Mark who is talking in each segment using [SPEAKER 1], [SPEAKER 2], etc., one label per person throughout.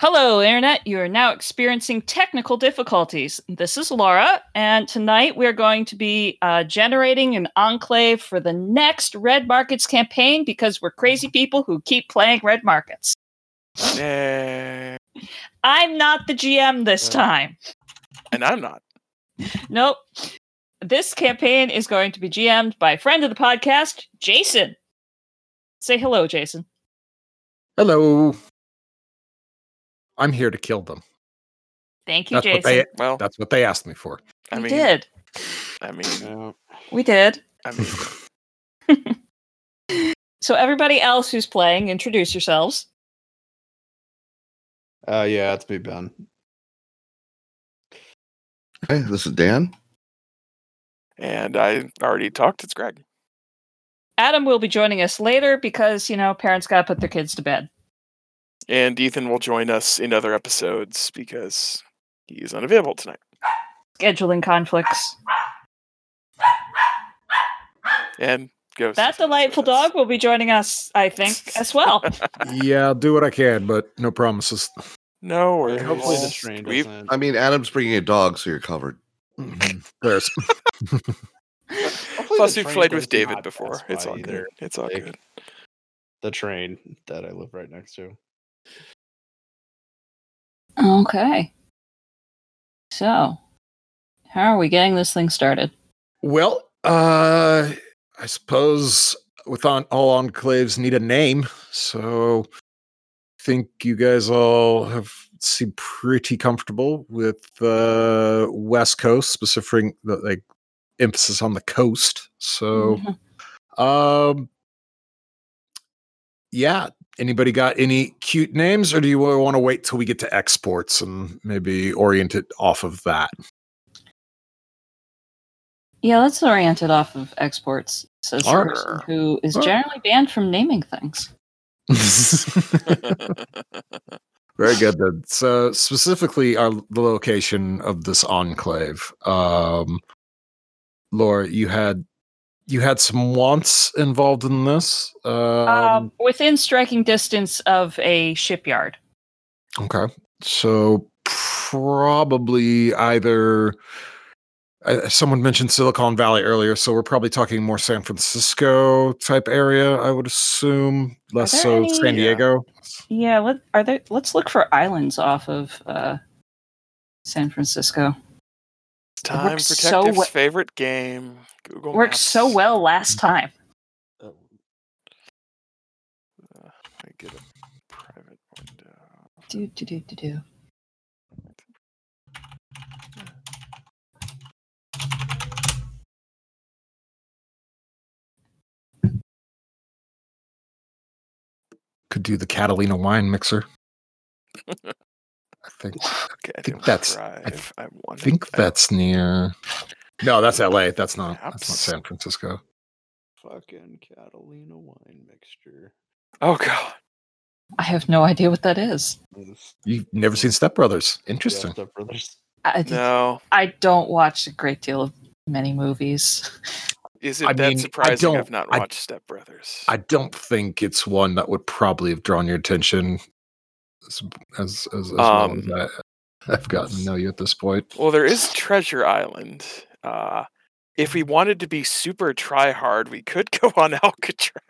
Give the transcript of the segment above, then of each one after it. [SPEAKER 1] Hello, Internet. You are now experiencing technical difficulties. This is Laura, and tonight we are going to be uh, generating an enclave for the next Red Markets campaign because we're crazy people who keep playing Red Markets.
[SPEAKER 2] Yay.
[SPEAKER 1] I'm not the GM this time.
[SPEAKER 2] And I'm not.
[SPEAKER 1] Nope. This campaign is going to be GM'd by friend of the podcast, Jason. Say hello, Jason.
[SPEAKER 3] Hello. I'm here to kill them.
[SPEAKER 1] Thank you,
[SPEAKER 3] That's
[SPEAKER 1] Jason.
[SPEAKER 3] what they
[SPEAKER 2] Well,
[SPEAKER 3] that's what they asked me for.
[SPEAKER 2] I
[SPEAKER 1] we
[SPEAKER 2] mean,
[SPEAKER 1] did.
[SPEAKER 2] I mean,
[SPEAKER 4] Yeah.
[SPEAKER 1] We did.
[SPEAKER 2] I mean,
[SPEAKER 1] So everybody else who's playing, introduce yourselves.
[SPEAKER 4] Uh, yeah, it's me, Ben.
[SPEAKER 5] Hey, this is Dan.
[SPEAKER 2] and I already talked. It's Greg.
[SPEAKER 1] Adam will be joining us later because, you know, parents got to put their kids to bed.
[SPEAKER 2] And Ethan will join us in other episodes because he's unavailable tonight.
[SPEAKER 1] Scheduling conflicts.
[SPEAKER 2] And goes.
[SPEAKER 1] That delightful dog will be joining us, I think, as well.
[SPEAKER 3] yeah, I'll do what I can, but no promises.
[SPEAKER 2] No worries.
[SPEAKER 4] Hopefully, this train
[SPEAKER 2] We've-
[SPEAKER 4] doesn't.
[SPEAKER 5] I mean, Adam's bringing a dog, so you're covered.
[SPEAKER 3] There's
[SPEAKER 4] Hopefully
[SPEAKER 2] Plus,
[SPEAKER 4] the train
[SPEAKER 2] we've played with
[SPEAKER 4] does
[SPEAKER 2] David
[SPEAKER 4] not
[SPEAKER 2] before.
[SPEAKER 4] pass
[SPEAKER 2] It's
[SPEAKER 4] by
[SPEAKER 2] all
[SPEAKER 4] either.
[SPEAKER 2] good. It's all
[SPEAKER 4] Like-
[SPEAKER 2] good.
[SPEAKER 4] The train that I live right next to.
[SPEAKER 1] Okay. So, how are we getting this thing started?
[SPEAKER 3] well, uh I suppose with on all enclaves need a name, so think you guys all have seem pretty comfortable with uh West Coast, specific the like emphasis on the coast.
[SPEAKER 1] Mm-hmm.
[SPEAKER 3] So Um, yeah. Anybody got any cute names, or do you want to wait till we get to exports and maybe orient it off of that?
[SPEAKER 1] Yeah, let's orient it off of exports. Says the
[SPEAKER 3] Arr.
[SPEAKER 1] person who is
[SPEAKER 3] Arr.
[SPEAKER 1] generally banned from naming things.
[SPEAKER 3] Very good. Then. So specifically, our the location of this enclave. Um, Laura, you had you had some wants involved in this. Um,
[SPEAKER 1] Um, within striking distance of a shipyard.
[SPEAKER 3] Okay. So probably either I, someone mentioned Silicon Valley earlier, so we're probably talking more San Francisco type area, I would assume, less
[SPEAKER 1] there
[SPEAKER 3] so
[SPEAKER 1] any-
[SPEAKER 3] San
[SPEAKER 2] Yeah.
[SPEAKER 3] Diego.
[SPEAKER 1] Yeah, let are there let's look for islands off of uh San Francisco.
[SPEAKER 2] Time
[SPEAKER 1] works
[SPEAKER 2] for
[SPEAKER 1] so
[SPEAKER 2] Tech Diff's
[SPEAKER 1] we-
[SPEAKER 2] favorite game. Google
[SPEAKER 1] Worked
[SPEAKER 2] Maps.
[SPEAKER 1] so well last time.
[SPEAKER 2] Uh, I get a private window.
[SPEAKER 1] Do do do do do.
[SPEAKER 3] Could do the Catalina wine mixer. I think
[SPEAKER 2] Okay, I
[SPEAKER 3] think
[SPEAKER 2] don't
[SPEAKER 3] that's-
[SPEAKER 2] drive.
[SPEAKER 3] I th-
[SPEAKER 2] I, want
[SPEAKER 3] I think that's near No, that's LA. That's not that's not
[SPEAKER 2] Perhaps.
[SPEAKER 3] San Francisco.
[SPEAKER 4] Fucking Catalina wine mixture.
[SPEAKER 2] Oh god.
[SPEAKER 1] I have no idea what that is.
[SPEAKER 4] This-
[SPEAKER 3] You've never seen Step Brothers. Interesting.
[SPEAKER 4] Step Brothers.
[SPEAKER 1] I,
[SPEAKER 2] No.
[SPEAKER 1] I don't watch a great deal of many movies.
[SPEAKER 2] Is it
[SPEAKER 3] I
[SPEAKER 2] that
[SPEAKER 3] mean, I
[SPEAKER 2] surprising I've
[SPEAKER 3] don't-
[SPEAKER 2] not
[SPEAKER 3] I-
[SPEAKER 2] watched Step Brothers?
[SPEAKER 3] I don't think it's one that would probably have drawn your attention as as as, as well as
[SPEAKER 2] Um,
[SPEAKER 3] I, I've gotten to know you at this point.
[SPEAKER 2] Well, there is Treasure Island. Uh, if we wanted to be super try hard, we could go on Alcatraz.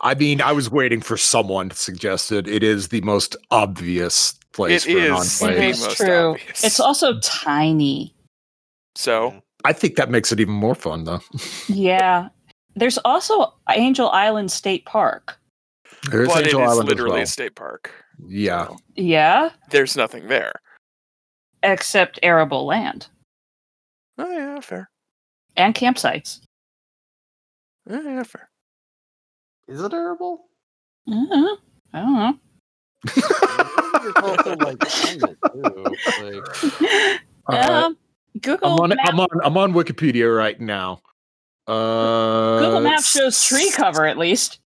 [SPEAKER 3] I mean, I was waiting for someone to suggest it. It is the most obvious place
[SPEAKER 2] It
[SPEAKER 3] for an
[SPEAKER 2] is the
[SPEAKER 1] It
[SPEAKER 3] enclave.
[SPEAKER 1] is
[SPEAKER 2] most
[SPEAKER 1] true.
[SPEAKER 2] obvious.
[SPEAKER 1] It's also tiny.
[SPEAKER 2] so
[SPEAKER 3] I think that makes it even more fun, though.
[SPEAKER 1] Yeah. There's also Angel Island State Park.
[SPEAKER 3] There is
[SPEAKER 2] but
[SPEAKER 3] Angel
[SPEAKER 2] it is
[SPEAKER 3] Island as
[SPEAKER 2] literally
[SPEAKER 3] well.
[SPEAKER 2] a state park.
[SPEAKER 3] Yeah,
[SPEAKER 2] So,
[SPEAKER 1] Yeah,
[SPEAKER 2] there's nothing there.
[SPEAKER 1] except arable land
[SPEAKER 2] Oh yeah, fair.
[SPEAKER 1] and campsites.
[SPEAKER 2] Oh, yeah, fair.
[SPEAKER 4] Is it arable?
[SPEAKER 1] Uh-huh. I don't know.
[SPEAKER 4] It's also, like, climate, too. Like,
[SPEAKER 3] Uh,
[SPEAKER 1] um, Google
[SPEAKER 3] I'm on.
[SPEAKER 1] Maps-
[SPEAKER 3] I'm on. I'm on Wikipedia right now. Uh,
[SPEAKER 1] Google Maps shows tree cover at least.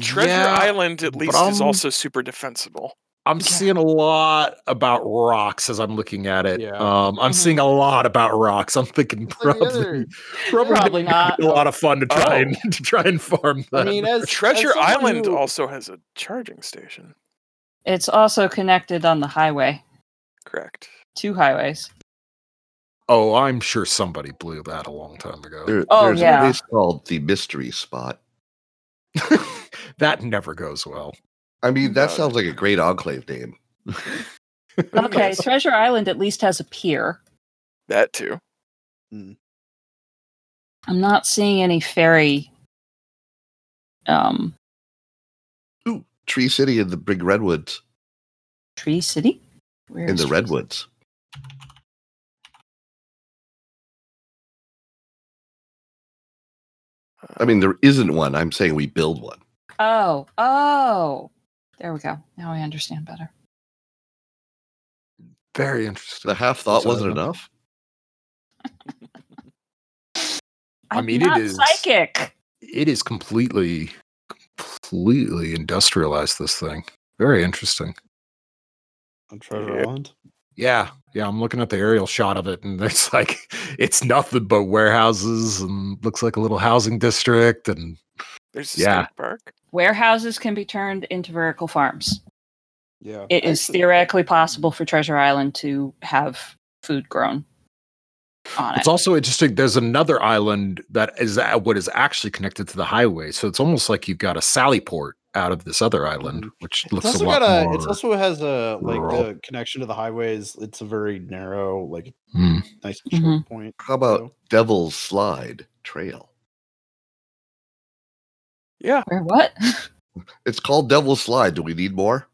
[SPEAKER 2] Treasure
[SPEAKER 3] yeah,
[SPEAKER 2] Island at
[SPEAKER 3] but,
[SPEAKER 2] least is
[SPEAKER 3] um,
[SPEAKER 2] also super defensible.
[SPEAKER 3] I'm
[SPEAKER 1] Yeah.
[SPEAKER 3] seeing a lot about rocks as I'm looking at it.
[SPEAKER 4] Yeah.
[SPEAKER 3] Um, I'm
[SPEAKER 1] Mhm.
[SPEAKER 3] seeing a lot about rocks. I'm thinking
[SPEAKER 4] like the
[SPEAKER 3] probably
[SPEAKER 4] other,
[SPEAKER 3] probably,
[SPEAKER 1] Probably
[SPEAKER 3] gonna be a lot of fun to try
[SPEAKER 2] Oh.
[SPEAKER 3] and to try and farm that.
[SPEAKER 4] I mean, as as
[SPEAKER 2] Treasure
[SPEAKER 4] someone
[SPEAKER 2] Island
[SPEAKER 4] who-
[SPEAKER 2] also has a charging station.
[SPEAKER 1] It's also connected on the highway,
[SPEAKER 2] Correct.
[SPEAKER 1] two highways.
[SPEAKER 3] Oh, I'm sure somebody blew that a long time ago.
[SPEAKER 5] There-
[SPEAKER 1] Oh,
[SPEAKER 5] there's
[SPEAKER 1] yeah.
[SPEAKER 5] a place called the mystery spot.
[SPEAKER 3] that never goes well.
[SPEAKER 5] I mean, that
[SPEAKER 2] Uh,
[SPEAKER 5] sounds like a great enclave name.
[SPEAKER 1] Okay,
[SPEAKER 2] Yes.
[SPEAKER 1] Treasure Island at least has a pier.
[SPEAKER 2] That too.
[SPEAKER 1] I'm not seeing any ferry. Um,
[SPEAKER 5] Ooh, Tree City in the big redwoods.
[SPEAKER 1] Tree City. Where
[SPEAKER 5] In
[SPEAKER 1] is
[SPEAKER 5] the
[SPEAKER 1] Tree City?
[SPEAKER 5] redwoods. I mean, there isn't one. I'm saying we build one.
[SPEAKER 1] Oh, oh, there we go. Now I understand better.
[SPEAKER 3] Very interesting.
[SPEAKER 5] The half thought
[SPEAKER 3] It's odd.
[SPEAKER 5] wasn't enough.
[SPEAKER 3] I
[SPEAKER 1] I'm
[SPEAKER 3] mean, it
[SPEAKER 1] not
[SPEAKER 3] is-
[SPEAKER 1] psychic.
[SPEAKER 3] It is completely, completely industrialized. This thing. Very interesting.
[SPEAKER 4] On Treasure
[SPEAKER 2] Yeah.
[SPEAKER 4] Island.
[SPEAKER 3] Yeah, yeah. I'm looking at the aerial shot of it, and it's like it's nothing but warehouses, and looks like a little housing district, and
[SPEAKER 2] There's a
[SPEAKER 3] Yeah.
[SPEAKER 2] skate park.
[SPEAKER 1] Warehouses can be turned into vertical farms.
[SPEAKER 4] Yeah.
[SPEAKER 1] It is
[SPEAKER 4] Actually,
[SPEAKER 1] theoretically possible for Treasure Island to have food grown on it.
[SPEAKER 3] It's also interesting. There's another island that is a- what is actually connected to the highway, so it's almost like you've got a sally port out of this other island,
[SPEAKER 4] Mhm.
[SPEAKER 3] which
[SPEAKER 4] It's
[SPEAKER 3] looks a
[SPEAKER 4] also
[SPEAKER 3] lot
[SPEAKER 4] got a.
[SPEAKER 3] more.
[SPEAKER 4] It's also has a like
[SPEAKER 3] rural.
[SPEAKER 4] the connection to the highways. It's a very narrow, like
[SPEAKER 3] Mm.
[SPEAKER 4] nice and short
[SPEAKER 1] Mhm.
[SPEAKER 2] Mm-hmm.
[SPEAKER 4] point.
[SPEAKER 5] How about
[SPEAKER 4] so-
[SPEAKER 5] Devil's Slide Trail?
[SPEAKER 2] Yeah.
[SPEAKER 1] Where what?
[SPEAKER 5] It's called Devil's Slide. Do we need more?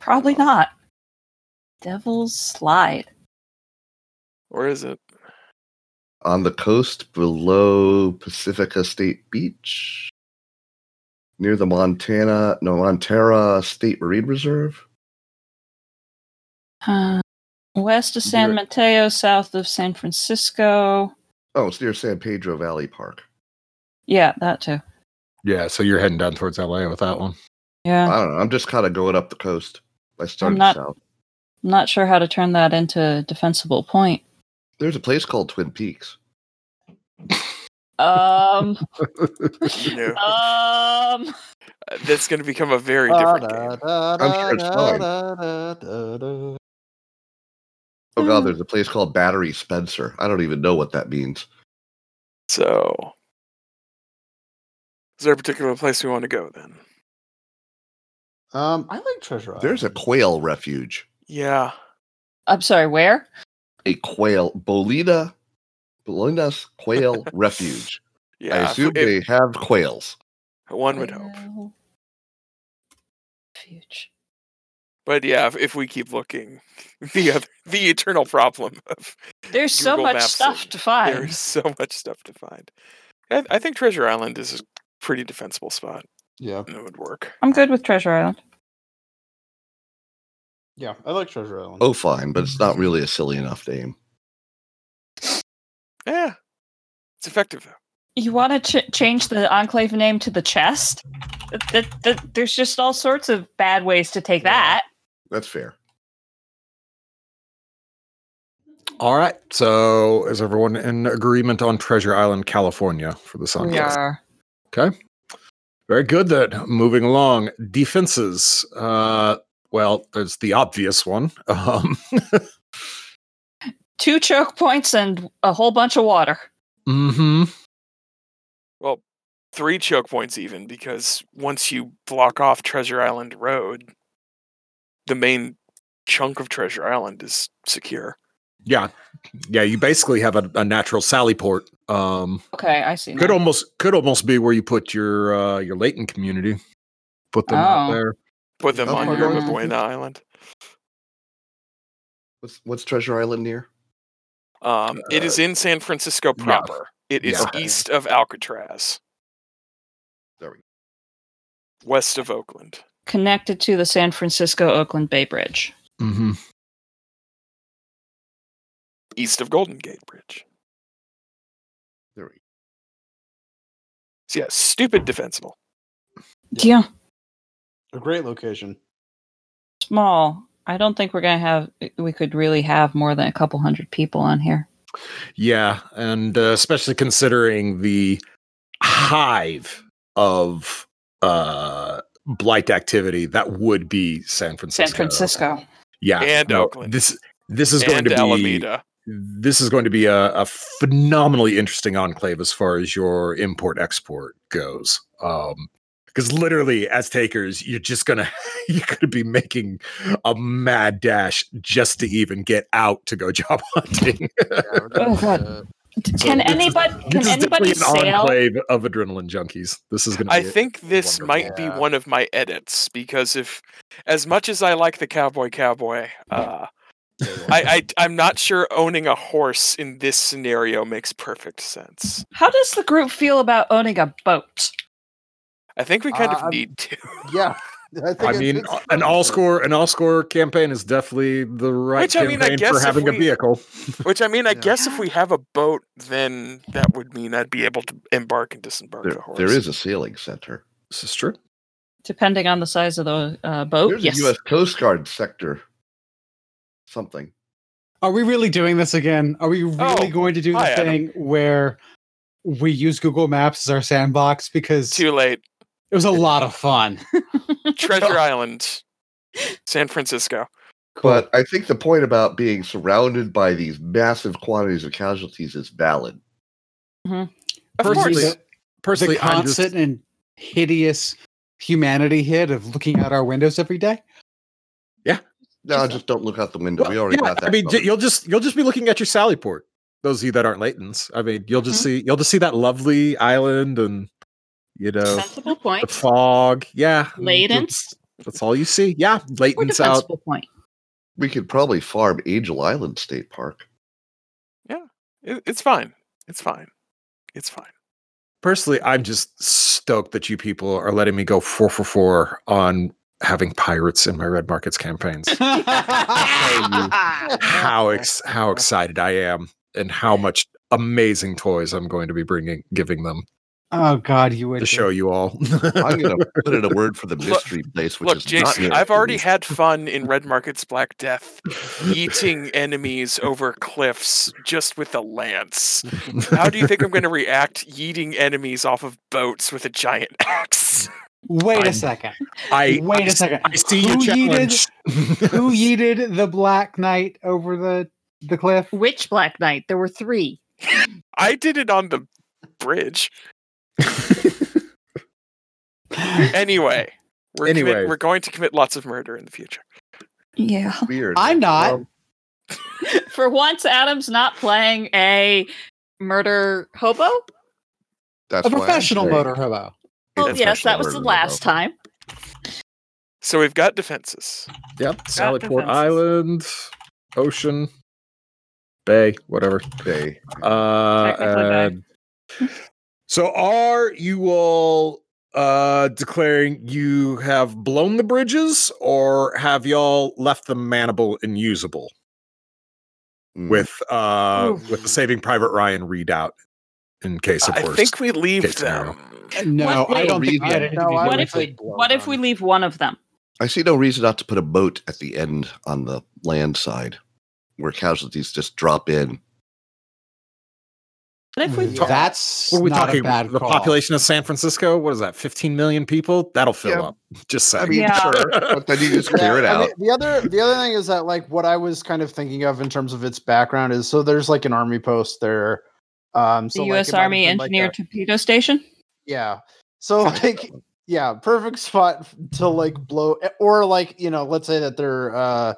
[SPEAKER 1] Probably not. Devil's Slide.
[SPEAKER 2] Where is it?
[SPEAKER 5] On the coast below Pacifica State Beach, near the Montana, no, Montera State Marine Reserve.
[SPEAKER 1] Uh, west of San
[SPEAKER 5] You're-
[SPEAKER 1] Mateo, south of San Francisco.
[SPEAKER 5] Oh, it's near San Pedro Valley Park.
[SPEAKER 1] Yeah, that too.
[SPEAKER 3] Yeah, so you're heading down towards LA with that one.
[SPEAKER 1] Yeah.
[SPEAKER 5] I don't know. I'm just kind of going up the coast. I started
[SPEAKER 1] not-
[SPEAKER 5] south.
[SPEAKER 1] I'm not sure how to turn that into a defensible point.
[SPEAKER 5] There's a place called Twin Peaks.
[SPEAKER 1] Um,
[SPEAKER 2] No.
[SPEAKER 1] um,
[SPEAKER 2] Uh, That's going to become a very
[SPEAKER 6] Ah,
[SPEAKER 2] different game.
[SPEAKER 5] I'm sure it's fine. Oh
[SPEAKER 1] Hmm.
[SPEAKER 5] god, there's a place called Battery Spencer. I don't even know what that means.
[SPEAKER 2] So, is there a particular place we want to go then?
[SPEAKER 4] Um, I like Treasure Island.
[SPEAKER 5] There's a quail refuge.
[SPEAKER 2] Yeah.
[SPEAKER 1] I'm sorry, where?
[SPEAKER 5] A quail Bolina Bolina's Quail Refuge.
[SPEAKER 2] Yeah.
[SPEAKER 5] I
[SPEAKER 2] if-
[SPEAKER 5] assume
[SPEAKER 2] if-
[SPEAKER 5] they have quails.
[SPEAKER 2] one would hope.
[SPEAKER 1] Well, Fuge.
[SPEAKER 2] But yeah, if, if we keep looking, the other, the eternal problem of
[SPEAKER 1] There's so
[SPEAKER 2] Google
[SPEAKER 1] much
[SPEAKER 2] Maps
[SPEAKER 1] stuff
[SPEAKER 2] it.
[SPEAKER 1] to find.
[SPEAKER 2] there is so much stuff to find. I, I think Treasure Island is a pretty defensible spot.
[SPEAKER 4] yeah,
[SPEAKER 2] and It would work.
[SPEAKER 1] I'm good with Treasure Island.
[SPEAKER 4] yeah. I like Treasure Island.
[SPEAKER 5] Oh fine, but it's not really a silly enough name.
[SPEAKER 2] Yeah. It's effective though.
[SPEAKER 1] You want to ch- change the enclave name to the chest? Th- th- th- there's just all sorts of bad ways to take
[SPEAKER 4] Yeah.
[SPEAKER 1] that.
[SPEAKER 5] That's fair.
[SPEAKER 3] All right. So is everyone in agreement on Treasure Island, California for the sun?
[SPEAKER 1] are.
[SPEAKER 3] Very good then. Moving along. Defenses. Uh well, there's the obvious one. Um
[SPEAKER 1] Two choke points and a whole bunch of water.
[SPEAKER 3] hmm
[SPEAKER 2] Well, three choke points even because once you block off Treasure Island Road, the main chunk of Treasure Island is secure.
[SPEAKER 3] Yeah. Yeah, you basically have a, a natural sally port. Um
[SPEAKER 1] Okay, I see.
[SPEAKER 3] could
[SPEAKER 1] now.
[SPEAKER 3] almost could almost be where you put your uh your Leighton community. Put them out
[SPEAKER 1] Oh.
[SPEAKER 3] there.
[SPEAKER 2] Put them
[SPEAKER 5] Oh,
[SPEAKER 2] on
[SPEAKER 5] we're
[SPEAKER 2] your
[SPEAKER 1] going to-
[SPEAKER 2] Buena Island.
[SPEAKER 5] What's what's Treasure Island near?
[SPEAKER 2] Um, it
[SPEAKER 3] Uh,
[SPEAKER 2] is in San Francisco
[SPEAKER 3] yeah.
[SPEAKER 2] proper. It is
[SPEAKER 3] Yeah.
[SPEAKER 4] Okay.
[SPEAKER 2] east of Alcatraz,
[SPEAKER 5] There we go.
[SPEAKER 2] west of Oakland.
[SPEAKER 1] Connected to the San Francisco Oakland Bay Bridge.
[SPEAKER 3] Mm-hmm.
[SPEAKER 2] east of Golden Gate Bridge.
[SPEAKER 5] There we go.
[SPEAKER 2] So yeah, stupid defensible.
[SPEAKER 1] Yeah.
[SPEAKER 4] a great location.
[SPEAKER 1] Small. I don't think we're going to have, we could really have more than a couple hundred people on here.
[SPEAKER 3] Yeah, and uh, especially considering the hive of uh blight activity, that would be San Francisco.
[SPEAKER 1] San Francisco.
[SPEAKER 3] Yeah.
[SPEAKER 2] And Oakland.
[SPEAKER 3] This this is going
[SPEAKER 2] and
[SPEAKER 3] to be
[SPEAKER 2] Alameda.
[SPEAKER 3] this is going to be a, a phenomenally interesting enclave as far as your import export goes. Um, because literally, as takers, you're just gonna you're gonna be making a mad dash just to even get out to go job hunting.
[SPEAKER 1] Oh, God.
[SPEAKER 2] Uh,
[SPEAKER 1] Can
[SPEAKER 3] this is-
[SPEAKER 1] anybody can
[SPEAKER 3] this is
[SPEAKER 1] anybody
[SPEAKER 3] definitely an
[SPEAKER 1] sail?
[SPEAKER 3] enclave of adrenaline junkies. This is gonna.
[SPEAKER 2] I
[SPEAKER 3] be
[SPEAKER 2] think this
[SPEAKER 3] wonderful.
[SPEAKER 2] might be
[SPEAKER 4] Yeah.
[SPEAKER 2] one of my edits because if, as much as I like the cowboy cowboy, uh, I, I I'm not sure owning a horse in this scenario makes perfect sense.
[SPEAKER 1] How does the group feel about owning a boat?
[SPEAKER 2] I think we kind
[SPEAKER 7] Uh,
[SPEAKER 2] of
[SPEAKER 7] I'm-
[SPEAKER 2] need to.
[SPEAKER 7] yeah. I, think
[SPEAKER 3] I
[SPEAKER 7] it
[SPEAKER 3] mean,
[SPEAKER 7] fits
[SPEAKER 3] an all
[SPEAKER 7] perfectly.
[SPEAKER 3] score an all score campaign is definitely the right
[SPEAKER 2] Which, I mean,
[SPEAKER 3] campaign
[SPEAKER 2] I guess
[SPEAKER 3] for
[SPEAKER 2] if
[SPEAKER 3] having a
[SPEAKER 2] we-
[SPEAKER 3] vehicle.
[SPEAKER 2] Which I mean, I
[SPEAKER 7] Yeah.
[SPEAKER 2] guess if we have a boat, then that would mean I'd be able to embark and disembark
[SPEAKER 5] There,
[SPEAKER 2] a horse.
[SPEAKER 5] there is a sailing center.
[SPEAKER 3] This is true.
[SPEAKER 1] Depending on the size of the uh, boat,
[SPEAKER 5] There's
[SPEAKER 1] yes.
[SPEAKER 5] a U.S. Coast Guard sector. Something.
[SPEAKER 7] Are we really doing this again? Are we really
[SPEAKER 2] Oh,
[SPEAKER 7] going to do the
[SPEAKER 2] hi, Adam.
[SPEAKER 7] thing where we use Google Maps as our sandbox? Because
[SPEAKER 2] too late.
[SPEAKER 7] it was a lot of fun.
[SPEAKER 2] Treasure Island, San Francisco.
[SPEAKER 5] But I think the point about being surrounded by these massive quantities of casualties is valid.
[SPEAKER 2] Of
[SPEAKER 7] Personally,
[SPEAKER 2] course.
[SPEAKER 7] the- the,
[SPEAKER 3] Personally, I'm just
[SPEAKER 7] constant and hideous humanity hit of looking out our windows every day.
[SPEAKER 5] No, just don't look out the window. we
[SPEAKER 3] Well,
[SPEAKER 5] already
[SPEAKER 3] yeah,
[SPEAKER 5] got that.
[SPEAKER 3] I mean, j-
[SPEAKER 5] covered.
[SPEAKER 3] you'll just you'll just be looking at your Sally port. Those of you that aren't Laytons, I mean, you'll just
[SPEAKER 5] Mm-hmm.
[SPEAKER 3] see you'll just see that lovely island and you know
[SPEAKER 1] Defensible
[SPEAKER 3] uh, the
[SPEAKER 1] point.
[SPEAKER 3] fog. Yeah, I mean,
[SPEAKER 1] Ladence
[SPEAKER 3] That's all you see. Yeah,
[SPEAKER 1] or
[SPEAKER 3] Layton's out.
[SPEAKER 1] defensible point.
[SPEAKER 5] we could probably farm Angel Island State Park.
[SPEAKER 2] It, it's fine. It's fine. It's fine.
[SPEAKER 3] Personally, I'm just stoked that you people are letting me go four for four on having pirates in my red markets campaigns. how ex- how excited I am and how much amazing toys I'm going to be bringing giving them
[SPEAKER 7] Oh God, you would
[SPEAKER 3] to show you all.
[SPEAKER 5] I'm going to put in a word for the
[SPEAKER 2] Look-
[SPEAKER 5] mystery place, which
[SPEAKER 2] Look,
[SPEAKER 5] is not
[SPEAKER 2] Jason,
[SPEAKER 5] near
[SPEAKER 2] I've already
[SPEAKER 5] Achilles.
[SPEAKER 2] had fun in Red Market's Black Death, yeeting enemies over cliffs just with a lance. How do you think I'm going to react yeeting enemies off of boats with a giant axe?
[SPEAKER 7] Wait
[SPEAKER 3] I'm-
[SPEAKER 7] a second.
[SPEAKER 3] I
[SPEAKER 7] Wait a second.
[SPEAKER 3] I see your
[SPEAKER 7] Who
[SPEAKER 3] challenge.
[SPEAKER 7] yeeted- Who yeeted the Black Knight over the the cliff?
[SPEAKER 1] Which Black Knight? There were three.
[SPEAKER 2] I did it on the bridge. Anyway, we're, commit-
[SPEAKER 3] Anyway.
[SPEAKER 2] we're going to commit lots of murder in the future.
[SPEAKER 1] Yeah.
[SPEAKER 5] Weird.
[SPEAKER 7] I'm not.
[SPEAKER 5] Um,
[SPEAKER 1] For once, Adam's not playing a murder hobo.
[SPEAKER 5] that's
[SPEAKER 7] A
[SPEAKER 5] why I'm
[SPEAKER 7] professional
[SPEAKER 5] saying
[SPEAKER 7] motor hobo.
[SPEAKER 1] Well,
[SPEAKER 5] it's
[SPEAKER 1] yes,
[SPEAKER 5] actually
[SPEAKER 1] that was the
[SPEAKER 5] murder
[SPEAKER 1] last
[SPEAKER 5] hobo.
[SPEAKER 1] time.
[SPEAKER 2] So we've got defenses.
[SPEAKER 3] Yep, Sally Port
[SPEAKER 1] defenses.
[SPEAKER 3] Island, Ocean, Bay, whatever.
[SPEAKER 5] They,
[SPEAKER 3] Uh,
[SPEAKER 1] Technically
[SPEAKER 3] and- so are you all uh declaring you have blown the bridges or have y'all left them mannable and usable
[SPEAKER 5] mm,
[SPEAKER 3] with uh
[SPEAKER 1] Oof.
[SPEAKER 3] with the saving private ryan readout in case of
[SPEAKER 2] I
[SPEAKER 3] worst
[SPEAKER 2] think we leave
[SPEAKER 3] case scenario.
[SPEAKER 2] them.
[SPEAKER 7] No,
[SPEAKER 1] What
[SPEAKER 7] I
[SPEAKER 1] if-
[SPEAKER 7] don't think I had
[SPEAKER 5] No,
[SPEAKER 7] anything to do
[SPEAKER 1] What
[SPEAKER 7] with
[SPEAKER 1] if
[SPEAKER 7] it.
[SPEAKER 1] we What
[SPEAKER 6] um,
[SPEAKER 1] if we leave one of them?
[SPEAKER 5] I see no reason not to put a boat at the end on the land side where casualties just drop in.
[SPEAKER 1] What if we?
[SPEAKER 3] Yeah.
[SPEAKER 7] That's
[SPEAKER 3] what are we
[SPEAKER 7] not
[SPEAKER 3] talking
[SPEAKER 7] a bad
[SPEAKER 3] the
[SPEAKER 7] call.
[SPEAKER 3] population of san francisco what is that 15 million people that'll fill
[SPEAKER 5] Yeah.
[SPEAKER 3] up just saying.
[SPEAKER 5] I mean,
[SPEAKER 1] Yeah.
[SPEAKER 5] sure, but then you just clear it
[SPEAKER 6] Yeah, I
[SPEAKER 5] out.
[SPEAKER 6] mean, the other the other thing is that like what I was kind of thinking of in terms of its background is so there's like an army post there. Um, so
[SPEAKER 1] the
[SPEAKER 6] like,
[SPEAKER 1] U.S.
[SPEAKER 6] it might have
[SPEAKER 1] Army
[SPEAKER 6] been, like,
[SPEAKER 1] engineer
[SPEAKER 6] a-
[SPEAKER 1] torpedo station.
[SPEAKER 6] yeah. So like yeah, perfect spot to like blow eh, or like you know let's say that they're uh,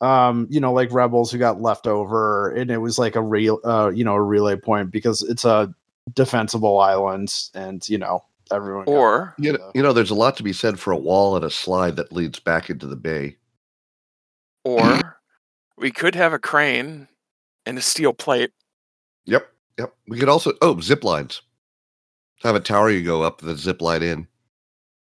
[SPEAKER 6] um you know like rebels who got left over and it was like a real uh you know a relay point because it's a defensible island and you know everyone got-
[SPEAKER 2] Or
[SPEAKER 5] You know, you know, there's a lot to be said for a wall and a slide that leads back into the bay.
[SPEAKER 2] or we could have a crane and a steel plate.
[SPEAKER 5] Yep, yep. We could also oh zip lines. Have a tower you go up, the zip line in.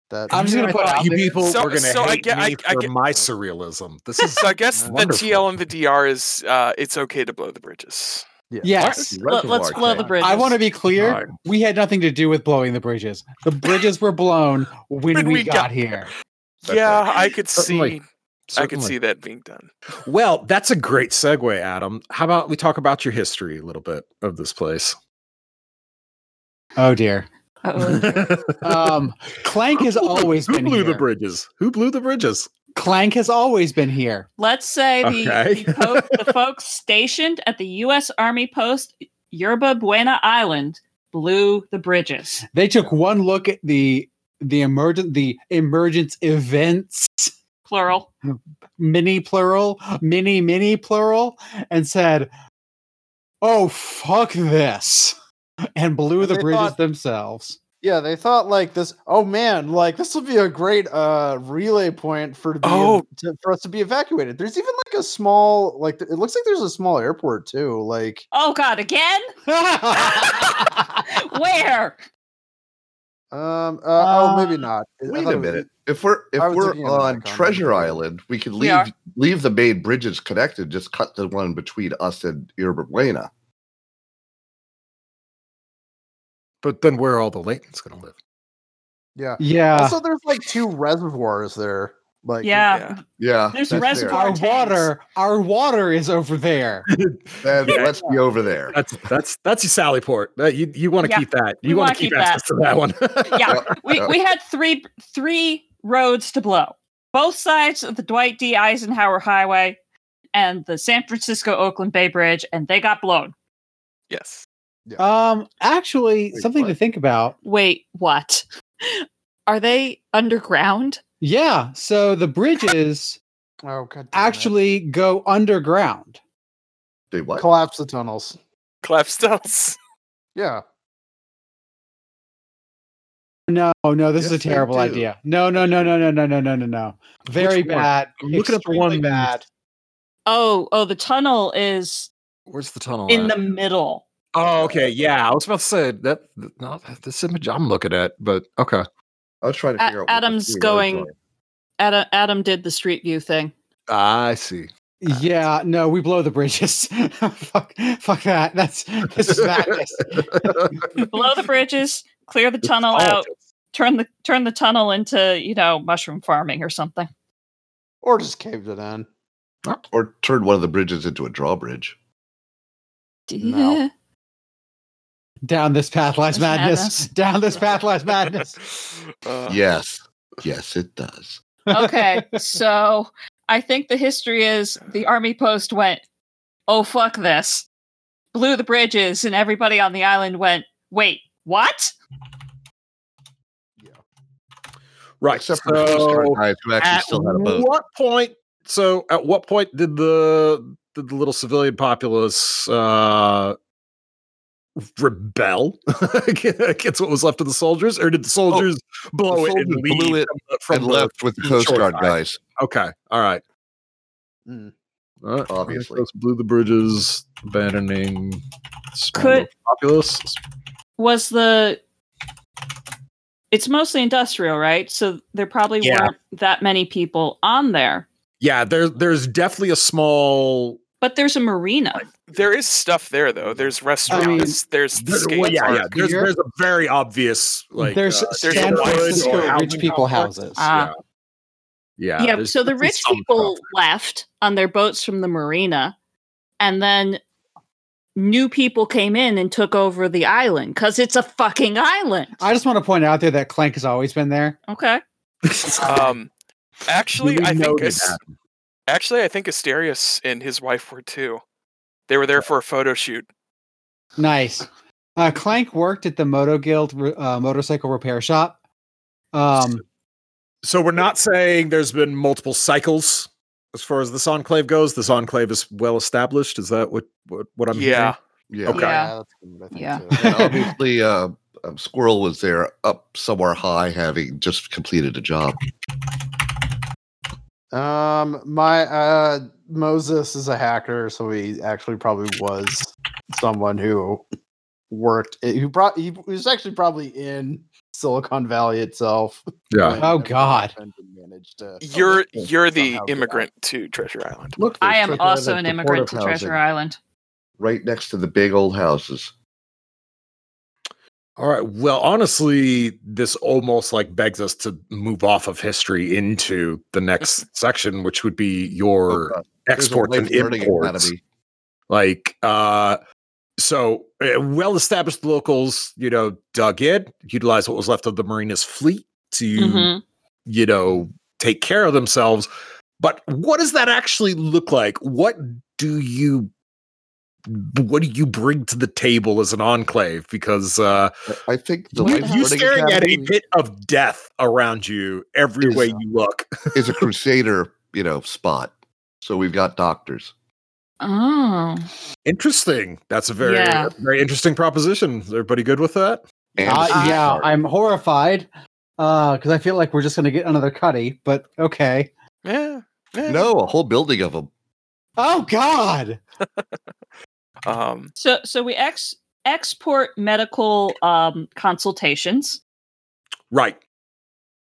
[SPEAKER 6] that
[SPEAKER 7] I'm just gonna put out
[SPEAKER 3] you
[SPEAKER 7] there-
[SPEAKER 3] people
[SPEAKER 2] So-
[SPEAKER 3] are gonna
[SPEAKER 2] so I
[SPEAKER 3] hate
[SPEAKER 2] get- I-
[SPEAKER 3] me
[SPEAKER 2] I
[SPEAKER 3] for
[SPEAKER 2] get-
[SPEAKER 3] my surrealism this is
[SPEAKER 2] So I guess the
[SPEAKER 3] Wonderful.
[SPEAKER 2] TL and the DR is uh, it's okay to blow the bridges.
[SPEAKER 7] Yes.
[SPEAKER 1] Let,
[SPEAKER 5] Reservoir
[SPEAKER 1] us blow the
[SPEAKER 5] tank.
[SPEAKER 1] bridges.
[SPEAKER 7] I want to be clear.
[SPEAKER 3] Fine.
[SPEAKER 7] We had nothing to do with blowing the bridges. The bridges were blown when, we, got, here.
[SPEAKER 5] That's
[SPEAKER 2] yeah, I could
[SPEAKER 3] Certainly.
[SPEAKER 2] see I could
[SPEAKER 3] Certainly.
[SPEAKER 2] see that being done.
[SPEAKER 3] Well, that's a great segue, Adam. How about we talk about your history a little bit of this place?
[SPEAKER 7] Oh dear.
[SPEAKER 1] Uh-oh.
[SPEAKER 7] Um, Clank has always
[SPEAKER 3] Who
[SPEAKER 7] been
[SPEAKER 3] blew the
[SPEAKER 7] here.
[SPEAKER 3] bridges? Who blew the bridges?
[SPEAKER 7] Clank has always been here.
[SPEAKER 1] Let's say the,
[SPEAKER 3] Okay.
[SPEAKER 1] the, folk, the folks stationed at the U.S. Army post Yerba Buena Island blew the bridges.
[SPEAKER 7] They took one look at the the emergent the emergence events
[SPEAKER 1] Plural.
[SPEAKER 7] mini plural mini mini plural and said, "Oh fuck this," and blew the
[SPEAKER 6] They
[SPEAKER 7] bridges
[SPEAKER 6] thought-
[SPEAKER 7] themselves.
[SPEAKER 6] Yeah, they thought like this. Oh man, like this will be a great uh relay point for the
[SPEAKER 2] Oh.
[SPEAKER 6] to, for us to be evacuated. There's even like a small like th- it looks like there's a small airport too. Like
[SPEAKER 1] Oh God! Again? Where?
[SPEAKER 6] um uh, oh maybe
[SPEAKER 7] Uh,
[SPEAKER 6] not. I
[SPEAKER 5] Wait
[SPEAKER 6] thought
[SPEAKER 5] a
[SPEAKER 6] it was-
[SPEAKER 5] minute. If we're if
[SPEAKER 6] I was
[SPEAKER 5] we're
[SPEAKER 6] looking at the
[SPEAKER 5] on
[SPEAKER 6] icon, but-
[SPEAKER 5] Treasure Island, we could
[SPEAKER 1] We
[SPEAKER 5] leave
[SPEAKER 1] are.
[SPEAKER 5] leave the main bridges connected. Just cut the one between us and Yerba Buena.
[SPEAKER 3] But then where are all the Laytons going to live?
[SPEAKER 6] Yeah.
[SPEAKER 7] yeah.
[SPEAKER 6] also, there's like two reservoirs there. Like
[SPEAKER 1] Yeah.
[SPEAKER 5] Yeah,
[SPEAKER 1] There's
[SPEAKER 5] that's there.
[SPEAKER 1] reservoir-
[SPEAKER 7] our
[SPEAKER 1] Tanks.
[SPEAKER 7] water, our water is over there.
[SPEAKER 5] Then let's be over there.
[SPEAKER 3] That's that's that's your Sallyport. That, you you want to
[SPEAKER 1] Yeah.
[SPEAKER 3] keep that.
[SPEAKER 1] We
[SPEAKER 3] You want
[SPEAKER 1] wanna
[SPEAKER 3] to keep,
[SPEAKER 1] keep that.
[SPEAKER 3] access to that one.
[SPEAKER 1] Yeah. We we had three three roads to blow. Both sides of the Dwight D. Eisenhower Highway and the San Francisco Oakland Bay Bridge, and they got blown.
[SPEAKER 2] Yes.
[SPEAKER 7] Um, actually, something to think about.
[SPEAKER 1] Wait, what? Are they underground?
[SPEAKER 7] Yeah, so the bridges
[SPEAKER 6] Oh god. damn it.
[SPEAKER 7] actually go underground.
[SPEAKER 5] They what?
[SPEAKER 6] collapse the tunnels.
[SPEAKER 2] Clefstones.
[SPEAKER 6] Yeah.
[SPEAKER 7] No, no, this is a
[SPEAKER 5] Yes, they
[SPEAKER 7] terrible
[SPEAKER 5] do.
[SPEAKER 7] idea. No, no, no, no, no, no, no, no, no, no. Very
[SPEAKER 3] one?
[SPEAKER 7] bad.
[SPEAKER 3] I'm looking at the
[SPEAKER 7] extremely
[SPEAKER 3] one-
[SPEAKER 7] bad.
[SPEAKER 1] Oh, oh, the tunnel is
[SPEAKER 3] Where's the tunnel?
[SPEAKER 1] in the
[SPEAKER 3] at?
[SPEAKER 1] middle.
[SPEAKER 3] Oh, okay. Yeah, I was about to say that. that- Not this image I'm looking at, but okay.
[SPEAKER 5] I was trying to
[SPEAKER 1] A-
[SPEAKER 5] figure out. what the
[SPEAKER 1] Adam's
[SPEAKER 5] three roads
[SPEAKER 1] going-
[SPEAKER 5] are.
[SPEAKER 1] Adam, Adam did the street view thing.
[SPEAKER 3] I see.
[SPEAKER 7] Yeah, no, we blow the bridges. fuck, fuck that. That's this is madness.
[SPEAKER 1] Blow the bridges, clear the tunnel out, turn the turn the tunnel into you know mushroom farming or something.
[SPEAKER 6] Or just caved it in.
[SPEAKER 5] Or turn one of the bridges into a drawbridge.
[SPEAKER 6] No.
[SPEAKER 1] Yeah.
[SPEAKER 7] Down this path lies
[SPEAKER 1] That's
[SPEAKER 7] madness.
[SPEAKER 1] madness.
[SPEAKER 7] Down this path lies madness.
[SPEAKER 2] Uh,
[SPEAKER 5] Yes, yes, it does.
[SPEAKER 1] okay, so I think the history is the army post went, oh fuck this, blew the bridges, and everybody on the island went, wait, what?
[SPEAKER 3] Right.
[SPEAKER 5] Except for the two
[SPEAKER 3] so,
[SPEAKER 5] smart guys who actually
[SPEAKER 3] at
[SPEAKER 5] still had a boat.
[SPEAKER 3] what point? So, at what point did the did the little civilian populace uh, rebel against what was left of the soldiers, or did the soldiers blow
[SPEAKER 5] the
[SPEAKER 3] it and
[SPEAKER 5] soldiers blew
[SPEAKER 3] leave
[SPEAKER 5] it
[SPEAKER 3] from the- from
[SPEAKER 5] And
[SPEAKER 3] the-
[SPEAKER 5] left with the
[SPEAKER 3] from
[SPEAKER 5] Coast
[SPEAKER 3] shore
[SPEAKER 5] Guard
[SPEAKER 3] side?
[SPEAKER 5] guys.
[SPEAKER 3] Okay. All right.
[SPEAKER 6] Mm.
[SPEAKER 3] All right.
[SPEAKER 5] Obviously.
[SPEAKER 3] Coast blew the bridges, abandoning small
[SPEAKER 1] Could-
[SPEAKER 3] little populace.
[SPEAKER 1] was the it's mostly industrial right so there probably
[SPEAKER 3] Yeah.
[SPEAKER 1] weren't that many people on there
[SPEAKER 3] Yeah, there's there's definitely a small
[SPEAKER 1] but there's a marina
[SPEAKER 2] There is stuff there though. There's restaurants. there's the
[SPEAKER 3] There-
[SPEAKER 2] skate
[SPEAKER 3] well, yeah,
[SPEAKER 2] park.
[SPEAKER 3] yeah. There's,
[SPEAKER 7] Here?
[SPEAKER 3] there's a very obvious like
[SPEAKER 7] there's
[SPEAKER 3] uh,
[SPEAKER 2] there's
[SPEAKER 7] San
[SPEAKER 2] a wide
[SPEAKER 7] Francisco
[SPEAKER 3] Oh
[SPEAKER 2] housing
[SPEAKER 7] rich people
[SPEAKER 3] complex.
[SPEAKER 7] houses.
[SPEAKER 1] Ah.
[SPEAKER 3] yeah.
[SPEAKER 1] yeah,
[SPEAKER 3] there's
[SPEAKER 1] so the
[SPEAKER 3] definitely
[SPEAKER 1] rich
[SPEAKER 3] some
[SPEAKER 1] people
[SPEAKER 3] stuff.
[SPEAKER 1] left on their boats from the marina and then new people came in and took over the island because it's a fucking island
[SPEAKER 7] I just want to point out there that Clank has always been there.
[SPEAKER 1] okay
[SPEAKER 2] Um, actually,
[SPEAKER 3] We
[SPEAKER 2] I
[SPEAKER 3] know
[SPEAKER 2] think
[SPEAKER 3] that
[SPEAKER 2] As-
[SPEAKER 3] happened.
[SPEAKER 2] actually I think Asterius and his wife were too. They were there for a photo shoot.
[SPEAKER 7] Nice. Uh, Clank worked at the Moto Guild uh, motorcycle repair shop. Um,
[SPEAKER 3] So we're not saying there's been multiple cycles as far as this enclave goes. This enclave is well established. Is that what what, what I'm hearing?
[SPEAKER 2] yeah,
[SPEAKER 5] Yeah.
[SPEAKER 3] Okay.
[SPEAKER 1] Yeah.
[SPEAKER 6] that's good, I think,
[SPEAKER 1] Yeah.
[SPEAKER 6] too.
[SPEAKER 5] And obviously, uh, um, Squirrel was there up somewhere high, having just completed a job.
[SPEAKER 6] Um, my uh Moses is a hacker, so he actually probably was someone who worked. eh, Who brought he was actually probably in Silicon Valley itself.
[SPEAKER 3] Yeah.
[SPEAKER 7] Oh, God.
[SPEAKER 6] And managed to
[SPEAKER 2] you're you're the
[SPEAKER 6] somehow get out.
[SPEAKER 2] immigrant to Treasure Island.
[SPEAKER 5] Look,
[SPEAKER 1] i
[SPEAKER 5] there's
[SPEAKER 1] am
[SPEAKER 5] Treasure
[SPEAKER 1] also an
[SPEAKER 5] Island
[SPEAKER 1] immigrant to
[SPEAKER 5] supportive housing
[SPEAKER 1] treasure island
[SPEAKER 5] right next to the big old houses.
[SPEAKER 3] All right. Well, honestly, this almost like begs us to move off of history into the next section, which would be your
[SPEAKER 5] Oh, God. There's a
[SPEAKER 3] exports and
[SPEAKER 5] life learning
[SPEAKER 3] imports.
[SPEAKER 5] academy.
[SPEAKER 3] Like, uh, so uh, well established locals, you know, dug in, utilized what was left of the Marina's fleet to,
[SPEAKER 5] Mm-hmm. Mm.
[SPEAKER 1] Mhm.
[SPEAKER 3] you know, take care of themselves. But what does that actually look like? What do you what do you bring to the table as an enclave? Because uh
[SPEAKER 5] I- I think the
[SPEAKER 1] Where
[SPEAKER 5] life
[SPEAKER 1] the hell-
[SPEAKER 3] you
[SPEAKER 5] Learning
[SPEAKER 3] staring at a
[SPEAKER 5] Academy
[SPEAKER 3] pit of death around you every
[SPEAKER 5] Is,
[SPEAKER 3] way
[SPEAKER 5] uh,
[SPEAKER 3] you look.
[SPEAKER 5] is a crusader, you know, spot. So we've got doctors.
[SPEAKER 1] Oh.
[SPEAKER 3] Interesting. That's a very
[SPEAKER 1] Yeah.
[SPEAKER 3] very interesting proposition. Is everybody good with that?
[SPEAKER 5] And a
[SPEAKER 7] Uh,
[SPEAKER 5] street
[SPEAKER 7] yeah,
[SPEAKER 5] card.
[SPEAKER 7] I'm horrified because I feel like we're just going to get another Cuddy, but okay.
[SPEAKER 2] Yeah. yeah.
[SPEAKER 5] no, a whole building of them.
[SPEAKER 7] Oh, God.
[SPEAKER 2] Um,
[SPEAKER 1] So so we ex export medical um consultations.
[SPEAKER 3] Right.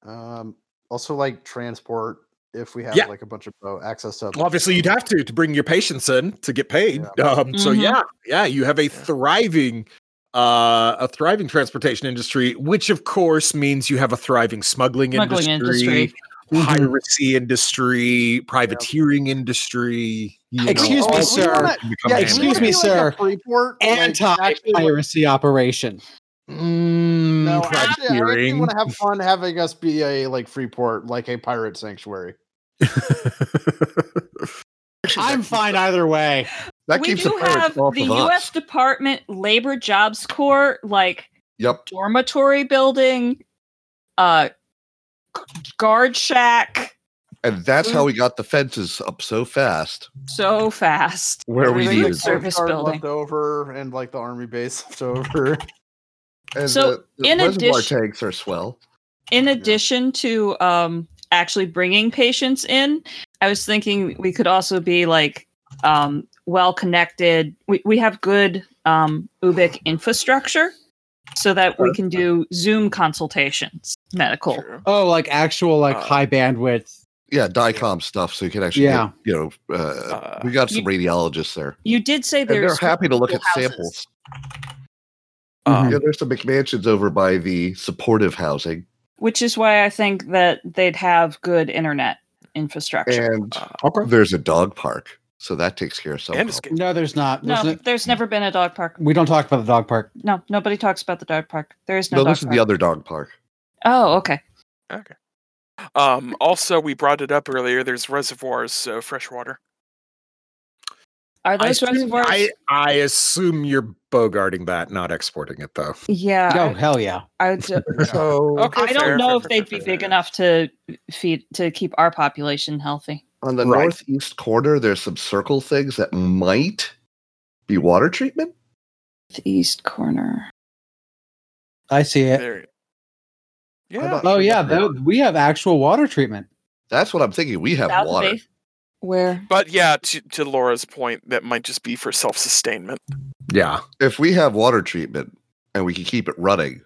[SPEAKER 6] Um, also like transport if we have
[SPEAKER 3] Yeah.
[SPEAKER 6] like a bunch of boat access to.
[SPEAKER 3] Well, obviously you'd have to to bring your patients in to get paid um, so
[SPEAKER 1] Mhm.
[SPEAKER 3] yeah yeah you have a
[SPEAKER 2] Yeah.
[SPEAKER 3] thriving uh, a thriving transportation industry which of course means you have a thriving smuggling,
[SPEAKER 1] Smuggling
[SPEAKER 3] industry,
[SPEAKER 1] industry.
[SPEAKER 3] piracy industry privateering industry you know,
[SPEAKER 7] Excuse me,
[SPEAKER 3] all
[SPEAKER 7] sir.
[SPEAKER 3] things
[SPEAKER 6] Yeah,
[SPEAKER 3] can become
[SPEAKER 7] yeah,
[SPEAKER 3] an
[SPEAKER 7] excuse
[SPEAKER 3] enemy.
[SPEAKER 7] me, sir. Anti
[SPEAKER 6] Anti.
[SPEAKER 7] piracy operation.
[SPEAKER 3] Mm,
[SPEAKER 6] No, actually, I actually
[SPEAKER 3] privateering
[SPEAKER 6] want to have fun having us be a like Freeport, like a pirate sanctuary.
[SPEAKER 5] Actually, that
[SPEAKER 7] I'm
[SPEAKER 5] keeps-
[SPEAKER 7] fine either way.
[SPEAKER 5] That
[SPEAKER 1] we
[SPEAKER 5] keeps
[SPEAKER 1] do
[SPEAKER 5] the pirates
[SPEAKER 1] have
[SPEAKER 5] off
[SPEAKER 1] the
[SPEAKER 5] of us.
[SPEAKER 1] US Department Labor Jobs Corps like
[SPEAKER 5] Yep.
[SPEAKER 1] dormitory building, uh g- guard shack
[SPEAKER 5] And that's how we got the fences up so fast
[SPEAKER 1] so fast.
[SPEAKER 5] where we
[SPEAKER 1] Food
[SPEAKER 6] Everything
[SPEAKER 5] needed
[SPEAKER 6] the
[SPEAKER 5] them.
[SPEAKER 1] service
[SPEAKER 6] Coast Guard
[SPEAKER 1] building.
[SPEAKER 6] left over, and like the army base left over.
[SPEAKER 5] And
[SPEAKER 1] So,
[SPEAKER 5] the, the
[SPEAKER 1] in
[SPEAKER 5] reservoir
[SPEAKER 1] addition-
[SPEAKER 5] tanks are swell.
[SPEAKER 1] In addition to um actually bringing patients in, I was thinking we could also be like um well connected. We we have good um Ubik infrastructure so that we can do Zoom consultations, medical.
[SPEAKER 2] true.
[SPEAKER 7] Oh, like actual, like
[SPEAKER 2] Uh,
[SPEAKER 7] high bandwidth.
[SPEAKER 5] Yeah, DICOM stuff. So you can actually,
[SPEAKER 7] Yeah.
[SPEAKER 5] get, you know, uh,
[SPEAKER 2] Uh,
[SPEAKER 5] we got some
[SPEAKER 1] you-
[SPEAKER 5] radiologists there.
[SPEAKER 1] You did say
[SPEAKER 5] And they're
[SPEAKER 1] there's
[SPEAKER 5] happy to look at
[SPEAKER 1] houses.
[SPEAKER 5] samples.
[SPEAKER 2] um, uh,
[SPEAKER 5] Yeah, there's some McMansions over by the supportive housing.
[SPEAKER 1] which is why I think that they'd have good internet infrastructure.
[SPEAKER 5] And
[SPEAKER 2] uh,
[SPEAKER 5] there's a dog park. So that takes care of some.
[SPEAKER 2] and
[SPEAKER 5] problem.
[SPEAKER 2] escape.
[SPEAKER 7] No, there's not.
[SPEAKER 1] no,
[SPEAKER 7] There's no-
[SPEAKER 1] there's never been a dog park.
[SPEAKER 7] we don't talk about the dog park.
[SPEAKER 1] No, nobody talks about the dog park. There is no,
[SPEAKER 5] No,
[SPEAKER 1] dog
[SPEAKER 5] this is
[SPEAKER 1] park.
[SPEAKER 5] the other dog park.
[SPEAKER 1] Oh, okay.
[SPEAKER 2] Okay. Um, also, we brought it up earlier. There's reservoirs, so fresh water.
[SPEAKER 1] Are
[SPEAKER 3] I
[SPEAKER 1] those
[SPEAKER 3] assume,
[SPEAKER 1] reservoirs?
[SPEAKER 3] I, I assume you're bogarting that, not exporting it though.
[SPEAKER 1] yeah,
[SPEAKER 7] oh, hell yeah.
[SPEAKER 1] Uh, I, I d-
[SPEAKER 5] So
[SPEAKER 2] Okay,
[SPEAKER 1] I don't
[SPEAKER 2] fair,
[SPEAKER 1] know
[SPEAKER 2] fair,
[SPEAKER 1] if
[SPEAKER 2] fair,
[SPEAKER 1] they'd
[SPEAKER 2] fair,
[SPEAKER 1] be
[SPEAKER 2] fair.
[SPEAKER 1] big enough to feed to keep our population healthy.
[SPEAKER 5] on the
[SPEAKER 3] Right.
[SPEAKER 5] northeast corner, there's some circle things that might be water treatment.
[SPEAKER 1] The east corner.
[SPEAKER 7] I see it.
[SPEAKER 2] There.
[SPEAKER 5] I'm
[SPEAKER 2] Yeah.
[SPEAKER 5] not
[SPEAKER 7] Oh,
[SPEAKER 5] sure
[SPEAKER 7] yeah.
[SPEAKER 5] what they are.
[SPEAKER 7] tho- we have actual water treatment.
[SPEAKER 5] That's what I'm thinking. We have
[SPEAKER 1] South of
[SPEAKER 5] water.
[SPEAKER 1] Eighth- Where?
[SPEAKER 2] But yeah, to, to Laura's point, that might just be for self sustainment.
[SPEAKER 3] Yeah.
[SPEAKER 5] If we have water treatment and we can keep it running,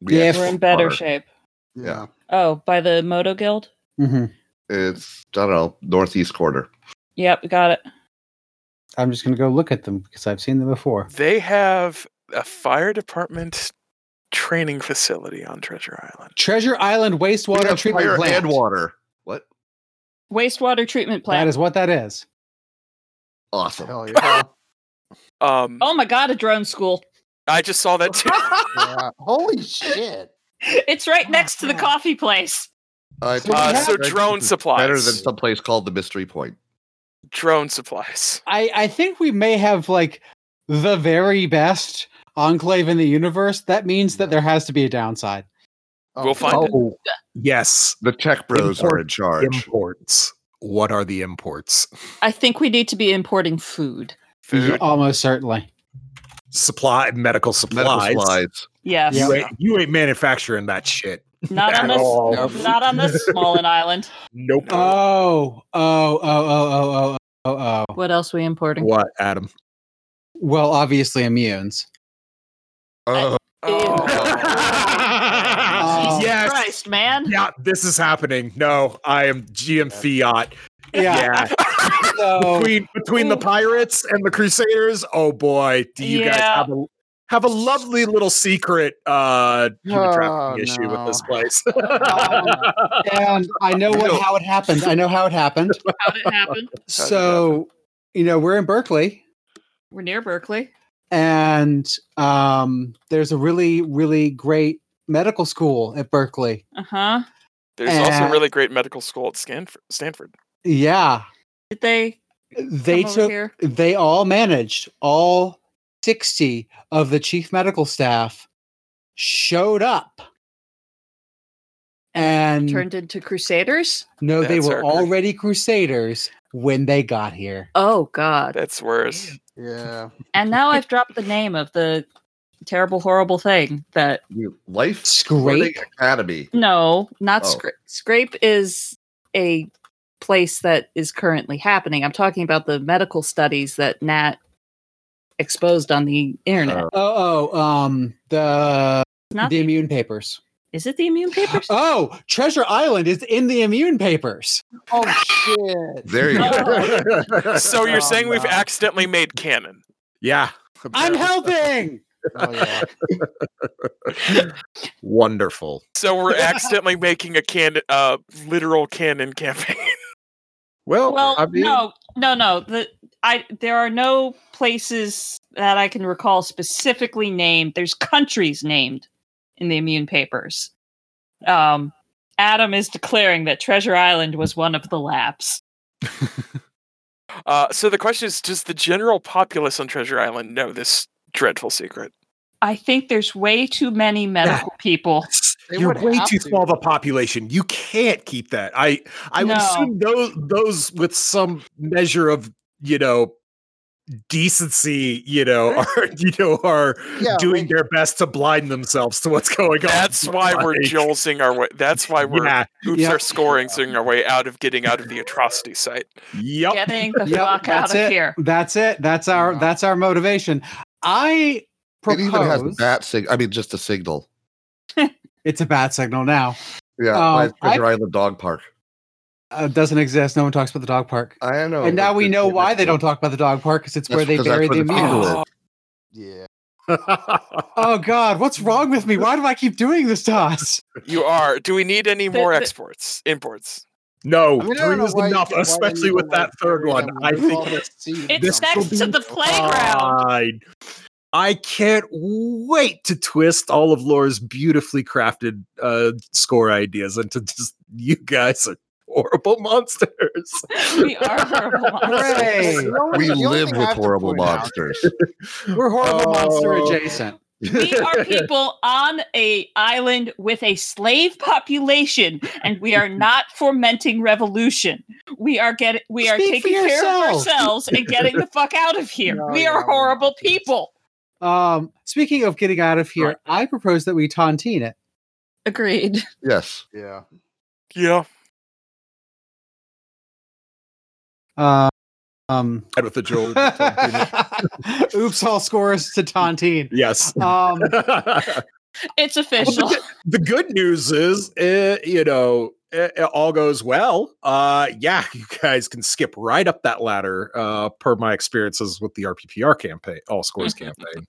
[SPEAKER 5] we
[SPEAKER 7] Yeah,
[SPEAKER 5] have
[SPEAKER 7] If-
[SPEAKER 1] We're in better
[SPEAKER 5] water.
[SPEAKER 1] shape.
[SPEAKER 5] Yeah.
[SPEAKER 1] Oh, by the Moto Guild.
[SPEAKER 7] hmm
[SPEAKER 5] It's I don't know northeast corner.
[SPEAKER 1] Yep, got it.
[SPEAKER 7] I'm just going to go look at them because I've seen them before.
[SPEAKER 2] They have a fire department training facility on Treasure Island.
[SPEAKER 7] Treasure Island
[SPEAKER 5] we
[SPEAKER 7] wastewater
[SPEAKER 5] have
[SPEAKER 7] treatment
[SPEAKER 5] fire
[SPEAKER 7] plant.
[SPEAKER 5] and water. What?
[SPEAKER 1] Wastewater treatment
[SPEAKER 7] That
[SPEAKER 1] plant.
[SPEAKER 7] is what that is.
[SPEAKER 5] Awesome.
[SPEAKER 6] Hell yeah.
[SPEAKER 2] Um,
[SPEAKER 1] oh my god, a drone school.
[SPEAKER 2] I just saw that too.
[SPEAKER 6] yeah. Holy shit.
[SPEAKER 1] It's right next to the coffee place.
[SPEAKER 5] I
[SPEAKER 7] So
[SPEAKER 5] think
[SPEAKER 7] we have-
[SPEAKER 5] this
[SPEAKER 2] Uh, so
[SPEAKER 5] is
[SPEAKER 2] drone
[SPEAKER 5] Better than
[SPEAKER 2] supplies.
[SPEAKER 5] someplace called the Mystery Point.
[SPEAKER 2] Drone supplies.
[SPEAKER 7] I, I think we may have like the very best enclave in the universe. That means that there has to be a downside.
[SPEAKER 2] We'll find it.
[SPEAKER 3] Oh, yes.
[SPEAKER 5] The tech bros are in
[SPEAKER 3] Import-
[SPEAKER 5] charge.
[SPEAKER 3] Imports. What are the imports?
[SPEAKER 1] I think we need to be importing food.
[SPEAKER 2] Food.
[SPEAKER 7] Almost certainly.
[SPEAKER 3] Supply medical supplies.
[SPEAKER 5] Medical supplies.
[SPEAKER 1] Yes.
[SPEAKER 3] You, ain't, you ain't manufacturing that shit.
[SPEAKER 1] Not on
[SPEAKER 3] At
[SPEAKER 1] this
[SPEAKER 3] all.
[SPEAKER 1] not on this small an island.
[SPEAKER 3] Nope.
[SPEAKER 7] Oh, oh, oh, oh, oh, oh, oh, oh.
[SPEAKER 1] What else we importing?
[SPEAKER 3] What, Adam?
[SPEAKER 7] Well, obviously immunes.
[SPEAKER 5] Oh,
[SPEAKER 2] Um,
[SPEAKER 7] Oh.
[SPEAKER 1] Jesus
[SPEAKER 3] yes.
[SPEAKER 1] Christ, man.
[SPEAKER 3] Yeah, this is happening. No, I am GM Fiat.
[SPEAKER 7] Yeah.
[SPEAKER 3] Yeah.
[SPEAKER 7] So
[SPEAKER 2] Oh.
[SPEAKER 3] between between the pirates and the crusaders. Oh boy, do you guys
[SPEAKER 1] Yeah.
[SPEAKER 3] have a have a lovely little secret uh human
[SPEAKER 6] Oh,
[SPEAKER 3] trafficking issue with this
[SPEAKER 6] no.
[SPEAKER 3] place.
[SPEAKER 7] and I know what how it happened. I know how it happened.
[SPEAKER 1] How'd it happen?
[SPEAKER 7] So, you know, we're in Berkeley
[SPEAKER 1] We're near Berkeley.
[SPEAKER 7] and um, there's a really really great medical school at Berkeley.
[SPEAKER 1] Uh huh.
[SPEAKER 2] There's also a
[SPEAKER 7] Uh,
[SPEAKER 2] really great medical school at Stanford. Stanford.
[SPEAKER 7] Yeah,
[SPEAKER 1] Did they?
[SPEAKER 7] they
[SPEAKER 1] come over
[SPEAKER 7] took
[SPEAKER 1] Here?
[SPEAKER 7] they all managed all 60 of the chief medical staff showed up and
[SPEAKER 1] Turned into crusaders.
[SPEAKER 7] no they
[SPEAKER 2] That's
[SPEAKER 7] were
[SPEAKER 2] our-
[SPEAKER 7] already crusaders when they got here
[SPEAKER 1] Oh God.
[SPEAKER 2] That's worse.
[SPEAKER 6] Yeah.
[SPEAKER 1] And now I've dropped the name of the terrible, horrible thing that
[SPEAKER 5] You- Life Learning
[SPEAKER 7] scrape
[SPEAKER 5] Academy.
[SPEAKER 1] no, not
[SPEAKER 5] Oh.
[SPEAKER 1] scrape. Scrape is a place that is currently happening. I'm talking about the medical studies that Nat exposed on the internet.
[SPEAKER 5] Uh,
[SPEAKER 7] oh oh um the
[SPEAKER 1] not
[SPEAKER 7] the immune papers
[SPEAKER 1] is it the immune papers?
[SPEAKER 7] oh treasure island is in the immune papers
[SPEAKER 6] Oh shit.
[SPEAKER 5] there you go.
[SPEAKER 2] So you're saying we've
[SPEAKER 6] no.
[SPEAKER 2] accidentally made canon?
[SPEAKER 3] yeah.
[SPEAKER 7] i'm helping
[SPEAKER 6] Oh yeah.
[SPEAKER 3] Wonderful.
[SPEAKER 2] So we're accidentally making a canon, uh, literal canon campaign.
[SPEAKER 3] Well,
[SPEAKER 1] well,
[SPEAKER 3] I mean,
[SPEAKER 1] no, no, no. The I there are no places that I can recall specifically named. There's countries named in the immune papers. Um, Adam is declaring that Treasure Island was one of the labs.
[SPEAKER 2] Uh, so the question is, does the general populace on Treasure Island know this dreadful secret?
[SPEAKER 1] I think there's way too many medical people.
[SPEAKER 6] They
[SPEAKER 3] You're
[SPEAKER 6] would
[SPEAKER 3] way
[SPEAKER 6] have
[SPEAKER 3] too
[SPEAKER 6] to.
[SPEAKER 3] small of a population. You can't keep that. I I would
[SPEAKER 1] No.
[SPEAKER 3] assume those those with some measure of you know decency, you know, are you know are
[SPEAKER 6] Yeah,
[SPEAKER 3] doing
[SPEAKER 6] like-
[SPEAKER 3] their best to blind themselves to what's going on.
[SPEAKER 2] That's why we're
[SPEAKER 3] Like,
[SPEAKER 2] jolting our way. That's why we're
[SPEAKER 3] Yeah.
[SPEAKER 2] oops
[SPEAKER 7] Yeah.
[SPEAKER 2] are scoring, singing our way out of getting out of the atrocity site.
[SPEAKER 3] Yep.
[SPEAKER 1] Getting the
[SPEAKER 7] Yep,
[SPEAKER 1] fuck out
[SPEAKER 7] that's
[SPEAKER 1] of
[SPEAKER 7] it.
[SPEAKER 1] here.
[SPEAKER 7] that's it that's our
[SPEAKER 6] Wow.
[SPEAKER 7] that's our motivation i
[SPEAKER 5] It
[SPEAKER 7] propose
[SPEAKER 5] even has that sig- I mean, just a signal.
[SPEAKER 7] it's a bad signal now
[SPEAKER 5] Yeah,
[SPEAKER 7] Um,
[SPEAKER 5] by Treasure
[SPEAKER 7] I-
[SPEAKER 5] Island Dog Park.
[SPEAKER 7] uh, doesn't exist. No one talks about the dog park.
[SPEAKER 5] I don't know.
[SPEAKER 7] and now
[SPEAKER 5] It's
[SPEAKER 7] we
[SPEAKER 5] just-
[SPEAKER 7] know why
[SPEAKER 5] it's
[SPEAKER 7] they
[SPEAKER 5] just-
[SPEAKER 7] don't talk about the dog park because it's
[SPEAKER 5] That's
[SPEAKER 7] where they
[SPEAKER 5] because that's
[SPEAKER 7] bury
[SPEAKER 5] where
[SPEAKER 7] the
[SPEAKER 5] the
[SPEAKER 7] immune.
[SPEAKER 5] people
[SPEAKER 7] Oh.
[SPEAKER 5] live.
[SPEAKER 6] Yeah.
[SPEAKER 7] God, what's wrong with me? Why do I keep doing this to us?
[SPEAKER 2] You are. Do we need any
[SPEAKER 1] The-
[SPEAKER 2] more
[SPEAKER 1] the-
[SPEAKER 2] exports, imports?
[SPEAKER 3] no,
[SPEAKER 6] I mean, I don't
[SPEAKER 3] three
[SPEAKER 6] know
[SPEAKER 3] was
[SPEAKER 6] why you
[SPEAKER 3] enough,
[SPEAKER 6] could- why they
[SPEAKER 3] especially
[SPEAKER 6] need
[SPEAKER 3] with
[SPEAKER 6] to,
[SPEAKER 3] that
[SPEAKER 6] like,
[SPEAKER 3] they're
[SPEAKER 6] bury
[SPEAKER 3] one.
[SPEAKER 6] them
[SPEAKER 3] I
[SPEAKER 6] with
[SPEAKER 3] think
[SPEAKER 6] all the seeds
[SPEAKER 1] It's
[SPEAKER 6] and
[SPEAKER 1] next
[SPEAKER 6] stuff.
[SPEAKER 1] to the playground.
[SPEAKER 3] Fine. I can't wait to twist all of Laura's beautifully crafted uh, score ideas into just you guys are horrible monsters.
[SPEAKER 1] we are horrible monsters.
[SPEAKER 7] Hooray!
[SPEAKER 6] The only-
[SPEAKER 5] We
[SPEAKER 6] the only
[SPEAKER 5] live
[SPEAKER 6] thing I
[SPEAKER 5] with
[SPEAKER 6] have to
[SPEAKER 5] horrible
[SPEAKER 6] point out-
[SPEAKER 5] monsters.
[SPEAKER 7] We're horrible monster
[SPEAKER 3] Oh.
[SPEAKER 7] adjacent.
[SPEAKER 1] We are people on a island with a slave population, and we are not fomenting revolution. We are getting, we are
[SPEAKER 7] Speak for
[SPEAKER 1] taking care of
[SPEAKER 7] yourself.
[SPEAKER 1] ourselves and getting the fuck out of here.
[SPEAKER 6] No,
[SPEAKER 1] we
[SPEAKER 6] yeah,
[SPEAKER 1] are
[SPEAKER 6] we're
[SPEAKER 1] horrible
[SPEAKER 6] not.
[SPEAKER 1] people.
[SPEAKER 7] Um, speaking of getting out of here,
[SPEAKER 3] Right.
[SPEAKER 7] I propose that we tontine it.
[SPEAKER 1] Agreed.
[SPEAKER 5] Yes.
[SPEAKER 6] Yeah.
[SPEAKER 2] Yeah.
[SPEAKER 7] Uh, um,
[SPEAKER 3] Side with the Joel.
[SPEAKER 7] oops, all scores to tontine.
[SPEAKER 3] yes.
[SPEAKER 7] Um,
[SPEAKER 3] the
[SPEAKER 1] It's official.
[SPEAKER 3] good news is, uh, you know, it, it all goes well. Uh, yeah, you guys can skip right up that ladder. Uh, per my experiences with the RPPR campaign, all scores campaign.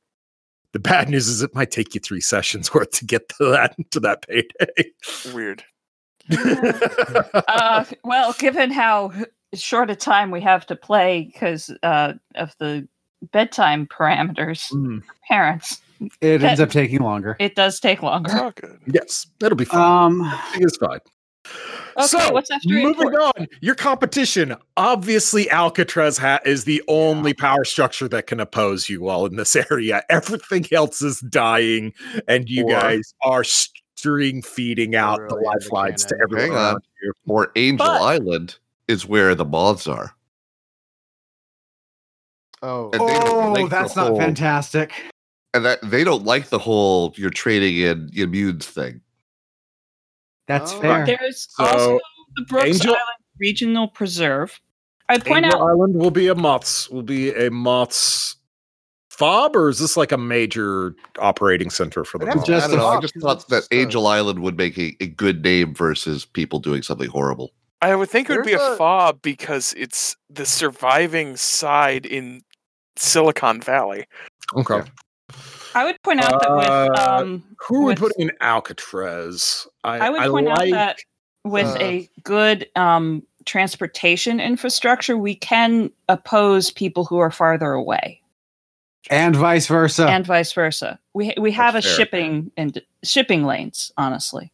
[SPEAKER 3] The bad news is it might take you three sessions worth to get to that to that payday.
[SPEAKER 2] Weird.
[SPEAKER 1] uh, well, given how short a time we have to play because uh, of the bedtime parameters,
[SPEAKER 3] Mm,
[SPEAKER 1] parents,
[SPEAKER 7] it
[SPEAKER 1] That-
[SPEAKER 7] ends up taking longer.
[SPEAKER 1] it does take
[SPEAKER 2] It's
[SPEAKER 1] longer.
[SPEAKER 2] all good.
[SPEAKER 3] yes, that'll be fine.
[SPEAKER 7] Um,
[SPEAKER 3] it's fine.
[SPEAKER 1] Okay,
[SPEAKER 3] so,
[SPEAKER 1] what's after
[SPEAKER 3] moving
[SPEAKER 1] import?
[SPEAKER 3] on, your competition. Obviously, Alcatraz ha- is the only power structure that can oppose you all in this area. Everything else is dying, and you
[SPEAKER 5] Or-
[SPEAKER 3] guys are string feeding out the
[SPEAKER 6] Really have a
[SPEAKER 3] lifelines to
[SPEAKER 6] cannon.
[SPEAKER 3] everyone
[SPEAKER 5] Hang on.
[SPEAKER 3] around you.
[SPEAKER 5] Or Angel
[SPEAKER 1] But-
[SPEAKER 5] Island is where the moths are.
[SPEAKER 6] Oh.
[SPEAKER 5] And they don't
[SPEAKER 7] oh,
[SPEAKER 5] like the
[SPEAKER 7] that's not
[SPEAKER 5] whole-
[SPEAKER 7] fantastic.
[SPEAKER 5] And that they don't like the whole you're trading in immunes thing.
[SPEAKER 7] That's
[SPEAKER 6] Oh.
[SPEAKER 7] fair.
[SPEAKER 1] There's
[SPEAKER 3] So,
[SPEAKER 1] also the Brooks
[SPEAKER 3] Angel-
[SPEAKER 1] Island Regional Preserve. I point
[SPEAKER 3] Angel
[SPEAKER 1] out
[SPEAKER 3] Island will be a moths. Will be a moths fob, or is this like a major operating center for the
[SPEAKER 6] That's
[SPEAKER 3] moths?
[SPEAKER 5] I
[SPEAKER 7] Just
[SPEAKER 5] don't
[SPEAKER 7] a
[SPEAKER 5] know. I
[SPEAKER 6] moth,
[SPEAKER 5] just
[SPEAKER 6] 'cause
[SPEAKER 5] thought
[SPEAKER 6] it's
[SPEAKER 5] that
[SPEAKER 6] just a-
[SPEAKER 5] Angel Island would make a, a good name versus people doing something horrible.
[SPEAKER 2] I would think it would be
[SPEAKER 6] There's
[SPEAKER 2] a
[SPEAKER 6] a-
[SPEAKER 2] fob because it's the surviving side in Silicon Valley.
[SPEAKER 3] okay.
[SPEAKER 1] I would point out that with
[SPEAKER 3] Uh,
[SPEAKER 1] um,
[SPEAKER 3] Who are we
[SPEAKER 1] with-
[SPEAKER 3] putting in Alcatraz?
[SPEAKER 1] I would point out
[SPEAKER 3] like-
[SPEAKER 1] that with
[SPEAKER 6] uh,
[SPEAKER 1] a good um, transportation infrastructure, we can oppose people who are farther away.
[SPEAKER 7] and vice versa.
[SPEAKER 1] and vice versa. We we have
[SPEAKER 5] That's
[SPEAKER 1] a
[SPEAKER 5] fair.
[SPEAKER 1] shipping and shipping lanes, honestly.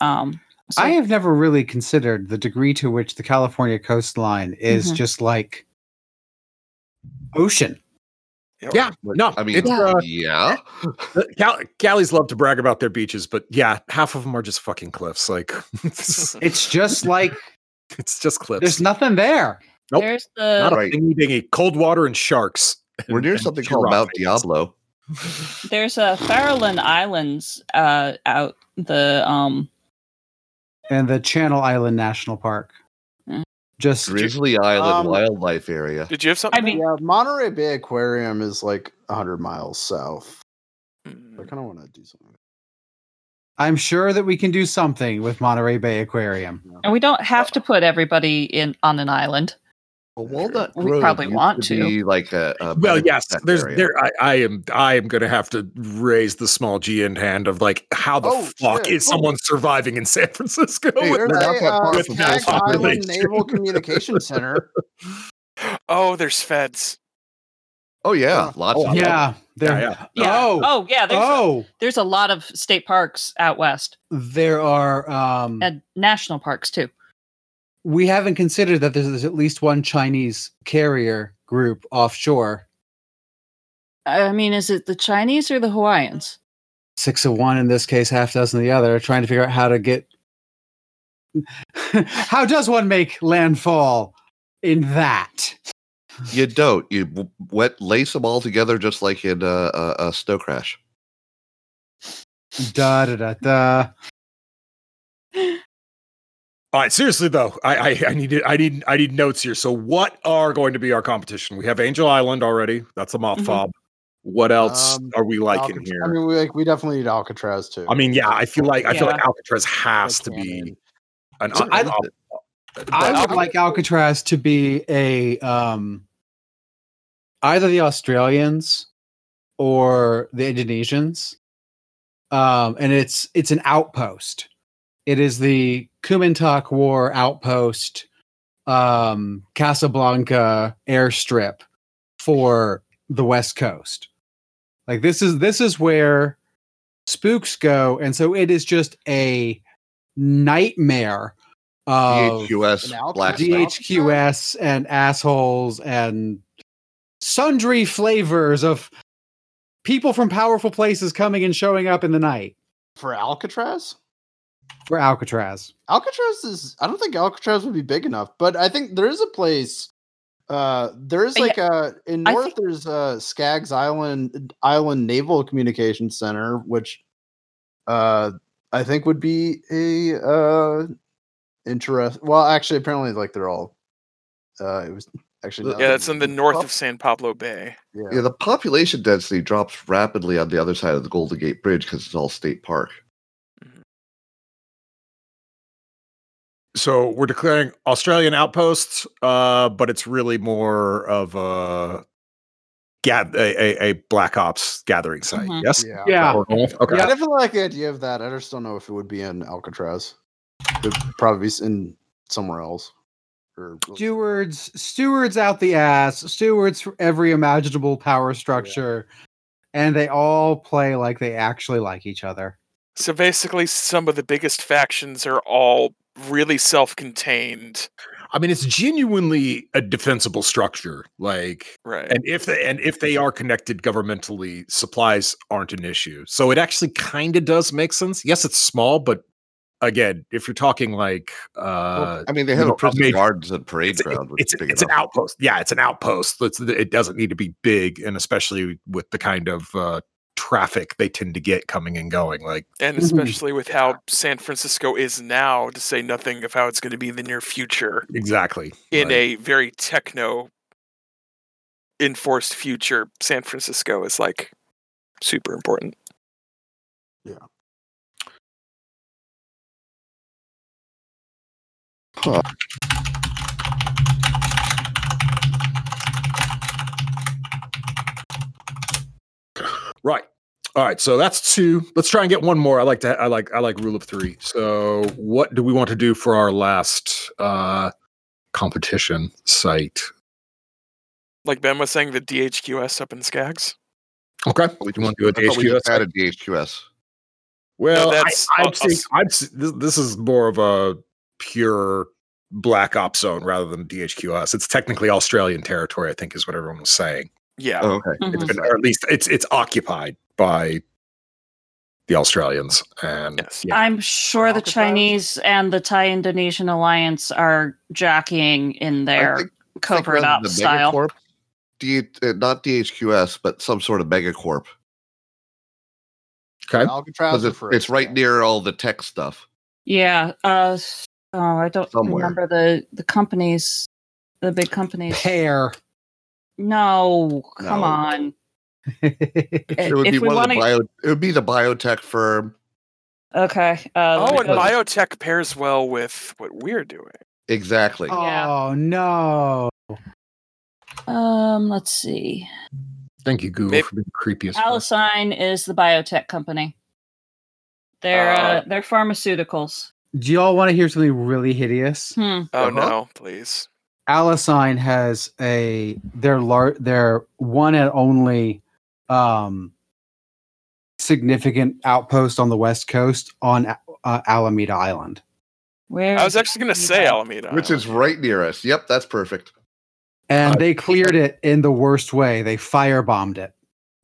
[SPEAKER 1] Um, so-
[SPEAKER 7] I have never really considered the degree to which the California coastline is
[SPEAKER 1] Mhm.
[SPEAKER 7] just like ocean.
[SPEAKER 3] Yeah, no,
[SPEAKER 5] I mean,
[SPEAKER 3] it's,
[SPEAKER 5] yeah.
[SPEAKER 3] uh, The Uh, Cal- Galleys love to brag about their beaches, but yeah, half of them are just fucking cliffs. Like it's,
[SPEAKER 7] It's just like
[SPEAKER 3] it's just cliffs.
[SPEAKER 7] there's nothing there.
[SPEAKER 3] nope.
[SPEAKER 1] there's the
[SPEAKER 3] Not a
[SPEAKER 5] Right.
[SPEAKER 3] thingy dingy. Cold water and sharks.
[SPEAKER 5] We're near
[SPEAKER 3] and
[SPEAKER 5] something called Mount
[SPEAKER 3] giraffes.
[SPEAKER 5] Diablo.
[SPEAKER 1] there's a Farallon Islands uh, out the um
[SPEAKER 7] And the Channel Island National Park.
[SPEAKER 1] Mm.
[SPEAKER 7] Just
[SPEAKER 5] Grizzly Island
[SPEAKER 6] Um,
[SPEAKER 5] Wildlife Area.
[SPEAKER 2] Did you have something?
[SPEAKER 1] I mean-
[SPEAKER 6] yeah, Monterey Bay Aquarium is like 100 miles south. I
[SPEAKER 2] Mm.
[SPEAKER 6] kind of want to do something.
[SPEAKER 7] I'm sure that we can do something with Monterey Bay Aquarium.
[SPEAKER 1] and we don't have to put everybody in on an island.
[SPEAKER 5] Well, Walnut
[SPEAKER 1] We
[SPEAKER 5] Grove
[SPEAKER 1] probably
[SPEAKER 5] used
[SPEAKER 1] want to.
[SPEAKER 5] be like a, a
[SPEAKER 3] Well,
[SPEAKER 5] benefit
[SPEAKER 3] yes,
[SPEAKER 5] tech
[SPEAKER 3] there's
[SPEAKER 5] area.
[SPEAKER 3] there. I, I am I am gonna have to raise the small G in hand of like how the
[SPEAKER 6] Oh,
[SPEAKER 3] fuck
[SPEAKER 6] shit.
[SPEAKER 3] is someone surviving in San Francisco?
[SPEAKER 5] Hey,
[SPEAKER 3] with
[SPEAKER 5] there's
[SPEAKER 3] that?
[SPEAKER 6] There's a,
[SPEAKER 5] not that far
[SPEAKER 6] uh,
[SPEAKER 3] from
[SPEAKER 6] Tag
[SPEAKER 3] Tulsa.
[SPEAKER 6] Island
[SPEAKER 3] Relation.
[SPEAKER 6] Naval Communication Center.
[SPEAKER 2] Oh, there's feds.
[SPEAKER 5] Oh yeah, lots.
[SPEAKER 3] Oh,
[SPEAKER 5] of
[SPEAKER 7] Yeah. There.
[SPEAKER 3] Yeah,
[SPEAKER 1] Yeah.
[SPEAKER 7] Oh.
[SPEAKER 1] Oh yeah. There's
[SPEAKER 7] oh.
[SPEAKER 1] there's a lot of state parks out west
[SPEAKER 7] There are
[SPEAKER 5] Mm.
[SPEAKER 7] um
[SPEAKER 1] and national parks too.
[SPEAKER 7] we haven't considered that there's at least one Chinese carrier group offshore.
[SPEAKER 1] I mean, is it the Chinese or the Hawaiians?
[SPEAKER 7] Six of one in this case, half dozen of the other, trying to figure out how to get how does one make landfall in that?
[SPEAKER 5] You don't. You w- wet lace them all together just like in uh, uh, uh, Snow Crash.
[SPEAKER 7] Da da da da.
[SPEAKER 3] All right, seriously though, I, I I need to- I need I need notes here. So, what are going to be our competition? We have Angel Island already. That's a moth
[SPEAKER 5] Mm-hmm.
[SPEAKER 1] Mhm.
[SPEAKER 3] fob. What else
[SPEAKER 6] Um,
[SPEAKER 3] are we liking
[SPEAKER 6] Alcatraz-
[SPEAKER 3] here?
[SPEAKER 6] I mean, we, like, we definitely need Alcatraz too.
[SPEAKER 3] I mean, yeah, I feel like I feel like
[SPEAKER 1] Yeah.
[SPEAKER 3] Alcatraz has
[SPEAKER 6] Like
[SPEAKER 3] to be
[SPEAKER 6] Cameron.
[SPEAKER 3] an.
[SPEAKER 5] So
[SPEAKER 3] an-
[SPEAKER 5] I-
[SPEAKER 3] but-
[SPEAKER 7] I would
[SPEAKER 6] Alcatraz-
[SPEAKER 7] like Alcatraz to be a um either the Australians or the Indonesians. Um and it's it's an outpost. It is the Kumintak War outpost um Casablanca airstrip for the West Coast. Like this is this is where spooks go and so it is just a nightmare of
[SPEAKER 5] DHQS
[SPEAKER 6] an Alcatraz
[SPEAKER 5] Black Knight.
[SPEAKER 7] DHQS and assholes and sundry flavors of people from powerful places coming and showing up in the night
[SPEAKER 6] for Alcatraz,
[SPEAKER 7] for Alcatraz.
[SPEAKER 6] Alcatraz is. I don't think Alcatraz would be big enough, but I think there is a place. Uh, there is
[SPEAKER 1] Uh, yeah.
[SPEAKER 6] like a in
[SPEAKER 1] I
[SPEAKER 6] North.
[SPEAKER 1] think-
[SPEAKER 6] there's a Skaggs Island Island Naval Communication Center, which uh, I think would be a uh, interest. Well, actually, apparently, like they're all. Uh, it was actually
[SPEAKER 2] Yeah, that's in the north of San Pablo Bay.
[SPEAKER 6] Yeah.
[SPEAKER 5] Yeah, the population density drops rapidly on the other side of the Golden Gate Bridge because it's all state park.
[SPEAKER 3] so we're declaring Australian outposts, uh, but it's really more of a gath- a, a, a black ops gathering site.
[SPEAKER 1] Mhm.
[SPEAKER 3] Yes.
[SPEAKER 6] Yeah.
[SPEAKER 7] Mm-hmm. Yeah.
[SPEAKER 3] Or golf? Okay.
[SPEAKER 6] I definitely like the idea of that. I just don't know if it would be in Alcatraz. It'd probably be s- in somewhere else. Or
[SPEAKER 7] Stewards, stewards out the ass, stewards for every imaginable power structure. And they all play like they actually like each other.
[SPEAKER 2] So basically, some of the biggest factions are all really self-contained,
[SPEAKER 3] I mean, it's genuinely a defensible structure. Like,
[SPEAKER 2] right?
[SPEAKER 3] and if they and if they are connected governmentally, supplies aren't an issue. So it actually kind of does make sense. Yes, it's small, but again, if you're talking like uh,
[SPEAKER 5] I mean, they have
[SPEAKER 3] no,
[SPEAKER 5] a prison
[SPEAKER 3] amazing.
[SPEAKER 5] gardens and parade
[SPEAKER 3] it's,
[SPEAKER 5] ground. which
[SPEAKER 3] it's,
[SPEAKER 5] is big
[SPEAKER 3] it's an
[SPEAKER 5] enough.
[SPEAKER 3] outpost. Yeah, it's an outpost. It's, it doesn't need to be big, and especially with the kind of uh, traffic they tend to get coming and going. Like,
[SPEAKER 2] and
[SPEAKER 7] Mhm.
[SPEAKER 2] especially with how San Francisco is now, to say nothing of how it's going to be in the near future,
[SPEAKER 3] exactly.
[SPEAKER 2] in
[SPEAKER 3] Like,
[SPEAKER 2] a very techno enforced future, San Francisco is like super important.
[SPEAKER 3] right. All right, so that's two. Let's try and get one more. I like to. I like. I like rule of three. So, what do we want to do for our last uh, competition site?
[SPEAKER 2] like Ben was saying, the DHQS up in Skags.
[SPEAKER 3] Okay.
[SPEAKER 5] We
[SPEAKER 3] You want to do a
[SPEAKER 5] I thought we
[SPEAKER 3] DHQS?
[SPEAKER 5] just had a DHQS.
[SPEAKER 2] No,
[SPEAKER 3] Well,
[SPEAKER 2] that's-
[SPEAKER 3] I,
[SPEAKER 2] I'll-
[SPEAKER 3] I'd say, I'd say this, this is more of a pure black ops zone rather than DHQS. It's technically Australian territory, I think, is what everyone was saying,
[SPEAKER 2] Yeah.
[SPEAKER 5] Oh, okay.
[SPEAKER 2] Mm-hmm.
[SPEAKER 1] Mhm.
[SPEAKER 3] And- or at least it's it's occupied by the Australians. And
[SPEAKER 2] Yes.
[SPEAKER 3] yeah,
[SPEAKER 1] I'm sure the
[SPEAKER 6] Occupied.
[SPEAKER 1] Chinese and the Thai Indonesian alliance are jockeying in
[SPEAKER 5] I
[SPEAKER 1] their
[SPEAKER 5] think- I think
[SPEAKER 1] covert
[SPEAKER 5] rather
[SPEAKER 1] op
[SPEAKER 5] than
[SPEAKER 1] style.
[SPEAKER 5] Megacorp, D, uh, not DHQS, but some sort of megacorp
[SPEAKER 3] okay.
[SPEAKER 6] Alcatraz.
[SPEAKER 5] because
[SPEAKER 6] or
[SPEAKER 5] it's,
[SPEAKER 6] Ferris?
[SPEAKER 5] it's right near all the tech stuff.
[SPEAKER 1] Yeah. Uh, s- oh, I don't
[SPEAKER 5] Somewhere.
[SPEAKER 1] remember the the companies, the big companies.
[SPEAKER 7] Pair.
[SPEAKER 1] No, come
[SPEAKER 5] No.
[SPEAKER 1] on.
[SPEAKER 5] It would
[SPEAKER 1] if
[SPEAKER 5] be
[SPEAKER 1] we
[SPEAKER 5] one of
[SPEAKER 1] want
[SPEAKER 5] the
[SPEAKER 1] to,
[SPEAKER 5] bio. It would be the biotech firm.
[SPEAKER 1] okay. Uh, let
[SPEAKER 2] Oh,
[SPEAKER 1] me
[SPEAKER 2] and
[SPEAKER 1] go-
[SPEAKER 2] biotech pairs well with what we're doing.
[SPEAKER 5] Exactly.
[SPEAKER 1] Yeah.
[SPEAKER 7] Oh no.
[SPEAKER 1] um, let's see.
[SPEAKER 3] Thank you, Google,
[SPEAKER 2] Maybe-
[SPEAKER 3] for being creepy as fuck.
[SPEAKER 1] Alicine is the biotech company. They're uh,
[SPEAKER 2] Uh,
[SPEAKER 1] they're pharmaceuticals.
[SPEAKER 7] Do y'all want to hear something really hideous?
[SPEAKER 1] Hmm.
[SPEAKER 2] Oh
[SPEAKER 5] Uh-huh.
[SPEAKER 2] no, please.
[SPEAKER 7] Alicine has a their lar- their one and only um significant outpost on the west coast on A- uh, Alameda Island.
[SPEAKER 1] Where
[SPEAKER 2] I was actually gonna say Alameda.
[SPEAKER 5] Which is right near us. Yep, that's perfect.
[SPEAKER 7] And they cleared it in the worst way. They firebombed it.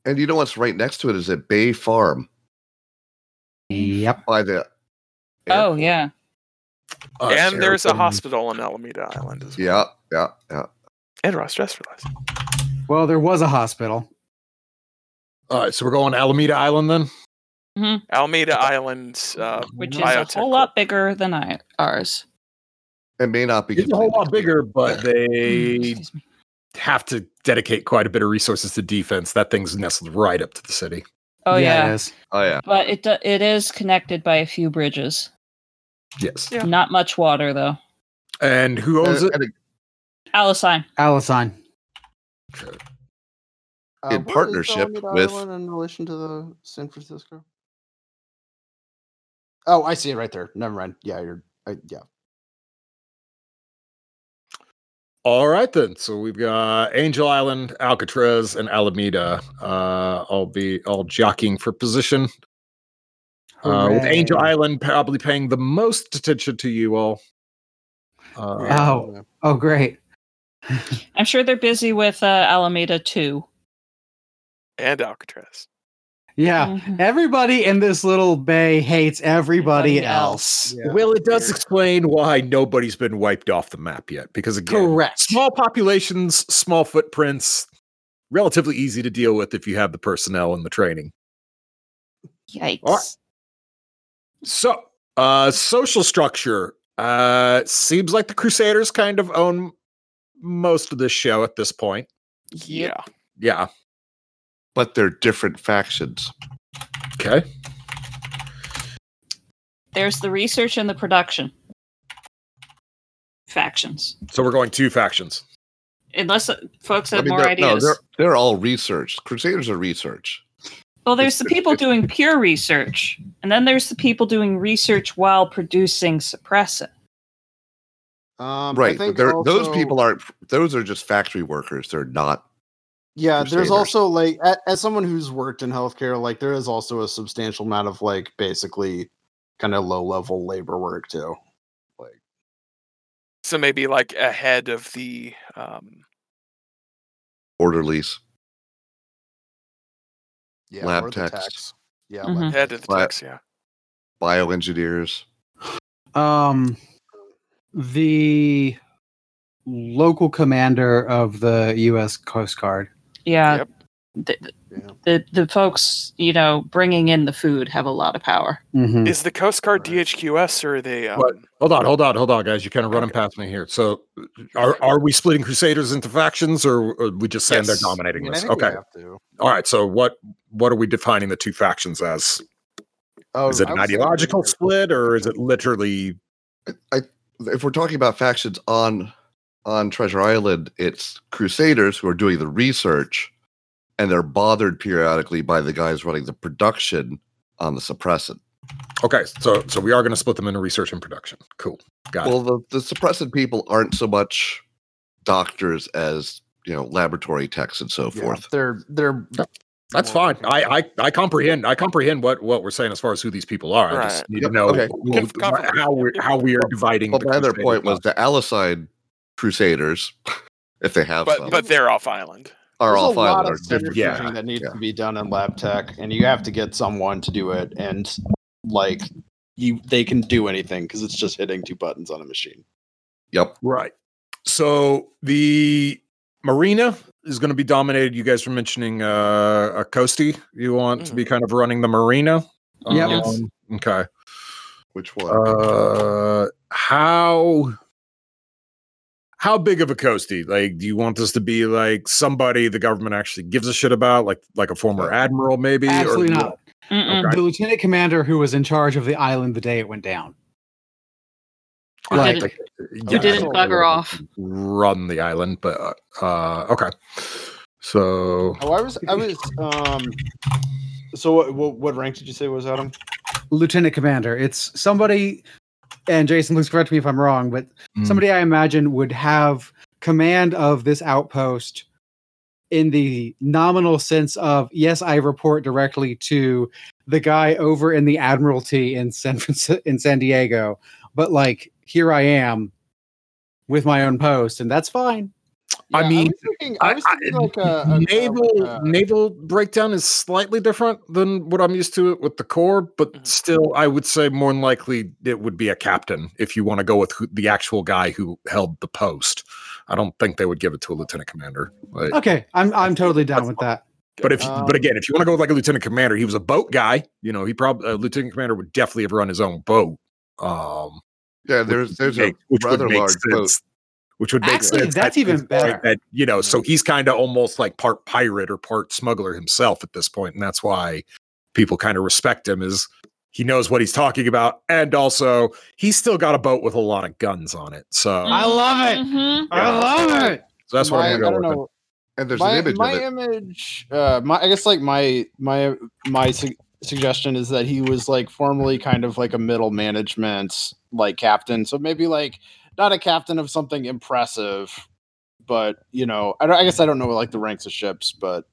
[SPEAKER 5] And you know what's right next to it is at Bay Farm
[SPEAKER 7] Yep.
[SPEAKER 5] by the.
[SPEAKER 1] oh
[SPEAKER 5] airport.
[SPEAKER 1] yeah.
[SPEAKER 3] Uh,
[SPEAKER 2] and there's a
[SPEAKER 3] Sheraton.
[SPEAKER 2] hospital on Alameda Island as well.
[SPEAKER 5] Yeah, yeah, yeah.
[SPEAKER 2] And Ross Dress realized.
[SPEAKER 7] Well, there was a hospital.
[SPEAKER 3] All right, so we're going Alameda Island then.
[SPEAKER 2] Alameda Island, uh,
[SPEAKER 1] Which is
[SPEAKER 2] biotech
[SPEAKER 1] a whole
[SPEAKER 2] corp.
[SPEAKER 1] lot bigger than I, ours.
[SPEAKER 5] It may not be
[SPEAKER 3] It's a whole
[SPEAKER 5] completely
[SPEAKER 3] lot bigger, but they
[SPEAKER 1] Hmm, Excuse me.
[SPEAKER 3] have to dedicate quite a bit of resources to defense. That thing's nestled right up to the city.
[SPEAKER 1] Oh yeah,
[SPEAKER 7] it is.
[SPEAKER 5] Oh yeah.
[SPEAKER 1] but it do- it is connected by a few bridges.
[SPEAKER 3] Yes.
[SPEAKER 2] Yeah.
[SPEAKER 1] Not much water though.
[SPEAKER 3] And who owns
[SPEAKER 5] Uh,
[SPEAKER 3] it?
[SPEAKER 5] and it-
[SPEAKER 1] Alicine.
[SPEAKER 7] Alicine.
[SPEAKER 6] Uh,
[SPEAKER 5] in
[SPEAKER 6] where is
[SPEAKER 5] partnership
[SPEAKER 6] Alameda
[SPEAKER 5] with-
[SPEAKER 6] Island in relation to the San Francisco. Oh, I see it right there. Never mind. Yeah, you're. I, yeah.
[SPEAKER 3] All right then. So we've got Angel Island, Alcatraz, and Alameda. Uh, all be all jockeying for position. Uh, with Angel
[SPEAKER 7] Hooray.
[SPEAKER 3] Island probably paying the most attention to you all. Uh,
[SPEAKER 7] Oh. Oh great.
[SPEAKER 1] I'm sure they're busy with uh, Alameda too.
[SPEAKER 2] and Alcatraz.
[SPEAKER 7] Yeah.
[SPEAKER 1] Mhm.
[SPEAKER 7] Everybody in this little bay hates everybody
[SPEAKER 1] Everybody else.
[SPEAKER 7] else.
[SPEAKER 3] well, it does
[SPEAKER 2] Weird.
[SPEAKER 3] explain why nobody's been wiped off the map yet, because again,
[SPEAKER 7] Correct.
[SPEAKER 3] small populations, small footprints, relatively easy to deal with if you have the personnel and the training.
[SPEAKER 1] Yikes.
[SPEAKER 3] All right. So, uh, social structure uh, seems like the Crusaders kind of own most of this show at this point.
[SPEAKER 2] Yeah.
[SPEAKER 3] Yeah.
[SPEAKER 5] but they're different factions.
[SPEAKER 3] Okay.
[SPEAKER 1] There's the research and the production factions.
[SPEAKER 3] So we're going two factions.
[SPEAKER 1] Unless uh, folks have
[SPEAKER 5] I mean,
[SPEAKER 1] more
[SPEAKER 5] they're-
[SPEAKER 1] ideas.
[SPEAKER 5] No, they're they're all research. Crusaders are research.
[SPEAKER 1] well, there's the people doing pure research, and then there's the people doing research while producing suppressant.
[SPEAKER 6] Um,
[SPEAKER 5] right.
[SPEAKER 6] I
[SPEAKER 5] but
[SPEAKER 6] think
[SPEAKER 5] they're- those
[SPEAKER 6] also-
[SPEAKER 5] people aren't those are just factory workers. They're not
[SPEAKER 6] Yeah,
[SPEAKER 5] Crusaders.
[SPEAKER 6] there's also like a- as someone who's worked in healthcare, like there is also a substantial amount of like basically kind of low level labor work too.
[SPEAKER 2] So maybe like ahead of the um
[SPEAKER 5] orderlies.
[SPEAKER 6] Yeah,
[SPEAKER 5] Lab
[SPEAKER 6] or the
[SPEAKER 5] techs.
[SPEAKER 6] tax. Yeah,
[SPEAKER 1] Mhm.
[SPEAKER 6] lab
[SPEAKER 2] head of the
[SPEAKER 5] But-
[SPEAKER 2] tax, yeah.
[SPEAKER 3] Hmm.
[SPEAKER 5] bioengineers.
[SPEAKER 7] Um, the local commander of the U.S. Coast Guard.
[SPEAKER 1] Yeah.
[SPEAKER 2] Yep.
[SPEAKER 1] The, the-
[SPEAKER 6] Yeah.
[SPEAKER 1] the the folks you know bringing in the food have a lot of power.
[SPEAKER 7] Mhm.
[SPEAKER 2] Is the Coast Guard
[SPEAKER 6] Right.
[SPEAKER 2] DHQS or are they um,
[SPEAKER 3] What? Hold on, hold on, hold on, guys. You're kind of running past me here. So, are are we splitting Crusaders into factions, or are we just saying
[SPEAKER 2] Yes.
[SPEAKER 3] they're dominating
[SPEAKER 6] mean, I
[SPEAKER 3] this?
[SPEAKER 6] think we
[SPEAKER 3] Okay.
[SPEAKER 6] have to.
[SPEAKER 3] All right. So, what what are we defining the two factions as?
[SPEAKER 6] Oh,
[SPEAKER 3] Is it
[SPEAKER 6] I
[SPEAKER 3] an
[SPEAKER 6] was thinking
[SPEAKER 3] ideological
[SPEAKER 6] like-
[SPEAKER 3] split, or is it literally?
[SPEAKER 5] If we're talking about factions on on Treasure Island, it's Crusaders who are doing the research, and they're bothered periodically by the guys running the production on the suppressant.
[SPEAKER 3] Okay. So, so we are going to split them into research and production. Cool. Got it.
[SPEAKER 5] Well, the the suppressant people aren't so much doctors as you know laboratory techs and so
[SPEAKER 6] Yeah,
[SPEAKER 5] forth.
[SPEAKER 6] They're they're
[SPEAKER 3] That's fine. I, I I comprehend. I comprehend what what we're saying as far as who these people are. I just
[SPEAKER 2] Right.
[SPEAKER 3] need
[SPEAKER 5] Yep,
[SPEAKER 3] to know
[SPEAKER 5] okay.
[SPEAKER 3] who-
[SPEAKER 2] Can- comprehend.
[SPEAKER 3] how we how we are dividing.
[SPEAKER 5] Well,
[SPEAKER 3] the
[SPEAKER 5] my other
[SPEAKER 3] Crusader
[SPEAKER 5] point was
[SPEAKER 3] class.
[SPEAKER 5] the Alicide Crusaders, if they have
[SPEAKER 2] but
[SPEAKER 5] some,
[SPEAKER 2] but they're off island.
[SPEAKER 5] are
[SPEAKER 6] there's
[SPEAKER 5] all
[SPEAKER 6] a lot
[SPEAKER 5] five
[SPEAKER 6] of
[SPEAKER 5] are different.
[SPEAKER 6] synergy
[SPEAKER 3] yeah,
[SPEAKER 6] that needs
[SPEAKER 5] yeah.
[SPEAKER 6] to be done in lab tech, and you have to get someone to do it, and like
[SPEAKER 4] You they can do anything because it's just hitting two buttons on a machine.
[SPEAKER 5] Yep.
[SPEAKER 3] right. So the marina is going to be dominated. You guys were mentioning uh, a Coasty. You want to be kind of running the marina. Um,
[SPEAKER 7] Yep.
[SPEAKER 1] Yes.
[SPEAKER 3] Okay.
[SPEAKER 5] Which one?
[SPEAKER 3] Uh, how how big of a coastie? Like, do you want this to be like somebody the government actually gives a shit about, like like a former
[SPEAKER 1] Uh,
[SPEAKER 3] admiral, maybe?
[SPEAKER 7] Absolutely
[SPEAKER 3] do you-
[SPEAKER 7] not.
[SPEAKER 1] Mm-mm.
[SPEAKER 3] Okay.
[SPEAKER 7] The lieutenant commander who was in charge of the island the day it went down.
[SPEAKER 1] Who
[SPEAKER 7] Like,
[SPEAKER 1] didn't-
[SPEAKER 3] yeah,
[SPEAKER 1] who didn't
[SPEAKER 3] so
[SPEAKER 1] bugger off?
[SPEAKER 3] Run the island, but uh, uh, okay. So
[SPEAKER 6] oh, I was I was um. So what what, what rank did you say was Adam?
[SPEAKER 7] lieutenant commander. It's somebody, and Jason, please correct me if I'm wrong, but
[SPEAKER 3] mm,
[SPEAKER 7] somebody I imagine would have command of this outpost in the nominal sense of yes, I report directly to the guy over in the Admiralty in San Francisco, in San Diego, but like here I am with my own post, and that's fine.
[SPEAKER 3] I mean,
[SPEAKER 6] I was thinking, I
[SPEAKER 3] I-
[SPEAKER 6] was thinking
[SPEAKER 3] I-
[SPEAKER 6] like a, a-
[SPEAKER 3] naval
[SPEAKER 6] uh,
[SPEAKER 3] naval breakdown is slightly different than what I'm used to with the corps, but
[SPEAKER 6] Mm-hmm.
[SPEAKER 2] Mhm.
[SPEAKER 3] still, I would say more than likely it would be a captain if you want to go with who, the actual guy who held the post. I don't think they would give it to a lieutenant commander. Like,
[SPEAKER 7] Okay, I'm I'm totally down with that.
[SPEAKER 3] but if,
[SPEAKER 6] Um,
[SPEAKER 3] but again, if you want to go with like a lieutenant commander, he was a boat guy. You know, he probably a lieutenant commander would definitely have run his own boat. Um,
[SPEAKER 5] yeah,
[SPEAKER 3] which
[SPEAKER 5] there's
[SPEAKER 3] would
[SPEAKER 5] there's
[SPEAKER 3] make-
[SPEAKER 5] a rather large boat.
[SPEAKER 3] sense. Which would make
[SPEAKER 7] Actually,
[SPEAKER 3] sense.
[SPEAKER 7] that's
[SPEAKER 3] at this
[SPEAKER 7] even
[SPEAKER 3] point
[SPEAKER 7] better.
[SPEAKER 3] That you know, so he's kind of almost like part pirate or part smuggler himself at this point, and that's why people kind of respect him is he knows what he's talking about, and also he's still got a boat with a lot of guns on it. So,
[SPEAKER 7] I love it.
[SPEAKER 1] Mhm.
[SPEAKER 7] I love it.
[SPEAKER 3] so that's what
[SPEAKER 6] my-
[SPEAKER 3] I'm going
[SPEAKER 6] I
[SPEAKER 3] to
[SPEAKER 6] don't
[SPEAKER 3] go with.
[SPEAKER 6] know.
[SPEAKER 5] And there's
[SPEAKER 6] my
[SPEAKER 5] an image
[SPEAKER 6] my
[SPEAKER 5] of it.
[SPEAKER 6] image. Uh, my I guess like my my my su- suggestion is that he was like formerly kind of like a middle management like captain, so maybe like not a captain of something impressive, but you know, I, don't, I guess I don't know like the ranks of ships, but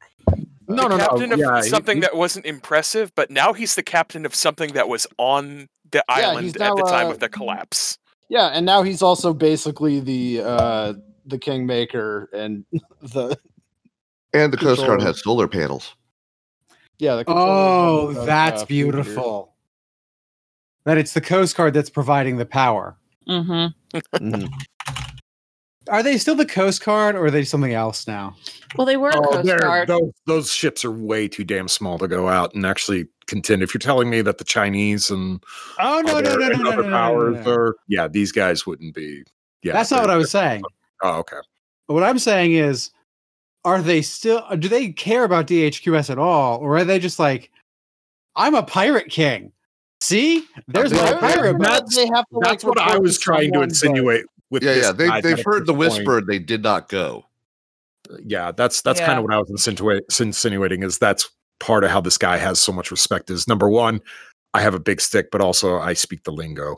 [SPEAKER 3] No, no, no.
[SPEAKER 2] captain of
[SPEAKER 3] Yeah, he-
[SPEAKER 2] something
[SPEAKER 3] he-
[SPEAKER 2] that wasn't impressive, but now he's the captain of something that was on the
[SPEAKER 6] Yeah, he's
[SPEAKER 2] island at the
[SPEAKER 6] now,
[SPEAKER 2] time
[SPEAKER 6] uh,
[SPEAKER 2] of the collapse.
[SPEAKER 6] yeah, and now he's also basically the uh the kingmaker and the
[SPEAKER 5] And the Coast Guard
[SPEAKER 6] control.
[SPEAKER 5] has solar panels.
[SPEAKER 6] yeah the controller
[SPEAKER 7] Oh,
[SPEAKER 6] of, uh,
[SPEAKER 7] that's
[SPEAKER 6] Fleet Leader.
[SPEAKER 7] beautiful. That it's the Coast Guard that's providing the power.
[SPEAKER 1] Mhm.
[SPEAKER 5] Mm-hmm.
[SPEAKER 7] Are they still the Coast Guard or are they something else now?
[SPEAKER 1] Well, they were a
[SPEAKER 3] Oh,
[SPEAKER 1] Coast
[SPEAKER 3] they're-
[SPEAKER 1] Guard.
[SPEAKER 3] those, those ships are way too damn small to go out and actually contend. If you're telling me that the Chinese and
[SPEAKER 7] Oh no no
[SPEAKER 3] other,
[SPEAKER 7] no no
[SPEAKER 3] and
[SPEAKER 7] no, no,
[SPEAKER 3] other
[SPEAKER 7] no, no,
[SPEAKER 3] powers
[SPEAKER 7] no, no.
[SPEAKER 3] are, yeah, these guys wouldn't be. Yeah,
[SPEAKER 7] That's not what
[SPEAKER 3] they're-
[SPEAKER 7] I was saying.
[SPEAKER 3] Oh, okay.
[SPEAKER 7] What I'm saying is, are they still? Do they care about DHQS at all, or are they just like, I'm a pirate king? See, there's my
[SPEAKER 5] Well,
[SPEAKER 7] pirate.
[SPEAKER 3] that's-
[SPEAKER 7] boat."
[SPEAKER 6] But they have to, like,
[SPEAKER 3] That's what I
[SPEAKER 6] report
[SPEAKER 3] was trying to
[SPEAKER 6] someone, but-
[SPEAKER 3] insinuate with
[SPEAKER 5] Yeah,
[SPEAKER 3] this
[SPEAKER 5] yeah. They,
[SPEAKER 3] guy
[SPEAKER 5] they've
[SPEAKER 3] that
[SPEAKER 5] heard the
[SPEAKER 3] was going-
[SPEAKER 5] whisper. They did not go.
[SPEAKER 3] Yeah, that's that's kind
[SPEAKER 1] Yeah.
[SPEAKER 3] of what I was insinuating, insinuating is that's part of how this guy has so much respect is number one, I have a big stick, but also I speak the lingo.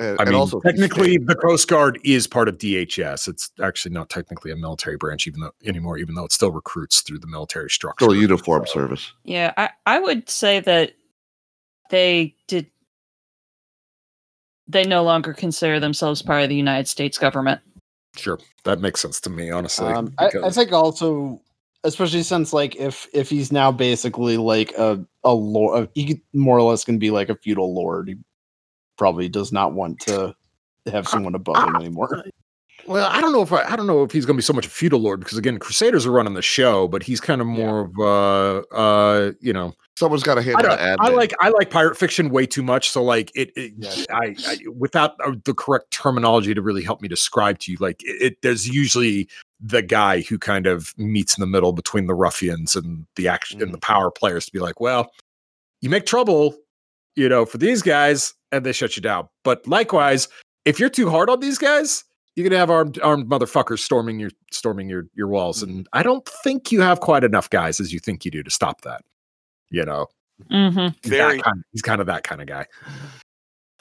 [SPEAKER 5] And,
[SPEAKER 3] I
[SPEAKER 5] and
[SPEAKER 3] mean,
[SPEAKER 5] also he
[SPEAKER 3] technically,
[SPEAKER 5] stayed.
[SPEAKER 3] the Coast Guard is part of DHS. It's actually not technically a military branch, even though anymore, even though it still recruits through the military structure.
[SPEAKER 5] still uniform service.
[SPEAKER 1] Yeah, I, I would say that they did. They no longer consider themselves part of the United States government.
[SPEAKER 3] Sure, that makes sense to me, honestly.
[SPEAKER 6] Um, I, I
[SPEAKER 3] because-
[SPEAKER 6] think also, especially since like if if he's now basically like a a lord, he could- more or less can be like a feudal lord. He probably does not want to have someone above him anymore.
[SPEAKER 3] Well, I don't know if I, I don't know if he's going to be so much a feudal lord because again, Crusaders are running the show, but he's kind of more of uh, uh, you know,
[SPEAKER 5] Someone's got to
[SPEAKER 3] I,
[SPEAKER 5] handle
[SPEAKER 3] don't-
[SPEAKER 5] the admin.
[SPEAKER 3] I like I like pirate fiction way too much. So like it, it
[SPEAKER 6] Yes.
[SPEAKER 3] I, I without uh, the correct terminology to really help me describe to you, like it, it there's usually the guy who kind of meets in the middle between the ruffians and the action and the power players to be like, well, you make trouble, you know, for these guys, and they shut you down. But likewise, if you're too hard on these guys, you're gonna have armed armed motherfuckers storming your storming your your walls. And I don't think you have quite enough guys as you think you do to stop that. You know,
[SPEAKER 1] hmm
[SPEAKER 3] He's that
[SPEAKER 2] Very-
[SPEAKER 3] kind- he's kind of that kind of guy.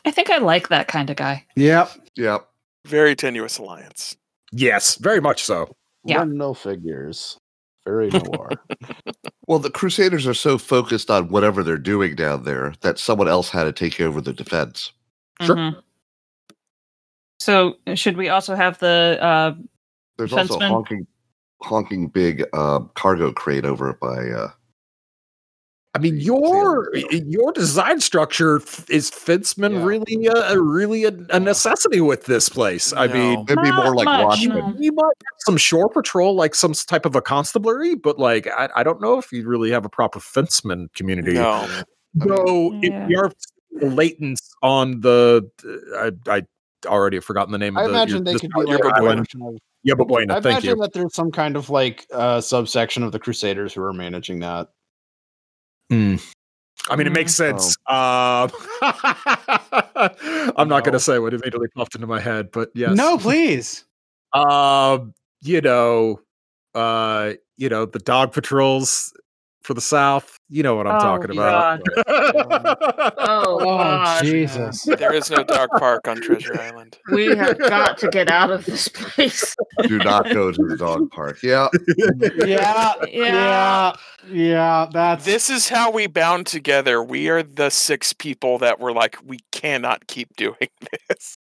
[SPEAKER 1] I think I like that kind of guy.
[SPEAKER 7] Yep.
[SPEAKER 5] Yep.
[SPEAKER 2] Very tenuous alliance.
[SPEAKER 3] Yes, very much so.
[SPEAKER 1] Yeah.
[SPEAKER 6] One no figures. Very noir.
[SPEAKER 5] Well, the Crusaders are so focused on whatever they're doing down there that someone else had to take over the defense.
[SPEAKER 3] Sure.
[SPEAKER 1] Mhm. So should we also have the uh,
[SPEAKER 5] There's also
[SPEAKER 1] Defenseman.
[SPEAKER 5] a honking, honking big uh, cargo crate over by. Uh,
[SPEAKER 3] I mean,
[SPEAKER 5] the
[SPEAKER 3] your
[SPEAKER 5] sailor.
[SPEAKER 3] your design structure f- is fenceman
[SPEAKER 4] Yeah.
[SPEAKER 3] really uh, a, a- really a, a necessity with this place. I mean,
[SPEAKER 5] it'd be more
[SPEAKER 1] Not
[SPEAKER 5] like
[SPEAKER 1] much,
[SPEAKER 5] Watchmen.
[SPEAKER 1] no.
[SPEAKER 3] you might have some shore patrol, like some s- type of a constabulary, but like I, I don't know if you really have a proper fenceman community.
[SPEAKER 2] No.
[SPEAKER 3] Though
[SPEAKER 1] Yeah.
[SPEAKER 3] if you are seeing latents on the, uh, I, I already have forgotten the name.
[SPEAKER 6] I
[SPEAKER 3] of the,
[SPEAKER 6] imagine they
[SPEAKER 3] this-
[SPEAKER 6] could be like
[SPEAKER 3] Yerba
[SPEAKER 6] a
[SPEAKER 3] Buena.
[SPEAKER 6] version of-
[SPEAKER 3] Yerba Buena,
[SPEAKER 6] I
[SPEAKER 3] thank
[SPEAKER 6] imagine
[SPEAKER 3] you.
[SPEAKER 6] that there's some kind of like uh, subsection of the Crusaders who are managing that.
[SPEAKER 3] Mm. I mean, it makes
[SPEAKER 5] Mm.
[SPEAKER 3] sense.
[SPEAKER 1] oh.
[SPEAKER 3] Uh, I'm not going
[SPEAKER 6] No.
[SPEAKER 3] to say what immediately popped into my head, but yes.
[SPEAKER 7] No, please.
[SPEAKER 3] um, you know, uh, you know, the dog patrols for the South. You know what I'm
[SPEAKER 1] Oh,
[SPEAKER 3] talking about.
[SPEAKER 1] oh,
[SPEAKER 7] Oh, Jesus.
[SPEAKER 2] There is no dog park on Treasure Island.
[SPEAKER 1] We have got to get out of this place.
[SPEAKER 5] Do not go to the dog park. Yeah,
[SPEAKER 7] Yeah. Yeah. Yeah. That's
[SPEAKER 2] This is how we bound together. We are the six people that were like, we cannot keep doing this.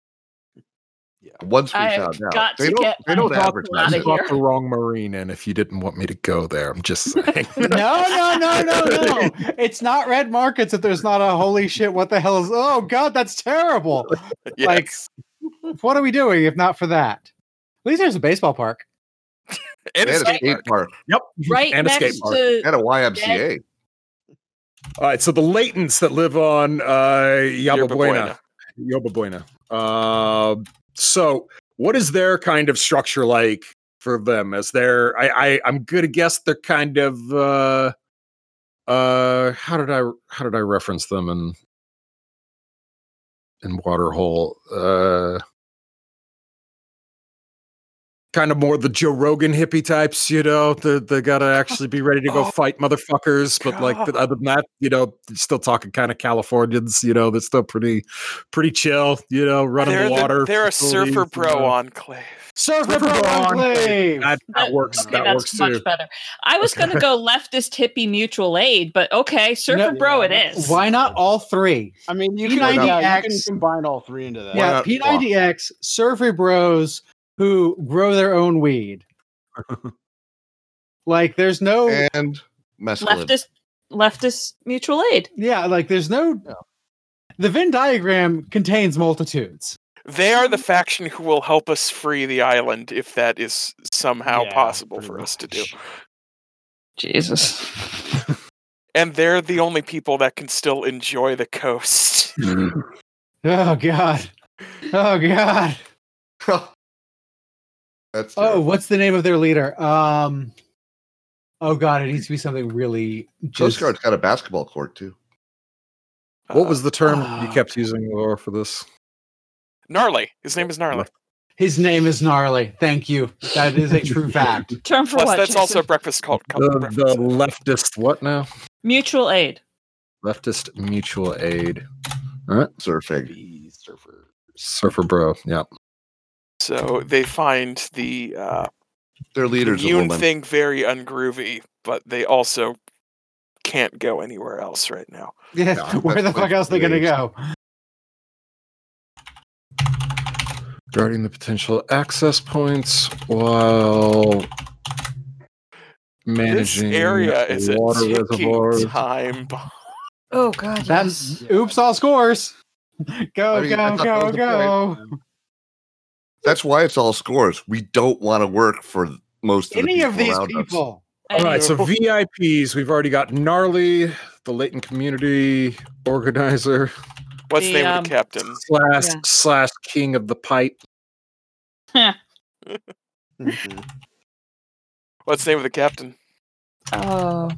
[SPEAKER 5] once we
[SPEAKER 1] I have
[SPEAKER 5] found out,
[SPEAKER 1] got
[SPEAKER 5] they
[SPEAKER 1] to
[SPEAKER 5] don't.
[SPEAKER 1] get
[SPEAKER 5] they don't
[SPEAKER 1] my dog
[SPEAKER 5] advertise
[SPEAKER 1] outta
[SPEAKER 5] it.
[SPEAKER 1] here.
[SPEAKER 3] brought the wrong marine in if you didn't want me to go there. I'm just saying.
[SPEAKER 7] no, no, no, no, no. It's not red markets if there's not a holy shit. What the hell is? Oh God, that's terrible. Like-
[SPEAKER 2] Yes.
[SPEAKER 7] What are we doing if not for that? At least there's a baseball park.
[SPEAKER 2] and
[SPEAKER 5] They had
[SPEAKER 2] it's
[SPEAKER 5] a skate park
[SPEAKER 1] right
[SPEAKER 3] And a
[SPEAKER 1] next
[SPEAKER 3] skate park.
[SPEAKER 1] to
[SPEAKER 5] and a YMCA.
[SPEAKER 3] All right, so the latents that live on uh, Yerba
[SPEAKER 2] Yerba
[SPEAKER 3] Buena. Yerba Buena. Uh, so, what is their kind of structure like for them? Is there? I, I I'm gonna guess they're kind of. Uh, uh, how did I how did I reference them in in Waterhole? Uh, kind of more the Joe Rogan hippie types, you know. They they gotta actually be ready to go
[SPEAKER 2] Oh,
[SPEAKER 3] fight motherfuckers, but like
[SPEAKER 2] God.
[SPEAKER 3] the, other than that, you know, they're still talking kind of Californians, you know. They're still pretty pretty chill, you know, running
[SPEAKER 2] they're,
[SPEAKER 3] the
[SPEAKER 2] the-
[SPEAKER 3] water.
[SPEAKER 2] they're a
[SPEAKER 3] facilities,
[SPEAKER 2] surfer
[SPEAKER 3] you
[SPEAKER 2] pro
[SPEAKER 3] know.
[SPEAKER 2] enclave.
[SPEAKER 7] Surfer
[SPEAKER 3] River
[SPEAKER 7] Pro
[SPEAKER 3] Bond.
[SPEAKER 7] Enclave.
[SPEAKER 3] That, that works.
[SPEAKER 1] Okay,
[SPEAKER 3] that
[SPEAKER 1] that's
[SPEAKER 3] works
[SPEAKER 1] much
[SPEAKER 3] too.
[SPEAKER 1] better. I was
[SPEAKER 3] Okay.
[SPEAKER 1] going to go leftist hippie mutual aid, but okay, surfer
[SPEAKER 7] No,
[SPEAKER 1] bro, it is.
[SPEAKER 7] Why not all three?
[SPEAKER 6] I mean, you
[SPEAKER 7] P90X.
[SPEAKER 6] can, yeah, you can combine all three into that.
[SPEAKER 7] Yeah,
[SPEAKER 5] not
[SPEAKER 7] P90X, Surfer Bros who grow their own weed. like there's no
[SPEAKER 5] and mescaline.
[SPEAKER 1] Leftist, leftist mutual aid.
[SPEAKER 7] yeah, like there's no the Venn diagram contains multitudes.
[SPEAKER 2] They are the
[SPEAKER 3] Mm-hmm.
[SPEAKER 2] faction who will help us free the island if that is somehow
[SPEAKER 6] Yeah,
[SPEAKER 2] possible
[SPEAKER 6] pretty
[SPEAKER 2] for us to do.
[SPEAKER 1] Jesus.
[SPEAKER 2] And they're the only people that can still enjoy the coast.
[SPEAKER 3] Mm-hmm.
[SPEAKER 7] Oh god. Oh god.
[SPEAKER 5] That's
[SPEAKER 7] Oh,
[SPEAKER 5] terrible.
[SPEAKER 7] what's the name of their leader? Um Oh god, it needs to be something really
[SPEAKER 5] Coast
[SPEAKER 7] just
[SPEAKER 5] Guard's got a basketball court too.
[SPEAKER 2] Uh,
[SPEAKER 3] What was the term you
[SPEAKER 7] Ah.
[SPEAKER 3] kept using, Laura, for this?
[SPEAKER 2] Gnarly? His name is Gnarly.
[SPEAKER 7] His name is gnarly. Thank you. That is a true fact.
[SPEAKER 1] Term for
[SPEAKER 2] Plus,
[SPEAKER 1] what?
[SPEAKER 2] that's
[SPEAKER 1] Jason?
[SPEAKER 2] also breakfast cult.
[SPEAKER 3] The, the leftist what now?
[SPEAKER 1] mutual aid.
[SPEAKER 3] Leftist mutual aid.
[SPEAKER 5] Surfing.
[SPEAKER 6] surfer.
[SPEAKER 3] Surfer bro. Yeah.
[SPEAKER 2] So they find the uh,
[SPEAKER 5] Their leader's a
[SPEAKER 2] immune
[SPEAKER 5] woman.
[SPEAKER 2] thing very ungroovy, but they also can't go anywhere else right now.
[SPEAKER 7] Yeah,
[SPEAKER 5] Yeah,
[SPEAKER 7] where the
[SPEAKER 5] that's
[SPEAKER 7] fuck else are they gonna go?
[SPEAKER 3] Guarding the potential access points while managing
[SPEAKER 2] this area is a
[SPEAKER 3] water
[SPEAKER 2] ticking
[SPEAKER 3] reservoirs.
[SPEAKER 2] time bomb.
[SPEAKER 1] Oh God, yes.
[SPEAKER 7] That's oops, all scores. Go,
[SPEAKER 5] I mean, I
[SPEAKER 7] go,
[SPEAKER 5] thought that
[SPEAKER 7] go,
[SPEAKER 5] was the
[SPEAKER 7] go.
[SPEAKER 5] That's why it's all scores. We don't want to work for most of
[SPEAKER 7] Any
[SPEAKER 5] the people
[SPEAKER 7] of these
[SPEAKER 5] around us.
[SPEAKER 7] people.
[SPEAKER 3] All right, so
[SPEAKER 2] Anyway.
[SPEAKER 3] VIPs, we've already got Gnarly, the Leighton Community Organizer,
[SPEAKER 2] What's
[SPEAKER 1] The,
[SPEAKER 2] the name of
[SPEAKER 1] um,
[SPEAKER 2] the captain?
[SPEAKER 3] slash
[SPEAKER 1] Yeah.
[SPEAKER 3] slash King of the Pipe.
[SPEAKER 6] Mm-hmm.
[SPEAKER 2] What's the name of the captain?
[SPEAKER 1] Oh,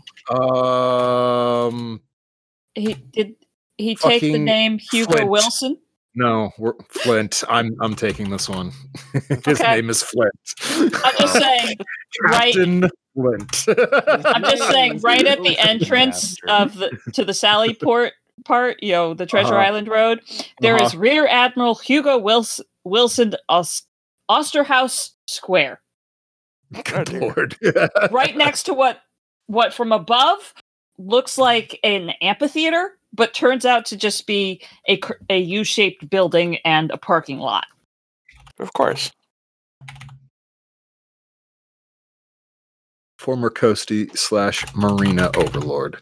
[SPEAKER 3] Um,
[SPEAKER 1] he did. He take the
[SPEAKER 3] Fucking
[SPEAKER 1] name Hugo
[SPEAKER 3] Flint.
[SPEAKER 1] Wilson.
[SPEAKER 3] No, we're Flint. I'm I'm taking this one. His
[SPEAKER 1] Okay.
[SPEAKER 3] name is Flint. Uh,
[SPEAKER 1] I'm just saying. right-
[SPEAKER 3] Captain Flint.
[SPEAKER 1] I'm just saying. Right at the entrance of the to the Sally Port part, you know, the Treasure
[SPEAKER 3] Uh-huh.
[SPEAKER 1] Island Road, there is
[SPEAKER 3] Uh-huh.
[SPEAKER 1] Rear Admiral Hugo Wilson Wilson Os- Osterhaus Square.
[SPEAKER 2] God damn it.
[SPEAKER 3] Lord.
[SPEAKER 1] right next to what what from above looks like an amphitheater but turns out to just be a cur- a U-shaped building and a parking lot.
[SPEAKER 2] Of course.
[SPEAKER 3] former coastie slash marina overlord.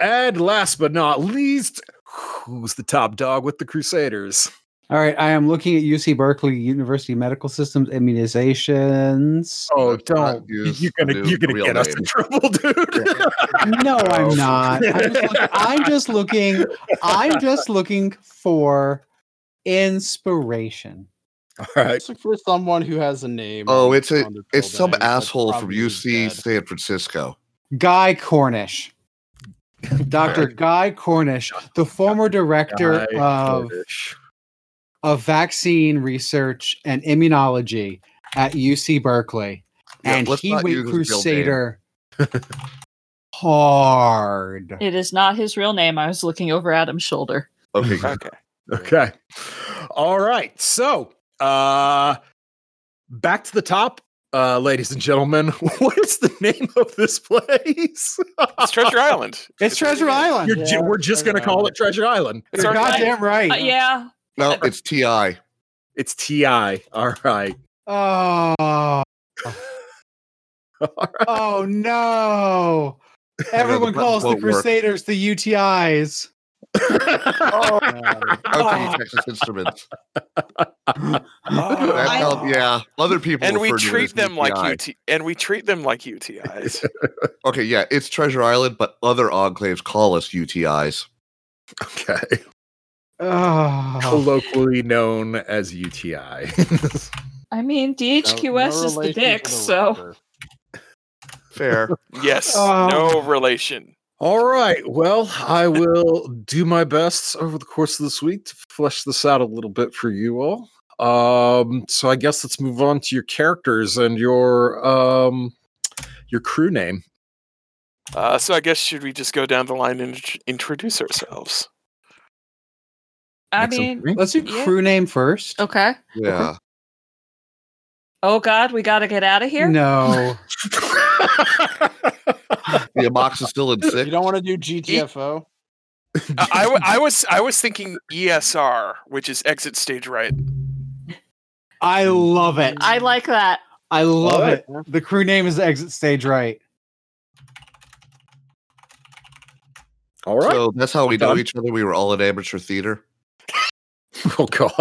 [SPEAKER 3] And last but not least, who's the top dog with the Crusaders?
[SPEAKER 7] All right, I am looking at UC Berkeley University Medical Systems immunizations.
[SPEAKER 3] Oh,
[SPEAKER 5] Let's not
[SPEAKER 3] don't
[SPEAKER 5] use
[SPEAKER 3] you're gonna
[SPEAKER 5] the
[SPEAKER 3] you're gonna
[SPEAKER 5] real
[SPEAKER 3] get us
[SPEAKER 5] name.
[SPEAKER 3] in trouble, dude.
[SPEAKER 7] No,
[SPEAKER 5] Oh.
[SPEAKER 7] I'm not. I'm just, looking, I'm just looking. I'm just looking for inspiration.
[SPEAKER 3] All right,
[SPEAKER 6] It's for someone who has a name.
[SPEAKER 5] Oh,
[SPEAKER 6] on-
[SPEAKER 5] it's a-
[SPEAKER 6] on their building
[SPEAKER 5] It's some
[SPEAKER 6] that's
[SPEAKER 5] asshole from
[SPEAKER 6] probably
[SPEAKER 5] UC
[SPEAKER 6] dead.
[SPEAKER 5] San Francisco.
[SPEAKER 7] Guy Cornish, Dr. Guy Cornish, the former director of of vaccine research and immunology at UC Berkeley,
[SPEAKER 5] Yeah,
[SPEAKER 7] and
[SPEAKER 5] let's
[SPEAKER 7] he
[SPEAKER 5] not
[SPEAKER 7] went
[SPEAKER 5] use his real name.
[SPEAKER 7] crusader hard.
[SPEAKER 1] It is not his real name. I was looking over Adam's shoulder.
[SPEAKER 5] Okay,
[SPEAKER 2] Okay.
[SPEAKER 3] Okay. All right. So, uh back to the top, uh ladies and gentlemen. What is the name of this place?
[SPEAKER 2] It's Treasure Island.
[SPEAKER 7] It's Treasure Island.
[SPEAKER 3] You're ju- we're just going to call it Treasure Island.
[SPEAKER 2] It's
[SPEAKER 7] You're
[SPEAKER 2] our
[SPEAKER 7] goddamn right.
[SPEAKER 1] Uh, yeah.
[SPEAKER 5] no, it's Ti.
[SPEAKER 3] It's TI. All right.
[SPEAKER 7] Oh,
[SPEAKER 3] All right.
[SPEAKER 7] oh no. Everyone
[SPEAKER 5] button
[SPEAKER 7] calls the
[SPEAKER 5] won't work.
[SPEAKER 7] Crusaders the UTIs.
[SPEAKER 5] Okay, Texas Instruments. That's
[SPEAKER 2] I-
[SPEAKER 5] how- yeah, other people.
[SPEAKER 2] Oh. and we
[SPEAKER 5] refer to it as
[SPEAKER 2] treat them like
[SPEAKER 5] UTI.
[SPEAKER 2] UT and we treat them like UTIs.
[SPEAKER 5] Okay, yeah, it's Treasure Island, but other enclaves call us UTIs.
[SPEAKER 3] okay.
[SPEAKER 7] Oh.
[SPEAKER 3] Colloquially known as UTI.
[SPEAKER 1] I mean,
[SPEAKER 6] No-
[SPEAKER 1] DHQS
[SPEAKER 6] no
[SPEAKER 1] is the
[SPEAKER 6] relation to
[SPEAKER 1] dick, so
[SPEAKER 6] Raptor.
[SPEAKER 5] Fair.
[SPEAKER 2] yes.
[SPEAKER 7] Oh.
[SPEAKER 2] No relation.
[SPEAKER 3] All right. Well, I will do my best over the course of this week to flesh this out a little bit for you all. Um, so I guess let's move on to your characters and your um your crew name.
[SPEAKER 2] Uh, so I guess should we just go down the line and int- introduce ourselves?
[SPEAKER 1] I
[SPEAKER 3] Next up
[SPEAKER 1] mean,
[SPEAKER 3] for me.
[SPEAKER 7] Let's do
[SPEAKER 1] Yeah.
[SPEAKER 7] crew name first.
[SPEAKER 1] okay.
[SPEAKER 5] Yeah.
[SPEAKER 1] Oh God, we got to get out of here.
[SPEAKER 7] No.
[SPEAKER 5] The amoxicillin
[SPEAKER 6] You
[SPEAKER 5] sick.
[SPEAKER 6] don't want to do GTFO?
[SPEAKER 2] I, I w- I was I was thinking ESR, which is exit stage right.
[SPEAKER 7] I love it.
[SPEAKER 1] I like that.
[SPEAKER 7] I love
[SPEAKER 3] Alright.
[SPEAKER 7] it. The crew name is Exit Stage Right.
[SPEAKER 3] all right.
[SPEAKER 5] So that's how we know
[SPEAKER 3] Done.
[SPEAKER 5] each other. We were all in amateur theater.
[SPEAKER 3] oh god.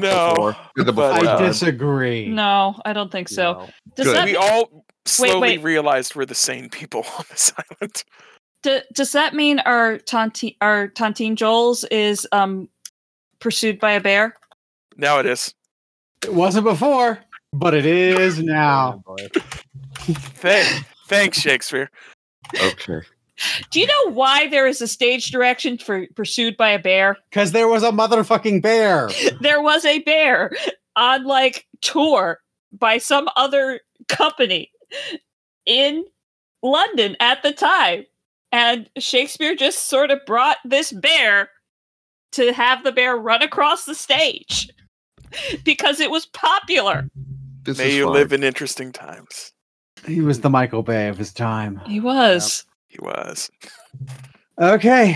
[SPEAKER 2] No,
[SPEAKER 5] Did the
[SPEAKER 2] but,
[SPEAKER 5] before
[SPEAKER 7] I
[SPEAKER 2] uh,
[SPEAKER 7] disagree.
[SPEAKER 1] No, I don't think so.
[SPEAKER 6] No.
[SPEAKER 1] Does
[SPEAKER 5] Good.
[SPEAKER 1] that
[SPEAKER 2] we all slowly
[SPEAKER 1] wait.
[SPEAKER 2] realized we're the same people on this island.
[SPEAKER 1] do, does that mean our tontine our tontine Joel's is um pursued by a bear?
[SPEAKER 2] Now it is.
[SPEAKER 7] It wasn't before, but it is now.
[SPEAKER 2] Thank, thanks, Shakespeare.
[SPEAKER 5] Okay.
[SPEAKER 1] Do you know why there is a stage direction for pursued by a bear?
[SPEAKER 7] Because there was a motherfucking bear.
[SPEAKER 1] There was a bear on like tour by some other company in London at the time. And Shakespeare just sort of brought this bear to have the bear run across the stage because it was popular.
[SPEAKER 5] This
[SPEAKER 2] May
[SPEAKER 5] is
[SPEAKER 2] you
[SPEAKER 5] fine.
[SPEAKER 2] live in interesting times.
[SPEAKER 7] He was the Michael Bay of his time.
[SPEAKER 1] He was.
[SPEAKER 2] He was.
[SPEAKER 7] Okay.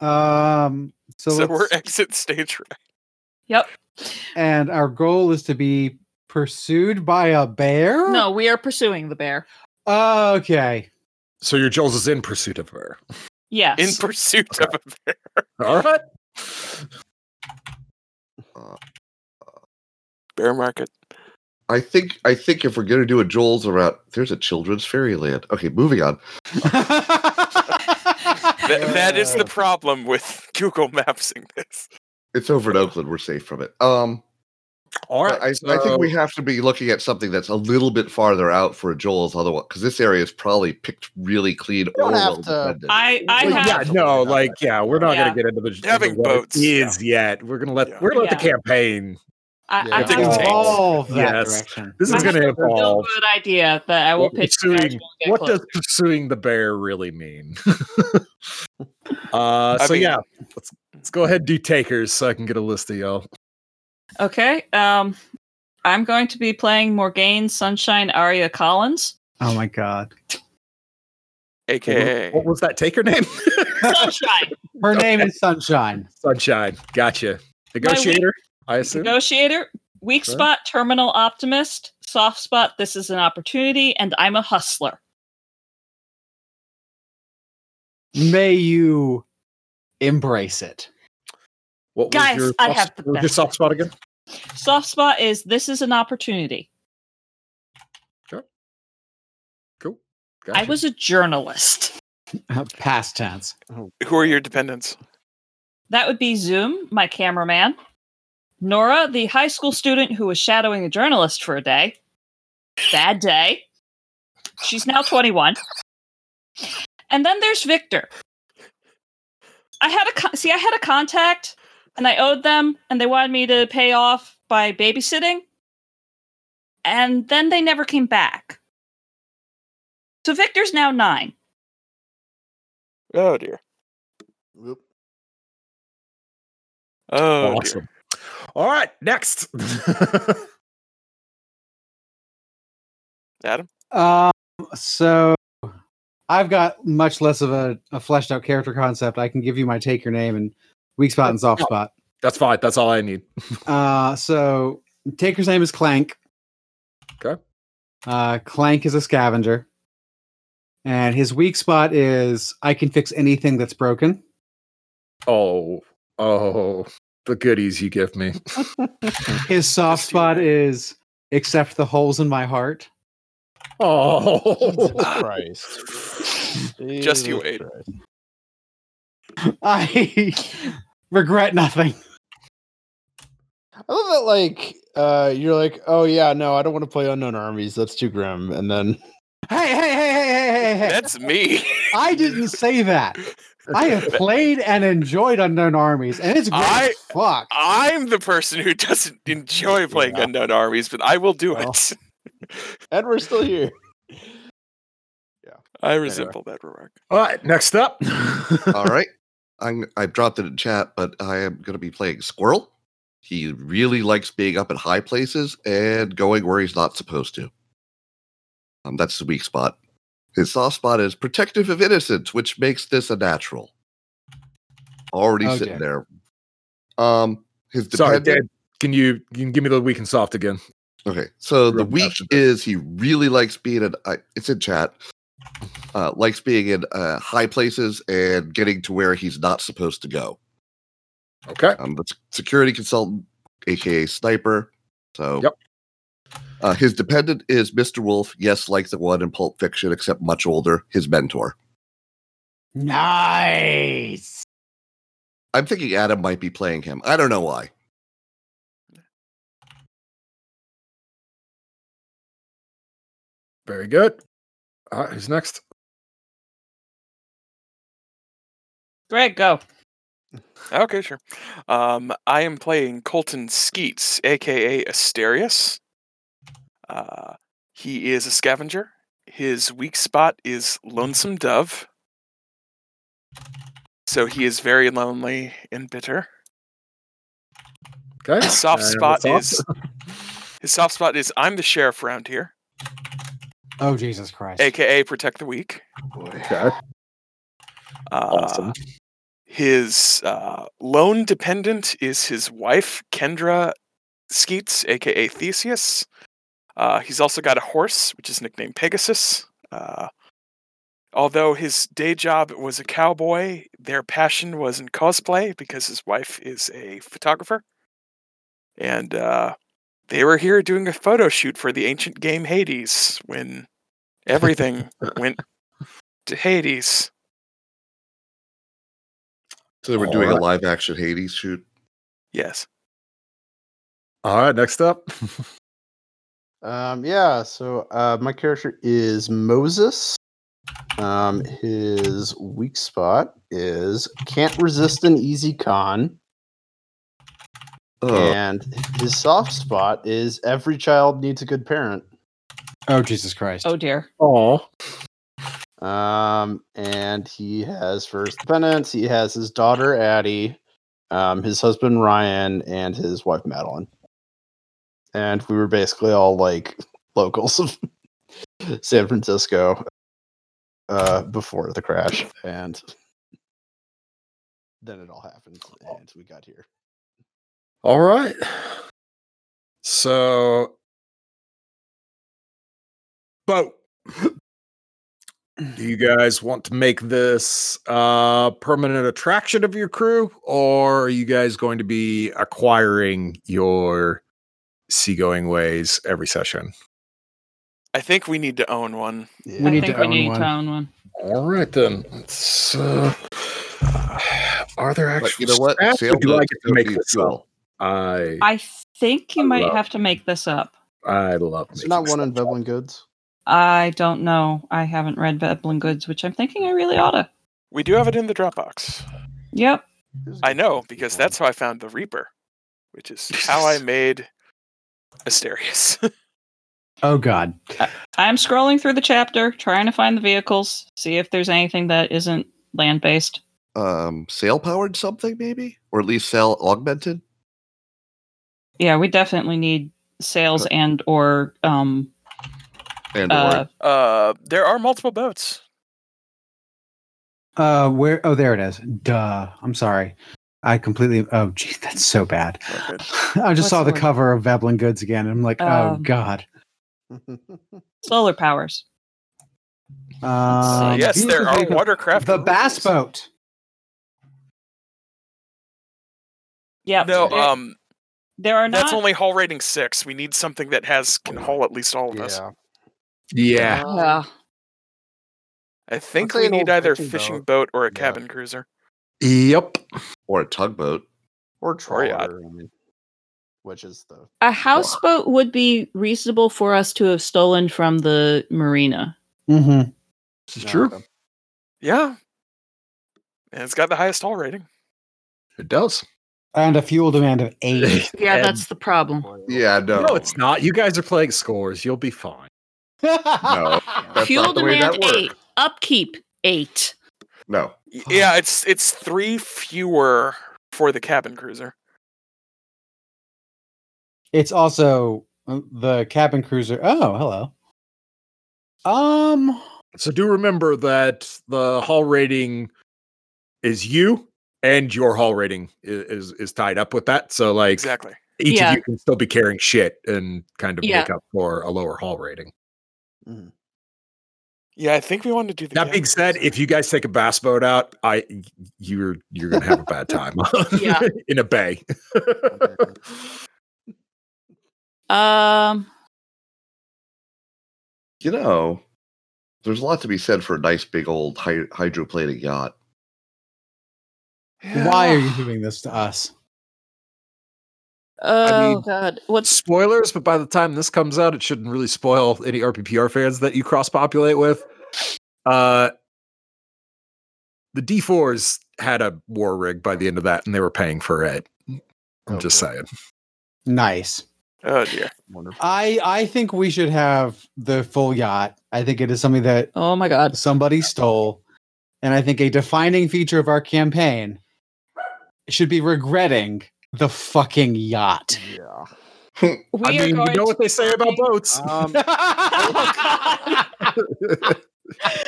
[SPEAKER 7] Um so,
[SPEAKER 2] So,
[SPEAKER 7] let's-
[SPEAKER 2] we're exit stage right.
[SPEAKER 7] and our goal is to be pursued by a bear?
[SPEAKER 1] No, we are pursuing the bear.
[SPEAKER 7] Okay.
[SPEAKER 3] So your Joel's is in pursuit of her.
[SPEAKER 1] Yes.
[SPEAKER 2] in pursuit of a bear.
[SPEAKER 3] All right.
[SPEAKER 2] Bear market.
[SPEAKER 5] I think I think if we're gonna do a Joel's around, there's a children's fairyland. Okay, moving on.
[SPEAKER 2] Th- that is the problem with Google Mapsing this.
[SPEAKER 5] It's over in Oakland. We're safe from it. Um,
[SPEAKER 3] All right.
[SPEAKER 5] I, I think we have to be looking at something that's a little bit farther out for a Joel's, otherwise, because this area is probably picked really clean.
[SPEAKER 6] don't
[SPEAKER 5] or
[SPEAKER 6] have
[SPEAKER 5] well
[SPEAKER 6] to-
[SPEAKER 5] defended.
[SPEAKER 1] I I
[SPEAKER 3] Well,
[SPEAKER 1] have
[SPEAKER 3] yeah, no, like, yeah, we're not
[SPEAKER 1] Yeah.
[SPEAKER 3] gonna get into the into
[SPEAKER 2] Having
[SPEAKER 3] what it
[SPEAKER 2] boats,
[SPEAKER 3] is yet. We're gonna let
[SPEAKER 2] Yeah.
[SPEAKER 3] we're gonna let the
[SPEAKER 1] Yeah.
[SPEAKER 3] campaign.
[SPEAKER 1] I,
[SPEAKER 6] Yeah.
[SPEAKER 1] I,
[SPEAKER 2] I think
[SPEAKER 1] have
[SPEAKER 2] it's-
[SPEAKER 1] a
[SPEAKER 7] Evolve that
[SPEAKER 3] Yes.
[SPEAKER 7] direction.
[SPEAKER 3] This
[SPEAKER 1] I
[SPEAKER 3] is
[SPEAKER 1] have
[SPEAKER 3] gonna
[SPEAKER 1] real
[SPEAKER 3] evolve.
[SPEAKER 1] good idea that I will
[SPEAKER 3] Well,
[SPEAKER 1] pitch. to you guys
[SPEAKER 3] pursuing-
[SPEAKER 1] when we get
[SPEAKER 3] what
[SPEAKER 1] closer.
[SPEAKER 3] does pursuing the bear really mean? uh,
[SPEAKER 2] I
[SPEAKER 3] so
[SPEAKER 2] mean-
[SPEAKER 3] yeah, let's let's go ahead and do takers so I can get a list of y'all.
[SPEAKER 1] Okay. Um I'm going to be playing Morgane Sunshine Aria Collins.
[SPEAKER 7] Oh my god.
[SPEAKER 2] aka
[SPEAKER 3] What was that taker name?
[SPEAKER 1] Sunshine,
[SPEAKER 7] Her name is Sunshine.
[SPEAKER 3] Sunshine. Gotcha. Negotiator, I assume.
[SPEAKER 1] negotiator, weak
[SPEAKER 3] Okay.
[SPEAKER 1] spot, terminal optimist, soft spot, this is an opportunity, and I'm a hustler.
[SPEAKER 7] May you embrace it.
[SPEAKER 3] What was
[SPEAKER 1] Guys,
[SPEAKER 3] your
[SPEAKER 1] I
[SPEAKER 3] soft-
[SPEAKER 1] have the
[SPEAKER 3] what was your
[SPEAKER 1] best
[SPEAKER 3] soft spot again?
[SPEAKER 1] Soft spot is this is an opportunity.
[SPEAKER 3] Cool.
[SPEAKER 1] I was a journalist.
[SPEAKER 7] Past tense.
[SPEAKER 2] who are your dependents?
[SPEAKER 1] That would be Zoom, my cameraman, Nora, the high school student who was shadowing a journalist for a day. Bad day. She's now 21. And then there's Victor. I had a con- see I had a contact and I owed them and they wanted me to pay off by babysitting. And then they never came back. So Victor's now 9.
[SPEAKER 2] Oh dear.
[SPEAKER 6] Whoop.
[SPEAKER 2] Oh, dear.
[SPEAKER 3] awesome. All right, next.
[SPEAKER 2] Adam.
[SPEAKER 7] Um, so I've got much less of a, a fleshed out character concept. I can give you my take your name and weak spot and soft spot.
[SPEAKER 3] That's fine. That's all I need.
[SPEAKER 7] Uh, so Taker's name is Clank.
[SPEAKER 3] Okay.
[SPEAKER 7] Uh, Clank is a scavenger, and his weak spot is I can fix anything that's broken.
[SPEAKER 3] Oh, oh, the goodies you give me.
[SPEAKER 7] His soft
[SPEAKER 2] Just you
[SPEAKER 7] spot
[SPEAKER 2] wait.
[SPEAKER 7] is except the holes in my heart.
[SPEAKER 3] Oh,
[SPEAKER 6] Christ.
[SPEAKER 2] Just you
[SPEAKER 4] Jesus
[SPEAKER 2] wait.
[SPEAKER 4] Christ.
[SPEAKER 7] I regret nothing.
[SPEAKER 6] I love that like uh you're like, oh yeah, no, I don't want to play unknown armies. That's too grim. And then
[SPEAKER 7] Hey, hey, hey, hey, hey, hey, hey!
[SPEAKER 2] That's me.
[SPEAKER 7] I didn't say that. I have played and enjoyed Unknown Armies, and it's great.
[SPEAKER 2] I-
[SPEAKER 7] as fuck.
[SPEAKER 2] I'm the person who doesn't enjoy playing
[SPEAKER 6] Yeah.
[SPEAKER 2] unknown armies, but I will do
[SPEAKER 6] Well.
[SPEAKER 2] it.
[SPEAKER 6] and we're still here.
[SPEAKER 2] I resemble that remark.
[SPEAKER 3] all right, next up.
[SPEAKER 5] All right. I'm, I've dropped it in chat, but I am going to be playing Squirrel. He really likes being up at high places and going where he's not supposed to. Um, that's the weak spot. His soft spot is protective of innocence, which makes this a natural. Already
[SPEAKER 7] Oh,
[SPEAKER 5] sitting
[SPEAKER 7] dear.
[SPEAKER 5] there. Um, his
[SPEAKER 3] Sorry, Dan.
[SPEAKER 5] dependent-
[SPEAKER 3] Can you, you can give me the weak and soft again?
[SPEAKER 5] Okay, so the
[SPEAKER 3] Rough
[SPEAKER 5] week
[SPEAKER 3] patch of it.
[SPEAKER 5] is he really likes being in. I, it's in chat. Uh, likes being in uh, high places and getting to where he's not supposed to go.
[SPEAKER 3] Okay.
[SPEAKER 5] Um, the s- security consultant, aka sniper. So,
[SPEAKER 3] Yep.
[SPEAKER 5] Uh, his dependent is Mr. Wolf. Yes, like the one in Pulp Fiction, except much older. His mentor.
[SPEAKER 7] Nice.
[SPEAKER 5] I'm thinking Adam might be playing him. I don't know why.
[SPEAKER 3] Very good. All right, who's next?
[SPEAKER 1] Greg, go.
[SPEAKER 2] Okay, sure. Um, I am playing Colton Skeets, aka Asterius. Uh, he is a scavenger. His weak spot is Lonesome Dove. So he is very lonely and bitter.
[SPEAKER 3] Okay.
[SPEAKER 2] His soft
[SPEAKER 3] Uh,
[SPEAKER 2] spot
[SPEAKER 3] what's
[SPEAKER 2] is his soft spot is I'm the sheriff around here,
[SPEAKER 7] Oh Jesus Christ.
[SPEAKER 2] aka protect the weak.
[SPEAKER 3] Okay.
[SPEAKER 2] Uh,
[SPEAKER 3] Awesome.
[SPEAKER 2] His uh, lone dependent is his wife, Kendra Skeets, aka Theseus. Uh, he's also got a horse, which is nicknamed Pegasus. Uh, although his day job was a cowboy, their passion was in cosplay because his wife is a photographer. And uh, they were here doing a photo shoot for the ancient game Hades when everything went to Hades.
[SPEAKER 5] So they were
[SPEAKER 3] All
[SPEAKER 5] doing a
[SPEAKER 3] right.
[SPEAKER 5] live action Hades shoot.
[SPEAKER 2] Yes.
[SPEAKER 3] All right, next up.
[SPEAKER 6] Um, yeah, so uh, my character is Moses. Um, his weak spot is can't resist an easy con,
[SPEAKER 5] Oh,
[SPEAKER 6] and his soft spot is every child needs a good parent.
[SPEAKER 7] Oh Jesus Christ.
[SPEAKER 1] Oh dear.
[SPEAKER 3] Oh,
[SPEAKER 6] Um, and he has for his dependents, he has his daughter Addie, um, his husband Ryan, and his wife Madeline. and we were basically all like locals of San Francisco uh, before the crash, and then it all happened, and we got here.
[SPEAKER 3] All right. So, boat. Do you guys want to make this uh, permanent attraction of your crew, or are you guys going to be acquiring your seagoing ways every session?
[SPEAKER 2] I think we need to own one.
[SPEAKER 1] I
[SPEAKER 7] need
[SPEAKER 1] think
[SPEAKER 7] to
[SPEAKER 1] we
[SPEAKER 7] own
[SPEAKER 1] need
[SPEAKER 7] one.
[SPEAKER 1] to own one.
[SPEAKER 3] All right then. Let's, uh, are there
[SPEAKER 5] But
[SPEAKER 3] actually
[SPEAKER 5] you know what?
[SPEAKER 3] stats? Would you
[SPEAKER 5] Sailboats
[SPEAKER 3] like it to
[SPEAKER 5] don't
[SPEAKER 3] make
[SPEAKER 5] need
[SPEAKER 3] this up?
[SPEAKER 5] fuel.
[SPEAKER 3] I
[SPEAKER 1] I think you
[SPEAKER 3] I
[SPEAKER 1] might
[SPEAKER 3] love-
[SPEAKER 1] have to make this up.
[SPEAKER 3] I love.
[SPEAKER 6] It's not
[SPEAKER 3] making
[SPEAKER 6] one in Veblen Goods.
[SPEAKER 1] I don't know. I haven't read Veblen Goods, which I'm thinking I really ought to.
[SPEAKER 2] We do have it in the Dropbox.
[SPEAKER 1] Yep.
[SPEAKER 2] I know because that's how I found the Reaper, which is how I made Asterius.
[SPEAKER 7] Oh God.
[SPEAKER 1] I'm scrolling through the chapter, trying to find the vehicles, see if there's anything that isn't land based.
[SPEAKER 5] Um, sail powered something maybe, or at least sail augmented.
[SPEAKER 1] Yeah, we definitely need sails and or um
[SPEAKER 5] And or
[SPEAKER 1] uh
[SPEAKER 2] uh, there are multiple boats.
[SPEAKER 7] Uh, where? Oh, there it is. Duh. I'm sorry. I completely. Oh, gee, that's so bad.
[SPEAKER 2] Okay.
[SPEAKER 7] I just
[SPEAKER 1] What's
[SPEAKER 7] saw
[SPEAKER 1] the
[SPEAKER 7] the
[SPEAKER 1] word?
[SPEAKER 7] cover of Veblen Goods again. And I'm like, oh
[SPEAKER 1] Um,
[SPEAKER 7] God.
[SPEAKER 1] solar powers.
[SPEAKER 7] Um,
[SPEAKER 2] yes, there
[SPEAKER 7] vehicle,
[SPEAKER 2] are
[SPEAKER 7] vehicle.
[SPEAKER 2] watercraft.
[SPEAKER 7] The bass
[SPEAKER 2] vehicles.
[SPEAKER 7] boat.
[SPEAKER 1] Yeah.
[SPEAKER 2] No,
[SPEAKER 1] there,
[SPEAKER 2] um,
[SPEAKER 1] there are
[SPEAKER 2] that's
[SPEAKER 1] not
[SPEAKER 2] only hull rating six. We need something that has can haul at least all of us.
[SPEAKER 6] yeah.
[SPEAKER 3] Yeah.
[SPEAKER 1] Yeah.
[SPEAKER 2] I think
[SPEAKER 6] say
[SPEAKER 2] we
[SPEAKER 6] an
[SPEAKER 2] need
[SPEAKER 6] old
[SPEAKER 2] either
[SPEAKER 6] fishing
[SPEAKER 2] fishing boat,
[SPEAKER 6] boat.
[SPEAKER 2] or a
[SPEAKER 6] Yeah.
[SPEAKER 2] cabin cruiser.
[SPEAKER 3] Yep.
[SPEAKER 5] or a tugboat.
[SPEAKER 6] or
[SPEAKER 2] Or
[SPEAKER 6] trawler,
[SPEAKER 2] yacht.
[SPEAKER 6] I mean, which is the
[SPEAKER 1] a houseboat would be reasonable for us to have stolen from the marina.
[SPEAKER 7] Mm-hmm.
[SPEAKER 3] This is
[SPEAKER 6] no,
[SPEAKER 3] true.
[SPEAKER 6] the-
[SPEAKER 2] Yeah, and it's got the highest hull rating.
[SPEAKER 3] It does.
[SPEAKER 7] And a fuel demand of eight.
[SPEAKER 1] Yeah,
[SPEAKER 3] And-
[SPEAKER 1] that's the problem.
[SPEAKER 5] Yeah, no,
[SPEAKER 3] No, it's not. You guys are playing scores. You'll be fine.
[SPEAKER 5] no. That's
[SPEAKER 1] Fuel
[SPEAKER 5] not the way
[SPEAKER 1] demand
[SPEAKER 5] that works.
[SPEAKER 1] eight, upkeep eight.
[SPEAKER 5] No,
[SPEAKER 2] Y- Yeah, it's it's three fewer for the cabin cruiser.
[SPEAKER 7] It's also uh, the cabin cruiser. Oh, hello. Um,
[SPEAKER 3] So do remember that the hall rating is you and your hall rating i- is is tied up with that. So like
[SPEAKER 2] Exactly.
[SPEAKER 3] each
[SPEAKER 1] Yeah.
[SPEAKER 3] of you can still be carrying shit and kind of
[SPEAKER 1] Yeah.
[SPEAKER 3] make up for a lower hall rating.
[SPEAKER 2] Yeah, I think we want to do the
[SPEAKER 3] That being
[SPEAKER 2] cabin
[SPEAKER 3] said,
[SPEAKER 2] cruiser.
[SPEAKER 3] if you guys take a bass boat out, I you're you're gonna have a bad time
[SPEAKER 1] Yeah.
[SPEAKER 3] in a bay.
[SPEAKER 1] Um,
[SPEAKER 5] you know, there's a lot to be said for a nice big old hy- hydroplaning yacht.
[SPEAKER 7] why are you doing this to us?
[SPEAKER 1] oh
[SPEAKER 3] mean-
[SPEAKER 1] god, what's
[SPEAKER 3] Spoilers, but by the time this comes out, it shouldn't really spoil any RPPR fans that you cross populate with. Uh, the D4s had a war rig by the end of that, and they were paying for it. I'm just
[SPEAKER 6] Okay.
[SPEAKER 3] saying.
[SPEAKER 7] Nice.
[SPEAKER 2] Oh dear.
[SPEAKER 6] wonderful.
[SPEAKER 7] I I think we should have the full yacht. I think it is something that
[SPEAKER 1] oh my god,
[SPEAKER 7] somebody stole, and I think a defining feature of our campaign should be regretting the fucking yacht.
[SPEAKER 6] yeah.
[SPEAKER 1] we
[SPEAKER 3] I
[SPEAKER 1] are
[SPEAKER 3] mean,
[SPEAKER 1] going. uh,
[SPEAKER 3] you know what they say about boats.
[SPEAKER 6] Um,
[SPEAKER 1] to-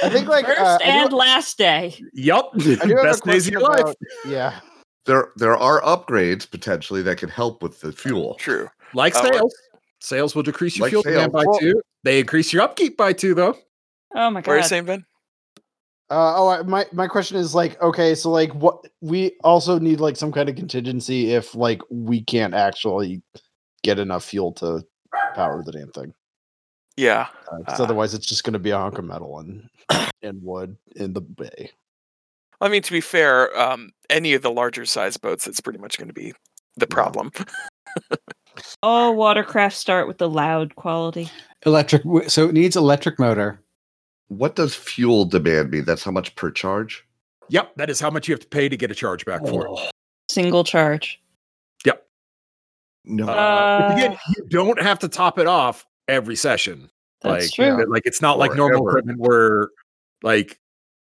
[SPEAKER 6] I think like
[SPEAKER 1] first
[SPEAKER 6] uh, I do-
[SPEAKER 1] and last day.
[SPEAKER 3] yup.
[SPEAKER 6] I do have a
[SPEAKER 3] Best days of your
[SPEAKER 6] question
[SPEAKER 3] life.
[SPEAKER 6] about- Yeah.
[SPEAKER 5] There, there are upgrades potentially that could help with the fuel.
[SPEAKER 2] True.
[SPEAKER 3] Like
[SPEAKER 2] Uh,
[SPEAKER 3] sales. Sales will decrease your
[SPEAKER 5] Like
[SPEAKER 3] fuel demand
[SPEAKER 5] sales.
[SPEAKER 3] by
[SPEAKER 6] Well-
[SPEAKER 3] two. They increase your upkeep by two, though.
[SPEAKER 1] Oh my
[SPEAKER 2] What are you
[SPEAKER 1] god,
[SPEAKER 2] saying, Ben?
[SPEAKER 6] Uh, oh, I, my my question is like, okay, so like, what we also need like some kind of contingency if like we can't actually get enough fuel to power the damn thing,
[SPEAKER 2] Yeah.
[SPEAKER 6] because
[SPEAKER 2] Uh,
[SPEAKER 6] otherwise it's just going to be a hunk of metal and and wood in the bay.
[SPEAKER 2] I mean, to be fair, um, any of the larger size boats, that's pretty much going to be the problem.
[SPEAKER 1] all watercraft start with the loud quality.
[SPEAKER 7] Electric. w- So it needs electric motor.
[SPEAKER 5] What does fuel demand mean? That's how much per charge.
[SPEAKER 3] Yep. That is how much you have to pay to get a charge back for it.
[SPEAKER 1] Single charge.
[SPEAKER 5] No,
[SPEAKER 1] Uh,
[SPEAKER 3] Again, you don't have to top it off every session.
[SPEAKER 1] that's
[SPEAKER 3] like,
[SPEAKER 1] true.
[SPEAKER 3] Like it's not like
[SPEAKER 5] Or
[SPEAKER 3] normal
[SPEAKER 5] ever.
[SPEAKER 3] equipment where like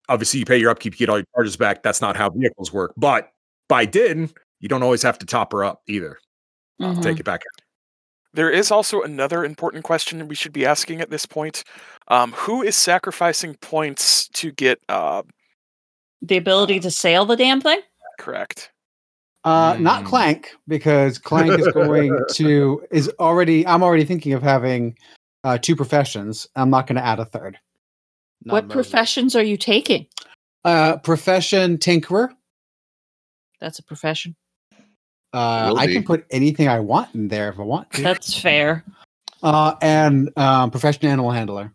[SPEAKER 3] obviously you pay your upkeep, you get all your charges back. That's not how vehicles work. But by din, you don't always have to top her up either.
[SPEAKER 1] Mhm.
[SPEAKER 3] Take it back.
[SPEAKER 2] There is also another important question we should be asking at this point: um, Who is sacrificing points to get uh,
[SPEAKER 1] The ability to sail the damn thing?
[SPEAKER 2] correct?
[SPEAKER 7] Uh, Not
[SPEAKER 5] Mm.
[SPEAKER 4] Hmm.
[SPEAKER 7] Clank because Clank is going to is already. I'm already thinking of having uh, two professions. I'm not going to add a third.
[SPEAKER 4] Not
[SPEAKER 1] what
[SPEAKER 4] Moses.
[SPEAKER 1] professions are you taking?
[SPEAKER 7] Uh, profession tinkerer.
[SPEAKER 1] That's a profession.
[SPEAKER 7] Uh,
[SPEAKER 5] Will
[SPEAKER 7] I
[SPEAKER 5] be.
[SPEAKER 7] can put anything I want in there if I want. to.
[SPEAKER 1] That's fair.
[SPEAKER 7] Uh, and um, profession animal handler.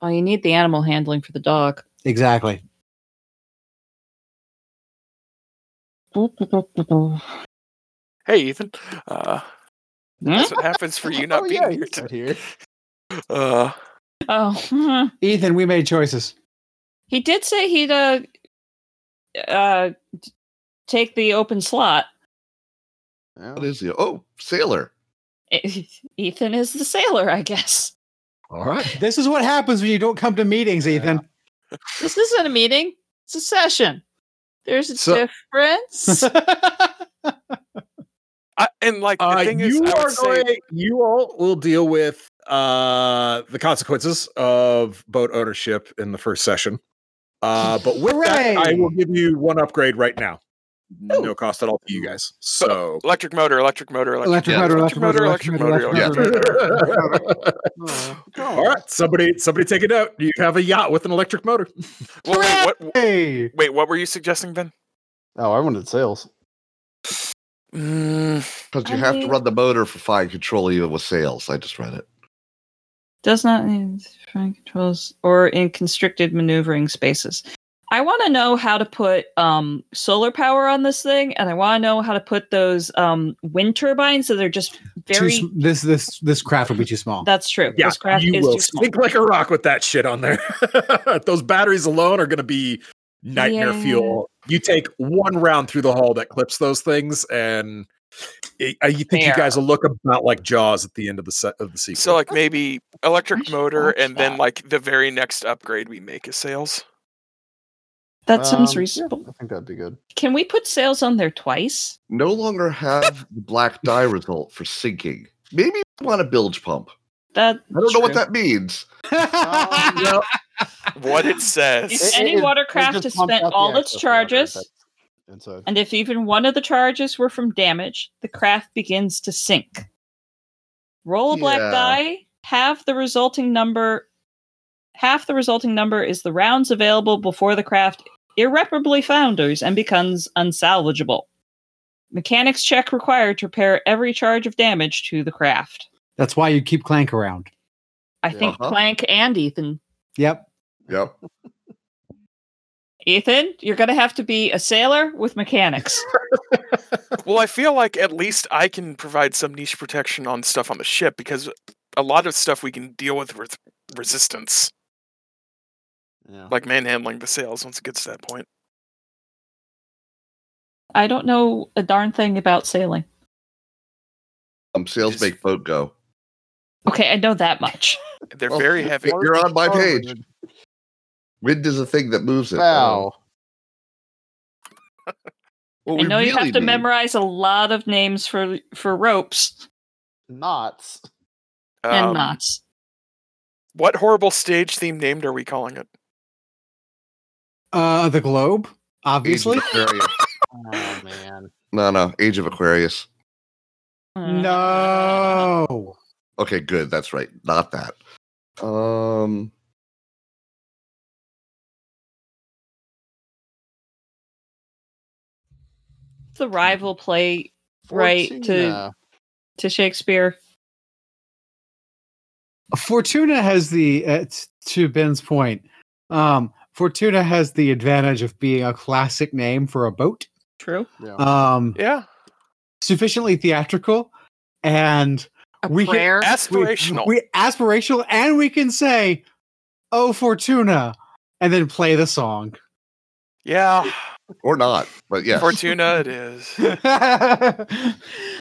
[SPEAKER 1] Oh, you need the animal handling for the dog.
[SPEAKER 7] Exactly.
[SPEAKER 2] Hey, Ethan. Uh, that's what happens for you not
[SPEAKER 6] Oh,
[SPEAKER 2] being
[SPEAKER 6] yeah,
[SPEAKER 2] here.
[SPEAKER 6] he's
[SPEAKER 2] Today.
[SPEAKER 6] not here.
[SPEAKER 2] Uh,
[SPEAKER 1] Oh,
[SPEAKER 7] Ethan, we made choices.
[SPEAKER 1] he did say he'd uh, uh, t- take the open slot.
[SPEAKER 5] What is the oh sailor?
[SPEAKER 1] Ethan is the sailor, I guess.
[SPEAKER 5] All right.
[SPEAKER 7] This is what happens when you don't come to meetings, Ethan.
[SPEAKER 1] This isn't a meeting. It's a session. There's a
[SPEAKER 3] So-
[SPEAKER 1] difference.
[SPEAKER 2] I, and like the
[SPEAKER 3] Uh,
[SPEAKER 2] thing is,
[SPEAKER 3] you
[SPEAKER 2] I would
[SPEAKER 3] are
[SPEAKER 2] say-
[SPEAKER 3] going. You all will deal with uh, the consequences of boat ownership in the first session. Uh, but with that, I will give you one upgrade right now. No cost at all to you guys. So
[SPEAKER 2] electric motor, electric motor, electric.
[SPEAKER 7] Electric
[SPEAKER 5] Yeah,
[SPEAKER 7] motor,
[SPEAKER 2] electric
[SPEAKER 7] electric motor,
[SPEAKER 2] motor,
[SPEAKER 7] electric motor,
[SPEAKER 2] electric
[SPEAKER 7] electric
[SPEAKER 5] motor,
[SPEAKER 7] motor.
[SPEAKER 3] all right, somebody, somebody, take it out. You have a yacht with an electric motor.
[SPEAKER 2] Well, wait, what,
[SPEAKER 7] Hey.
[SPEAKER 2] wait, what were you suggesting, Ben?
[SPEAKER 6] Oh, I wanted sales.
[SPEAKER 2] Mm,
[SPEAKER 5] Because you
[SPEAKER 1] I
[SPEAKER 5] have
[SPEAKER 1] mean-
[SPEAKER 5] to run the motor for fine control even with sails. I just read it.
[SPEAKER 1] Does not need fine controls or in constricted maneuvering spaces. I want to know how to put um, solar power on this thing, and I want to know how to put those um, wind turbines so they're just
[SPEAKER 7] Too
[SPEAKER 1] very.
[SPEAKER 7] sm- this this this craft would be too small.
[SPEAKER 1] That's true.
[SPEAKER 3] Yeah,
[SPEAKER 1] this craft
[SPEAKER 3] you
[SPEAKER 1] is
[SPEAKER 3] will
[SPEAKER 1] too small.
[SPEAKER 3] sink like a rock with that shit on there. Those batteries alone are going to be nightmare
[SPEAKER 1] Yeah.
[SPEAKER 3] fuel. You take one round through the hull that clips those things, and it, I you think
[SPEAKER 1] Fair.
[SPEAKER 3] you guys will look about like Jaws at the end of the set of the sequel.
[SPEAKER 2] so like maybe electric
[SPEAKER 1] should
[SPEAKER 2] motor,
[SPEAKER 1] watch
[SPEAKER 2] and then
[SPEAKER 1] that.
[SPEAKER 2] like the very next upgrade we make is sales.
[SPEAKER 1] That sounds
[SPEAKER 6] Um, yeah,
[SPEAKER 1] reasonable.
[SPEAKER 6] I think that'd be good.
[SPEAKER 1] Can we put sails on there twice?
[SPEAKER 5] No longer have the black die result for sinking. Maybe you want a bilge pump.
[SPEAKER 1] That
[SPEAKER 5] I don't know what that means.
[SPEAKER 6] Um,
[SPEAKER 2] What it says.
[SPEAKER 1] If
[SPEAKER 6] It-
[SPEAKER 1] any
[SPEAKER 6] it- it
[SPEAKER 1] watercraft
[SPEAKER 6] just
[SPEAKER 1] has
[SPEAKER 6] pumped
[SPEAKER 1] spent
[SPEAKER 6] up the
[SPEAKER 1] all its
[SPEAKER 6] excess water
[SPEAKER 1] charges-
[SPEAKER 6] that's inside.
[SPEAKER 1] and if even one of the charges were from damage, the craft begins to sink. Roll a black
[SPEAKER 5] Yeah.
[SPEAKER 1] die, have the resulting number half the resulting number is the rounds available before the craft irreparably founders and becomes unsalvageable. Mechanics check required to repair every charge of damage to the craft.
[SPEAKER 7] That's why you keep Clank around.
[SPEAKER 1] I
[SPEAKER 6] Yeah.
[SPEAKER 1] think
[SPEAKER 5] Uh-huh.
[SPEAKER 1] Plank and Ethan.
[SPEAKER 7] Yep.
[SPEAKER 5] Yep.
[SPEAKER 1] Ethan, you're gonna have to be a sailor with mechanics.
[SPEAKER 2] Well, I feel like at least I can provide some niche protection on stuff on the ship because a lot of stuff we can deal with with resistance,
[SPEAKER 4] Yeah.
[SPEAKER 2] like manhandling the sails once it gets to that point.
[SPEAKER 1] I don't know a darn thing about sailing.
[SPEAKER 5] Um, sails
[SPEAKER 2] Just-
[SPEAKER 5] make boat go.
[SPEAKER 1] Okay, I know that much.
[SPEAKER 2] They're
[SPEAKER 5] Well,
[SPEAKER 2] very heavy.
[SPEAKER 5] You're on my
[SPEAKER 6] Forward.
[SPEAKER 5] page. Wind is a thing that moves it.
[SPEAKER 6] Wow.
[SPEAKER 5] What
[SPEAKER 1] I
[SPEAKER 5] we
[SPEAKER 1] know you
[SPEAKER 5] really
[SPEAKER 1] have to
[SPEAKER 5] need-
[SPEAKER 1] memorize a lot of names for for ropes
[SPEAKER 6] Knots.
[SPEAKER 1] and
[SPEAKER 2] Um,
[SPEAKER 1] knots.
[SPEAKER 2] What horrible stage theme named are we calling it?
[SPEAKER 7] Uh, the globe,
[SPEAKER 5] Age
[SPEAKER 7] obviously.
[SPEAKER 5] of Aquarius.
[SPEAKER 4] Oh man.
[SPEAKER 5] No, no. Age of Aquarius.
[SPEAKER 1] Hmm. Uh.
[SPEAKER 7] no.
[SPEAKER 5] Okay, good. That's right. Not that. Um.
[SPEAKER 1] the rival play Right, to-
[SPEAKER 6] Fortuna.
[SPEAKER 1] to Shakespeare.
[SPEAKER 7] Fortuna has the uh, t- to Ben's point. Um, Fortuna has the advantage of being a classic name for a boat.
[SPEAKER 1] True.
[SPEAKER 6] Yeah.
[SPEAKER 7] Um,
[SPEAKER 2] Oh. Yeah,
[SPEAKER 7] sufficiently theatrical and
[SPEAKER 1] A
[SPEAKER 7] We can
[SPEAKER 1] prayer.
[SPEAKER 7] we-
[SPEAKER 2] aspirational.
[SPEAKER 7] We, aspirational and we can say, "Oh Fortuna," and then play the song.
[SPEAKER 2] yeah,
[SPEAKER 5] Or not, but yeah.
[SPEAKER 2] Fortuna it is.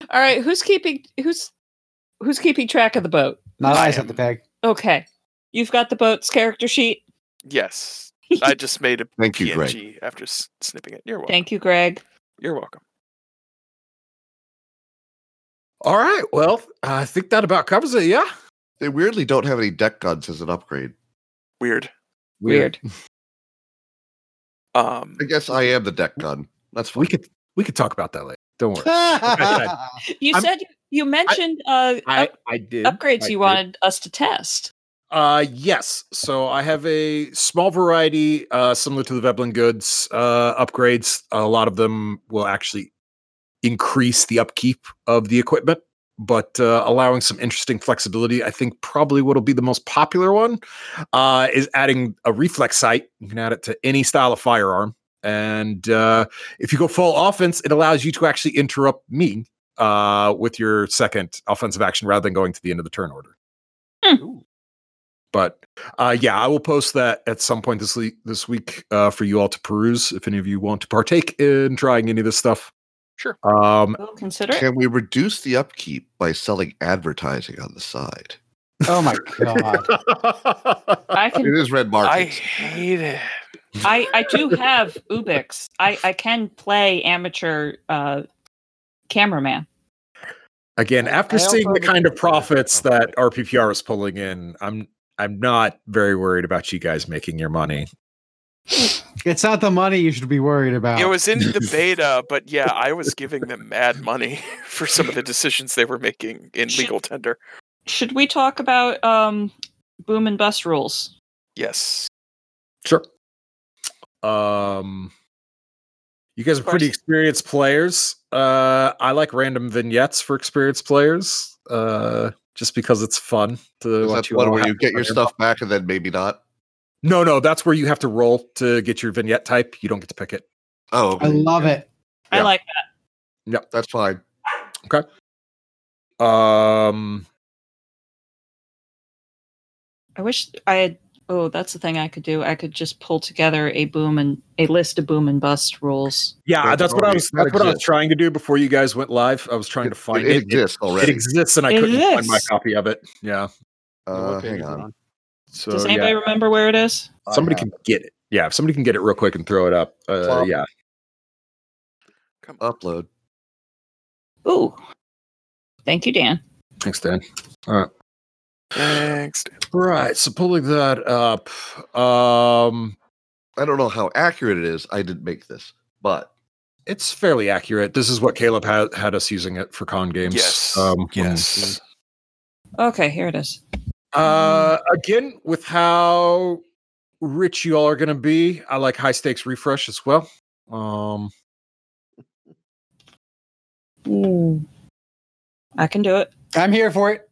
[SPEAKER 1] All right, who's keeping who's who's keeping track of the boat?
[SPEAKER 7] Not
[SPEAKER 2] I
[SPEAKER 7] I set
[SPEAKER 2] am-
[SPEAKER 7] the peg.
[SPEAKER 1] Okay. You've got the boat's character sheet.
[SPEAKER 2] Yes, I just made a
[SPEAKER 5] Thank you, Greg.
[SPEAKER 2] PNG after s- snipping it. You're welcome.
[SPEAKER 1] Thank you, Greg.
[SPEAKER 2] You're welcome.
[SPEAKER 3] All right. Well, I think that about covers it. Yeah.
[SPEAKER 5] They weirdly don't have any deck guns as an upgrade.
[SPEAKER 2] Weird.
[SPEAKER 1] Weird.
[SPEAKER 2] Um,
[SPEAKER 5] I guess I am the deck gun. That's fine.
[SPEAKER 3] We could we could talk about that later. Don't worry.
[SPEAKER 1] You
[SPEAKER 3] I'm-
[SPEAKER 1] said you, you mentioned uh,
[SPEAKER 3] I,
[SPEAKER 1] up-
[SPEAKER 3] I did
[SPEAKER 1] upgrades
[SPEAKER 3] I
[SPEAKER 1] you
[SPEAKER 3] did.
[SPEAKER 1] wanted us to test.
[SPEAKER 3] Uh, yes. So I have a small variety, uh, similar to the Veblen Goods uh, upgrades. A lot of them will actually increase the upkeep of the equipment, but uh, allowing some interesting flexibility. I think probably what'll be the most popular one uh, is adding a reflex sight. You can add it to any style of firearm, and uh, if you go full offense, it allows you to actually interrupt me uh, with your second offensive action rather than going to the end of the turn order but uh, yeah, I will post that at some point this le- this week uh, for you all to peruse if any of you want to partake in trying any of this stuff.
[SPEAKER 2] Sure.
[SPEAKER 3] Um,
[SPEAKER 1] We'll consider it.
[SPEAKER 5] Can we reduce the upkeep by selling advertising on the side?
[SPEAKER 7] Oh my god.
[SPEAKER 1] I
[SPEAKER 5] It
[SPEAKER 1] can.
[SPEAKER 5] is red
[SPEAKER 2] I
[SPEAKER 5] market.
[SPEAKER 2] hate it.
[SPEAKER 1] I, I do have Ubix. I, I can play amateur uh, cameraman.
[SPEAKER 3] Again, after
[SPEAKER 6] I
[SPEAKER 3] seeing
[SPEAKER 6] also
[SPEAKER 3] the kind of
[SPEAKER 6] understand.
[SPEAKER 3] profits that RPPR is pulling in, I'm I'm not very worried about you guys making your money.
[SPEAKER 7] it's not the money you should be worried about.
[SPEAKER 2] It was in the beta, but yeah, I was giving them mad money for some of the decisions they were making in
[SPEAKER 1] Should-
[SPEAKER 2] legal tender.
[SPEAKER 1] Should we talk about um, boom and bust rules?
[SPEAKER 2] Yes.
[SPEAKER 3] Sure. Um, you guys are
[SPEAKER 1] Of
[SPEAKER 3] pretty
[SPEAKER 1] course.
[SPEAKER 3] experienced players. Uh, I like random vignettes for experienced players, uh, just because it's fun to
[SPEAKER 5] Is
[SPEAKER 3] watch
[SPEAKER 5] that the
[SPEAKER 3] you
[SPEAKER 5] one
[SPEAKER 3] all
[SPEAKER 5] where
[SPEAKER 3] have
[SPEAKER 5] you get
[SPEAKER 3] fun
[SPEAKER 5] your
[SPEAKER 3] here.
[SPEAKER 5] stuff back and then maybe not?
[SPEAKER 3] No, no, that's where you have to roll to get your vignette type. You don't get to pick it.
[SPEAKER 5] Oh,
[SPEAKER 7] I
[SPEAKER 5] okay.
[SPEAKER 7] love it.
[SPEAKER 1] I
[SPEAKER 3] Yeah.
[SPEAKER 1] like that.
[SPEAKER 5] That's fine.
[SPEAKER 3] Um,
[SPEAKER 1] I wish I had. Oh, that's the thing I could do. I could just pull together a boom and a list of boom and bust rules.
[SPEAKER 3] yeah,
[SPEAKER 5] That's
[SPEAKER 3] that's what I
[SPEAKER 5] already-
[SPEAKER 3] was.
[SPEAKER 5] that
[SPEAKER 3] That's what I was
[SPEAKER 5] exists.
[SPEAKER 3] trying to do before you guys went live. I was trying to find
[SPEAKER 5] it,
[SPEAKER 3] it. It,
[SPEAKER 5] exists
[SPEAKER 3] it
[SPEAKER 5] already.
[SPEAKER 3] exists, and I
[SPEAKER 1] It
[SPEAKER 3] couldn't find my
[SPEAKER 1] exists.
[SPEAKER 3] copy of it. Yeah.
[SPEAKER 5] uh, hang on.
[SPEAKER 3] So
[SPEAKER 1] Does
[SPEAKER 3] yeah.
[SPEAKER 1] anybody remember where it is?
[SPEAKER 3] somebody can get it. Yeah, if somebody can get it real quick and throw it up. Uh,
[SPEAKER 5] Plop.
[SPEAKER 3] yeah,
[SPEAKER 2] Come on.
[SPEAKER 5] Upload.
[SPEAKER 1] Ooh, thank you, Dan.
[SPEAKER 3] thanks, Dan.
[SPEAKER 2] Thanks.
[SPEAKER 3] Right, so pulling that up. Um,
[SPEAKER 5] I don't know how accurate it is. I didn't make this, but
[SPEAKER 3] it's fairly accurate. This is what Caleb had had us using it for con games.
[SPEAKER 2] Yes.
[SPEAKER 3] Um,
[SPEAKER 2] yes.
[SPEAKER 1] Okay, here it is.
[SPEAKER 5] Mm.
[SPEAKER 3] Uh, again, with how rich you all are going to be, I like high stakes refresh as well. Um,
[SPEAKER 1] I can do it.
[SPEAKER 7] I'm here for it.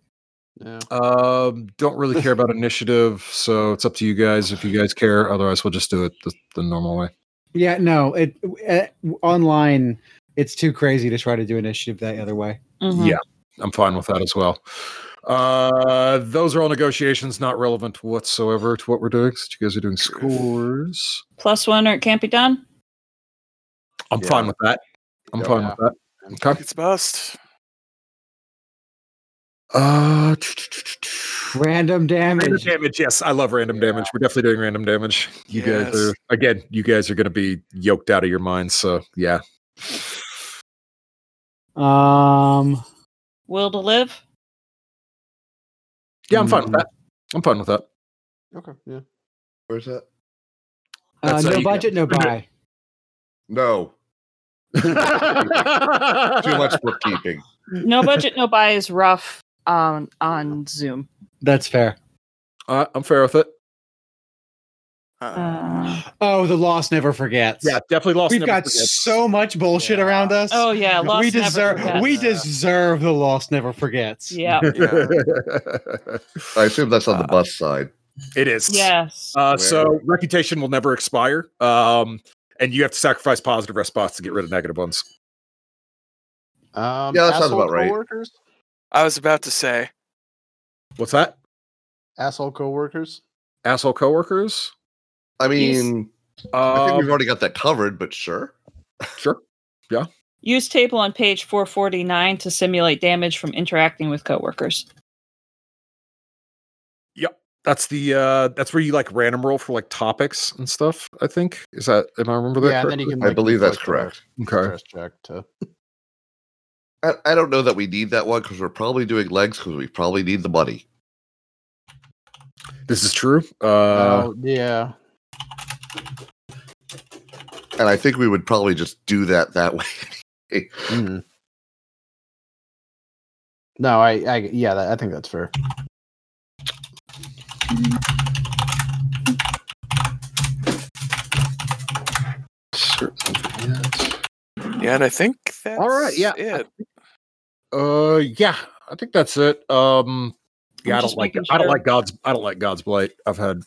[SPEAKER 4] Yeah.
[SPEAKER 3] um, don't really care about initiative, so it's up to you guys if you guys care. Otherwise, we'll just do it the, the normal way.
[SPEAKER 7] Yeah, no, it uh, online it's too crazy to try to do initiative that other way.
[SPEAKER 5] Mm-hmm.
[SPEAKER 1] Mhm.
[SPEAKER 3] Yeah, I'm fine with that as well. Uh, those are all negotiations, not relevant whatsoever to what we're doing. Since you guys are doing scores,
[SPEAKER 1] Plus one or it can't be done.
[SPEAKER 3] I'm
[SPEAKER 5] Yeah.
[SPEAKER 3] fine with that. I'm
[SPEAKER 5] Yeah.
[SPEAKER 3] fine with that. Okay.
[SPEAKER 2] It's bust.
[SPEAKER 3] Uh,
[SPEAKER 7] Random
[SPEAKER 3] Random
[SPEAKER 7] damage.
[SPEAKER 3] damage, yes, I love random damage. We're definitely doing random damage. You guys
[SPEAKER 2] Yes.
[SPEAKER 3] are again. You guys are going to be yoked out of your minds. So yeah,
[SPEAKER 7] Um
[SPEAKER 1] Will to live.
[SPEAKER 3] yeah, I'm fine with
[SPEAKER 7] Mhm.
[SPEAKER 3] that. I'm fine with that.
[SPEAKER 4] Okay. Yeah.
[SPEAKER 5] where's that?
[SPEAKER 7] uh,
[SPEAKER 3] That's how
[SPEAKER 7] no
[SPEAKER 3] you get-
[SPEAKER 7] budget, no buy.
[SPEAKER 5] No, too much bookkeeping.
[SPEAKER 1] No budget, no buy is rough on on Zoom.
[SPEAKER 7] That's fair.
[SPEAKER 3] Uh, I'm fair with it.
[SPEAKER 2] Uh,
[SPEAKER 1] Uh,
[SPEAKER 7] Oh, the loss never forgets.
[SPEAKER 3] Yeah, definitely lost.
[SPEAKER 7] We've
[SPEAKER 3] never
[SPEAKER 7] got
[SPEAKER 3] forgets.
[SPEAKER 7] so much bullshit
[SPEAKER 4] Yeah.
[SPEAKER 7] around us.
[SPEAKER 1] oh yeah, lost
[SPEAKER 7] we
[SPEAKER 1] never
[SPEAKER 7] deserve
[SPEAKER 1] forgets.
[SPEAKER 7] we
[SPEAKER 4] forgets.
[SPEAKER 7] deserve the loss never forgets.
[SPEAKER 1] yeah.
[SPEAKER 5] I assume that's on the
[SPEAKER 2] Uh,
[SPEAKER 5] bus side.
[SPEAKER 3] it is.
[SPEAKER 1] Yes.
[SPEAKER 3] Uh, so reputation will never expire. Um, and you have to sacrifice positive rest spots to get rid of negative ones.
[SPEAKER 6] Um,
[SPEAKER 5] Yeah, that sounds
[SPEAKER 6] asshole
[SPEAKER 5] about right.
[SPEAKER 6] Coworkers?
[SPEAKER 2] I was about to say,
[SPEAKER 3] What's that?
[SPEAKER 6] Asshole coworkers.
[SPEAKER 3] Asshole coworkers.
[SPEAKER 5] I
[SPEAKER 1] Yes.
[SPEAKER 5] mean, I think
[SPEAKER 3] Um,
[SPEAKER 5] we've already got that covered, but sure.
[SPEAKER 3] sure.
[SPEAKER 1] Use table on page 449 to simulate damage from interacting with coworkers.
[SPEAKER 3] That's the uh that's where you like random roll for like topics and stuff, I think. Is that am I remember that?
[SPEAKER 6] Yeah, and then
[SPEAKER 3] correctly?
[SPEAKER 6] you can.
[SPEAKER 5] I believe that's
[SPEAKER 6] inflict a
[SPEAKER 5] correct.
[SPEAKER 3] okay.
[SPEAKER 6] Stress check to.
[SPEAKER 5] I, I don't know that we need that one because we're probably doing legs because we probably need the money.
[SPEAKER 3] This is true. Uh,
[SPEAKER 6] oh yeah.
[SPEAKER 5] And I think we would probably just do that that way.
[SPEAKER 6] Mhm. No, I, I yeah, that, I think that's fair.
[SPEAKER 3] certainly, yes.
[SPEAKER 2] Yeah, and I think that's
[SPEAKER 3] All right, yeah, I
[SPEAKER 2] it.
[SPEAKER 3] Uh, yeah, I think that's it. Um, yeah,
[SPEAKER 1] I'm
[SPEAKER 3] I don't
[SPEAKER 1] just
[SPEAKER 3] like
[SPEAKER 1] making
[SPEAKER 3] I don't
[SPEAKER 1] sure.
[SPEAKER 3] like God's I don't like God's blight. I've had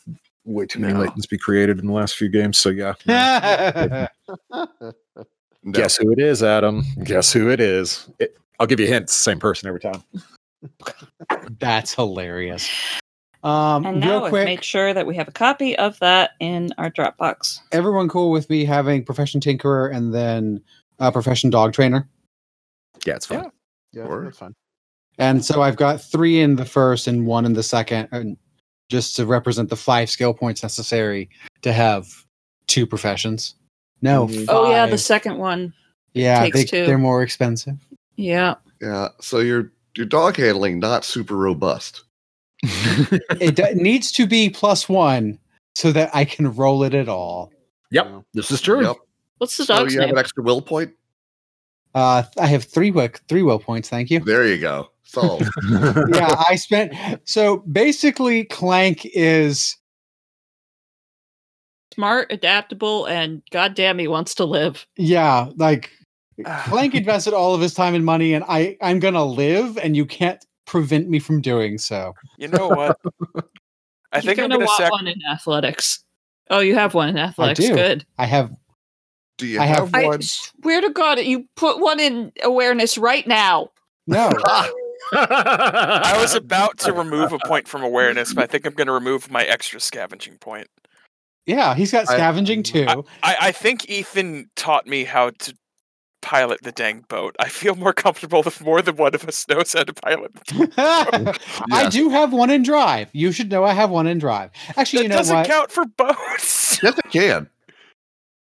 [SPEAKER 3] way too many
[SPEAKER 2] No.
[SPEAKER 3] latents be created in the last few games. So yeah,
[SPEAKER 5] No.
[SPEAKER 3] guess who it is, Adam? Guess who it is? It, I'll give you a hint. It's the same person every time.
[SPEAKER 7] That's hilarious. Um,
[SPEAKER 1] And
[SPEAKER 7] real
[SPEAKER 1] now I've
[SPEAKER 7] quick,
[SPEAKER 1] made sure that we have a copy of that in our Dropbox.
[SPEAKER 7] everyone cool with me having profession tinkerer and then uh, profession dog trainer?
[SPEAKER 3] Yeah, it's fine.
[SPEAKER 6] Yeah,
[SPEAKER 5] Or-
[SPEAKER 6] that's fine.
[SPEAKER 7] And so I've got three in the first and one in the second, and just to represent the five skill points necessary to have two professions. No,
[SPEAKER 5] Mhm.
[SPEAKER 1] Oh yeah, the
[SPEAKER 7] five.
[SPEAKER 1] second one.
[SPEAKER 7] yeah,
[SPEAKER 1] takes
[SPEAKER 7] they,
[SPEAKER 1] two.
[SPEAKER 7] they're more expensive.
[SPEAKER 1] Yeah.
[SPEAKER 5] Yeah. So your your dog handling not super robust.
[SPEAKER 7] it do- needs to be plus one so that I can roll it at all.
[SPEAKER 3] Yep, this is true.
[SPEAKER 5] Yep.
[SPEAKER 1] What's the
[SPEAKER 5] So
[SPEAKER 1] dog's
[SPEAKER 5] you have
[SPEAKER 1] name?
[SPEAKER 5] an extra will point.
[SPEAKER 7] Uh, I have three wick, three will points. Thank you.
[SPEAKER 5] There you go. Solved.
[SPEAKER 7] yeah, I spent so basically Clank is
[SPEAKER 1] Smart, adaptable, and goddamn, he wants to live.
[SPEAKER 7] yeah, like
[SPEAKER 2] Ah,
[SPEAKER 7] Clank invested all of his time and money and I I'm going to live and you can't prevent me from doing so.
[SPEAKER 2] You know what? I think
[SPEAKER 1] You're
[SPEAKER 2] I'm gonna
[SPEAKER 1] want
[SPEAKER 2] sac-
[SPEAKER 1] one in athletics. Oh, you have one in athletics.
[SPEAKER 7] do.
[SPEAKER 1] Good.
[SPEAKER 7] I have
[SPEAKER 5] Do you
[SPEAKER 7] I
[SPEAKER 5] have,
[SPEAKER 7] have-
[SPEAKER 1] I
[SPEAKER 5] one?
[SPEAKER 1] swear to God, you put one in awareness right now.
[SPEAKER 7] no.
[SPEAKER 5] Ah,
[SPEAKER 2] I
[SPEAKER 3] I
[SPEAKER 2] was about to remove a point from awareness, but I think I'm going to remove my extra scavenging point.
[SPEAKER 7] Yeah, he's got
[SPEAKER 5] I-
[SPEAKER 7] scavenging too.
[SPEAKER 2] I, I think Ethan taught me how to pilot the dang boat. I feel more comfortable if more than one of us knows how to pilot. The
[SPEAKER 7] I do have one in drive. You should know I have one in drive. Actually,
[SPEAKER 2] that
[SPEAKER 7] you know
[SPEAKER 2] doesn't
[SPEAKER 7] what?
[SPEAKER 2] count for boats.
[SPEAKER 5] Yes, I can.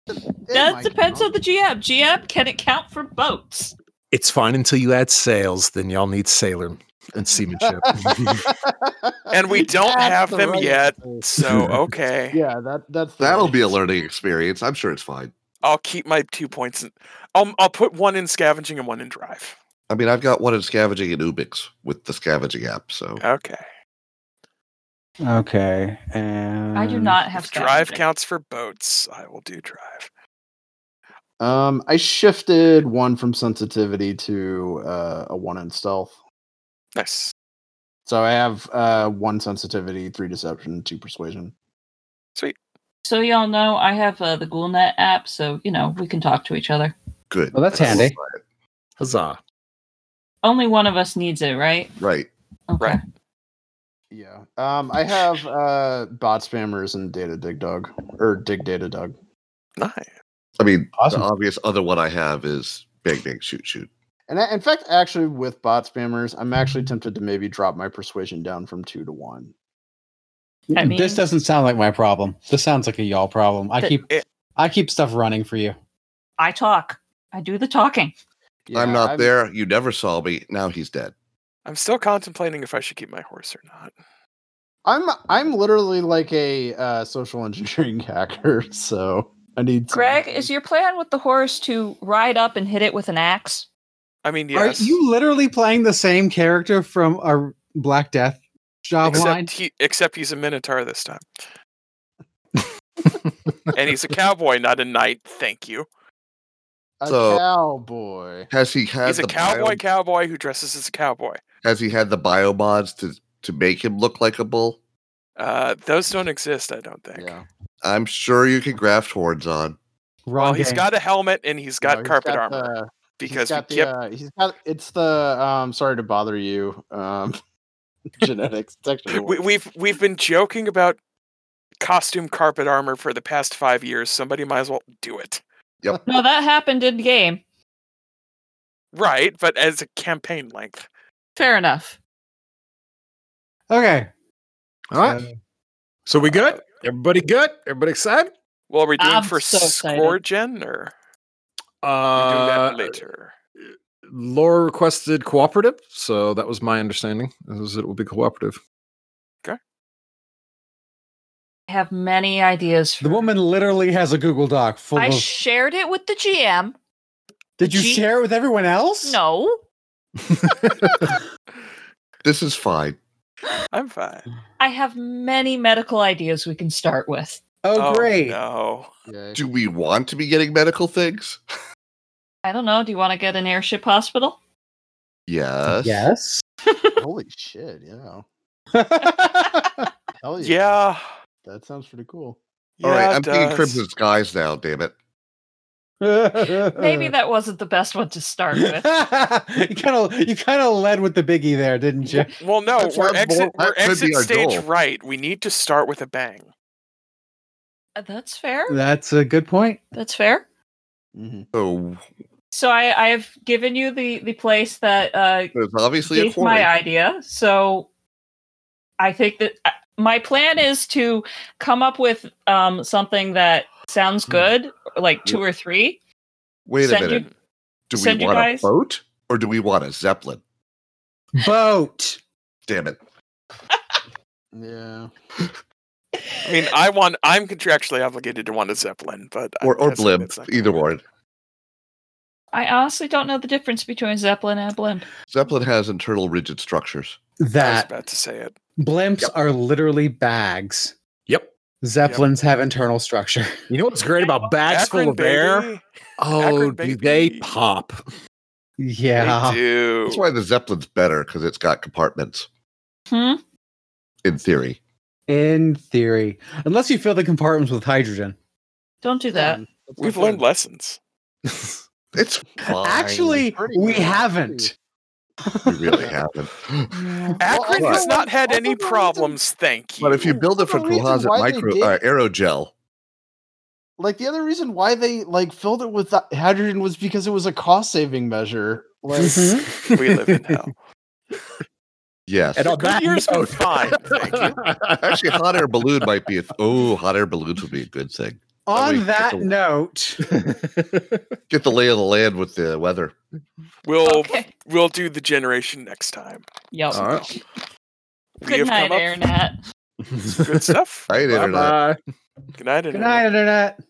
[SPEAKER 7] Oh
[SPEAKER 1] that depends on the GM. GM, can it count for boats?
[SPEAKER 3] It's fine until you add sails. Then y'all need sailor and seamanship.
[SPEAKER 2] And we don't
[SPEAKER 6] That's
[SPEAKER 2] have
[SPEAKER 6] the
[SPEAKER 2] them
[SPEAKER 6] right
[SPEAKER 2] yet,
[SPEAKER 6] answer.
[SPEAKER 2] so okay.
[SPEAKER 6] Yeah, that that's the
[SPEAKER 5] That'll
[SPEAKER 6] right
[SPEAKER 5] be a
[SPEAKER 6] answer.
[SPEAKER 5] learning experience. I'm sure it's fine.
[SPEAKER 2] I'll keep my two points. In, I'll I'll put one in scavenging and one in drive.
[SPEAKER 5] I mean, I've got one in scavenging and Ubix with the scavenging app. So
[SPEAKER 2] Okay.
[SPEAKER 7] Okay. And
[SPEAKER 1] I do not have
[SPEAKER 2] If drive
[SPEAKER 1] scavenging.
[SPEAKER 2] counts for boats, I will do drive.
[SPEAKER 6] Um, I shifted one from sensitivity to uh, a one in stealth.
[SPEAKER 2] Nice.
[SPEAKER 6] So I have uh, one sensitivity, three deception, two persuasion.
[SPEAKER 1] So y'all know I have uh, the Ghoulnet app, so you know we can talk to each other.
[SPEAKER 5] good.
[SPEAKER 7] Well, that's
[SPEAKER 5] I love
[SPEAKER 7] handy.
[SPEAKER 5] that.
[SPEAKER 3] Huzzah!
[SPEAKER 1] Only one of us needs it, right?
[SPEAKER 5] Right.
[SPEAKER 1] Okay.
[SPEAKER 2] Right.
[SPEAKER 6] Yeah. Um, I have uh, bot spammers and data dig dog or dig data dog.
[SPEAKER 2] Nice.
[SPEAKER 5] I mean,
[SPEAKER 6] Awesome.
[SPEAKER 5] the obvious other one I have is bang bang shoot shoot.
[SPEAKER 6] And I, in fact, actually, with bot spammers, I'm actually tempted to maybe drop my persuasion down from two to one.
[SPEAKER 1] I mean-
[SPEAKER 7] this doesn't sound like my problem. This sounds like a y'all problem. I
[SPEAKER 1] Th-
[SPEAKER 7] keep
[SPEAKER 2] it-
[SPEAKER 7] I keep stuff running for you.
[SPEAKER 1] I talk. I do the talking.
[SPEAKER 5] I'm
[SPEAKER 6] Yeah,
[SPEAKER 5] not there. You never saw me. Now he's dead.
[SPEAKER 2] I'm still contemplating if I should keep my horse or not.
[SPEAKER 6] I'm I'm literally like a uh, social engineering hacker, so I need. some-
[SPEAKER 1] Greg, is your plan with the horse to ride up and hit it with an axe?
[SPEAKER 2] I mean, yes.
[SPEAKER 7] Are you literally playing the same character from our Black Death job line?
[SPEAKER 2] Except, he, except he's a minotaur this time. and he's a cowboy, not a knight. Thank you.
[SPEAKER 6] a
[SPEAKER 5] So-
[SPEAKER 6] cowboy?
[SPEAKER 5] Has he had
[SPEAKER 2] He's
[SPEAKER 5] the
[SPEAKER 2] a cowboy
[SPEAKER 5] bio-
[SPEAKER 2] cowboy who dresses as a cowboy.
[SPEAKER 5] Has he had the bio mods to to make him look like a bull?
[SPEAKER 2] Uh, those don't exist, I don't think.
[SPEAKER 6] Yeah.
[SPEAKER 5] I'm sure you can graft horns on.
[SPEAKER 7] Wrong
[SPEAKER 2] Well, he's
[SPEAKER 7] game.
[SPEAKER 2] got a helmet and he's
[SPEAKER 6] No,
[SPEAKER 2] got
[SPEAKER 6] he's
[SPEAKER 2] carpet
[SPEAKER 6] got
[SPEAKER 2] armor
[SPEAKER 6] the- he's
[SPEAKER 2] because we
[SPEAKER 6] got the,
[SPEAKER 2] kept-
[SPEAKER 6] uh, he's got it's the um sorry to bother you um genetics technical
[SPEAKER 2] we,
[SPEAKER 6] word.
[SPEAKER 2] we've we've been joking about costume carpet armor for the past five years. Somebody might as well do it,
[SPEAKER 1] No, that happened in game.
[SPEAKER 2] right? But as a campaign length,
[SPEAKER 1] Fair enough.
[SPEAKER 7] okay.
[SPEAKER 3] All right.
[SPEAKER 7] Uh,
[SPEAKER 3] So we good? Everybody good? Everybody excited?
[SPEAKER 2] well, are we doing
[SPEAKER 1] I'm
[SPEAKER 2] for
[SPEAKER 1] so excited.
[SPEAKER 2] score gen or
[SPEAKER 3] Uh,
[SPEAKER 2] we doing that later?
[SPEAKER 3] Laura requested cooperative, so that was my understanding. Is it will be cooperative?
[SPEAKER 1] I have many ideas. For
[SPEAKER 7] The woman literally has a Google Doc full
[SPEAKER 1] I
[SPEAKER 7] of.
[SPEAKER 1] shared it with the GM.
[SPEAKER 7] did you
[SPEAKER 1] G-
[SPEAKER 7] share it with everyone else?
[SPEAKER 1] No.
[SPEAKER 5] This is fine.
[SPEAKER 2] I'm fine.
[SPEAKER 1] I have many medical ideas we can start with.
[SPEAKER 7] Oh, great.
[SPEAKER 2] No.
[SPEAKER 5] Do we want to be getting medical things?
[SPEAKER 1] I don't know. Do you want to get an airship hospital?
[SPEAKER 5] Yes.
[SPEAKER 7] Yes.
[SPEAKER 6] Holy shit! Yeah. Hell
[SPEAKER 2] Yeah.
[SPEAKER 6] Oh, That sounds pretty cool.
[SPEAKER 5] All right,
[SPEAKER 2] Yeah, it
[SPEAKER 5] I'm thinking
[SPEAKER 2] does.
[SPEAKER 5] Crimson Skies now, damn it.
[SPEAKER 7] Uh.
[SPEAKER 1] Maybe that wasn't the best one to start with.
[SPEAKER 7] you kind of you kind of led with the biggie there, didn't you?
[SPEAKER 2] Well, no,
[SPEAKER 5] That's
[SPEAKER 2] we're
[SPEAKER 5] our
[SPEAKER 2] exit,
[SPEAKER 5] goal- that
[SPEAKER 2] we're
[SPEAKER 5] could be
[SPEAKER 2] exit
[SPEAKER 5] our
[SPEAKER 2] stage
[SPEAKER 5] goal.
[SPEAKER 2] right. We need to start with a bang.
[SPEAKER 1] Uh, That's fair.
[SPEAKER 7] That's a good point.
[SPEAKER 1] That's fair.
[SPEAKER 6] Mhm.
[SPEAKER 5] So
[SPEAKER 1] So I, I've given you the the place that uh,
[SPEAKER 5] there's obviously a
[SPEAKER 1] gave
[SPEAKER 5] quarry.
[SPEAKER 1] my idea. So I think that I- my plan is to come up with um, something that sounds good, like two or three.
[SPEAKER 5] Wait a
[SPEAKER 1] send you-
[SPEAKER 5] minute. do we
[SPEAKER 1] send you
[SPEAKER 5] want
[SPEAKER 1] guys-
[SPEAKER 5] a boat or do we want a Zeppelin?
[SPEAKER 7] Boat.
[SPEAKER 5] Damn it.
[SPEAKER 6] Yeah.
[SPEAKER 2] I mean, I want. I'm contractually obligated to want a zeppelin, but I'm
[SPEAKER 5] Or or
[SPEAKER 2] guessing
[SPEAKER 5] blimp.
[SPEAKER 2] that's not
[SPEAKER 5] Either
[SPEAKER 2] gonna work.
[SPEAKER 5] one.
[SPEAKER 1] I honestly don't know the difference between Zeppelin and Blimp.
[SPEAKER 5] Zeppelin has internal rigid structures.
[SPEAKER 2] I was
[SPEAKER 7] That
[SPEAKER 2] about to say it.
[SPEAKER 7] blimps are literally bags.
[SPEAKER 3] Yep.
[SPEAKER 7] Zeppelins have internal structure.
[SPEAKER 3] You know what's great about bags full
[SPEAKER 2] Akron,
[SPEAKER 3] of air?
[SPEAKER 2] baby.
[SPEAKER 3] Oh,
[SPEAKER 2] Akron,
[SPEAKER 3] do they
[SPEAKER 2] baby.
[SPEAKER 3] pop?
[SPEAKER 2] They
[SPEAKER 7] Yeah.
[SPEAKER 2] do.
[SPEAKER 5] That's why the Zeppelin's better because it's got compartments
[SPEAKER 1] Hmm?
[SPEAKER 5] in theory.
[SPEAKER 7] In theory, unless you fill the compartments with hydrogen.
[SPEAKER 1] Don't do that.
[SPEAKER 2] Um, We've learned lessons.
[SPEAKER 5] It's fine.
[SPEAKER 7] Actually,
[SPEAKER 6] pretty
[SPEAKER 7] we
[SPEAKER 6] good.
[SPEAKER 7] haven't.
[SPEAKER 5] we really haven't.
[SPEAKER 2] Akron
[SPEAKER 5] Well,
[SPEAKER 2] has
[SPEAKER 5] I-
[SPEAKER 2] not had
[SPEAKER 6] I
[SPEAKER 2] any
[SPEAKER 6] don't know
[SPEAKER 2] problems, thank you.
[SPEAKER 5] But if you build it
[SPEAKER 6] Well,
[SPEAKER 5] from
[SPEAKER 6] the reason
[SPEAKER 5] composite
[SPEAKER 6] why they
[SPEAKER 5] micro
[SPEAKER 6] did-
[SPEAKER 5] uh, aerogel,
[SPEAKER 6] Like the other reason why they like filled it with the hydrogen was because it was a cost saving measure. Like
[SPEAKER 7] Mm-hmm.
[SPEAKER 2] we live in hell.
[SPEAKER 5] yes.
[SPEAKER 3] And on that
[SPEAKER 2] Goodyear's been
[SPEAKER 3] note-
[SPEAKER 2] fine, thank you.
[SPEAKER 5] Actually, hot air balloon might be. A th- oh, hot air balloons would be a good thing.
[SPEAKER 7] On
[SPEAKER 5] Probably
[SPEAKER 7] that
[SPEAKER 5] took a-
[SPEAKER 7] note,
[SPEAKER 5] Get the lay of the land with the weather.
[SPEAKER 2] We'll
[SPEAKER 1] Okay.
[SPEAKER 2] we'll do the generation next time.
[SPEAKER 1] Yep.
[SPEAKER 3] All right.
[SPEAKER 2] we
[SPEAKER 1] Good
[SPEAKER 2] have
[SPEAKER 1] night,
[SPEAKER 2] come up
[SPEAKER 1] Airnet.
[SPEAKER 2] with good stuff.
[SPEAKER 5] Right, internet.
[SPEAKER 3] Bye-bye.
[SPEAKER 2] Good night,
[SPEAKER 7] good
[SPEAKER 2] Internet.
[SPEAKER 7] night, internet.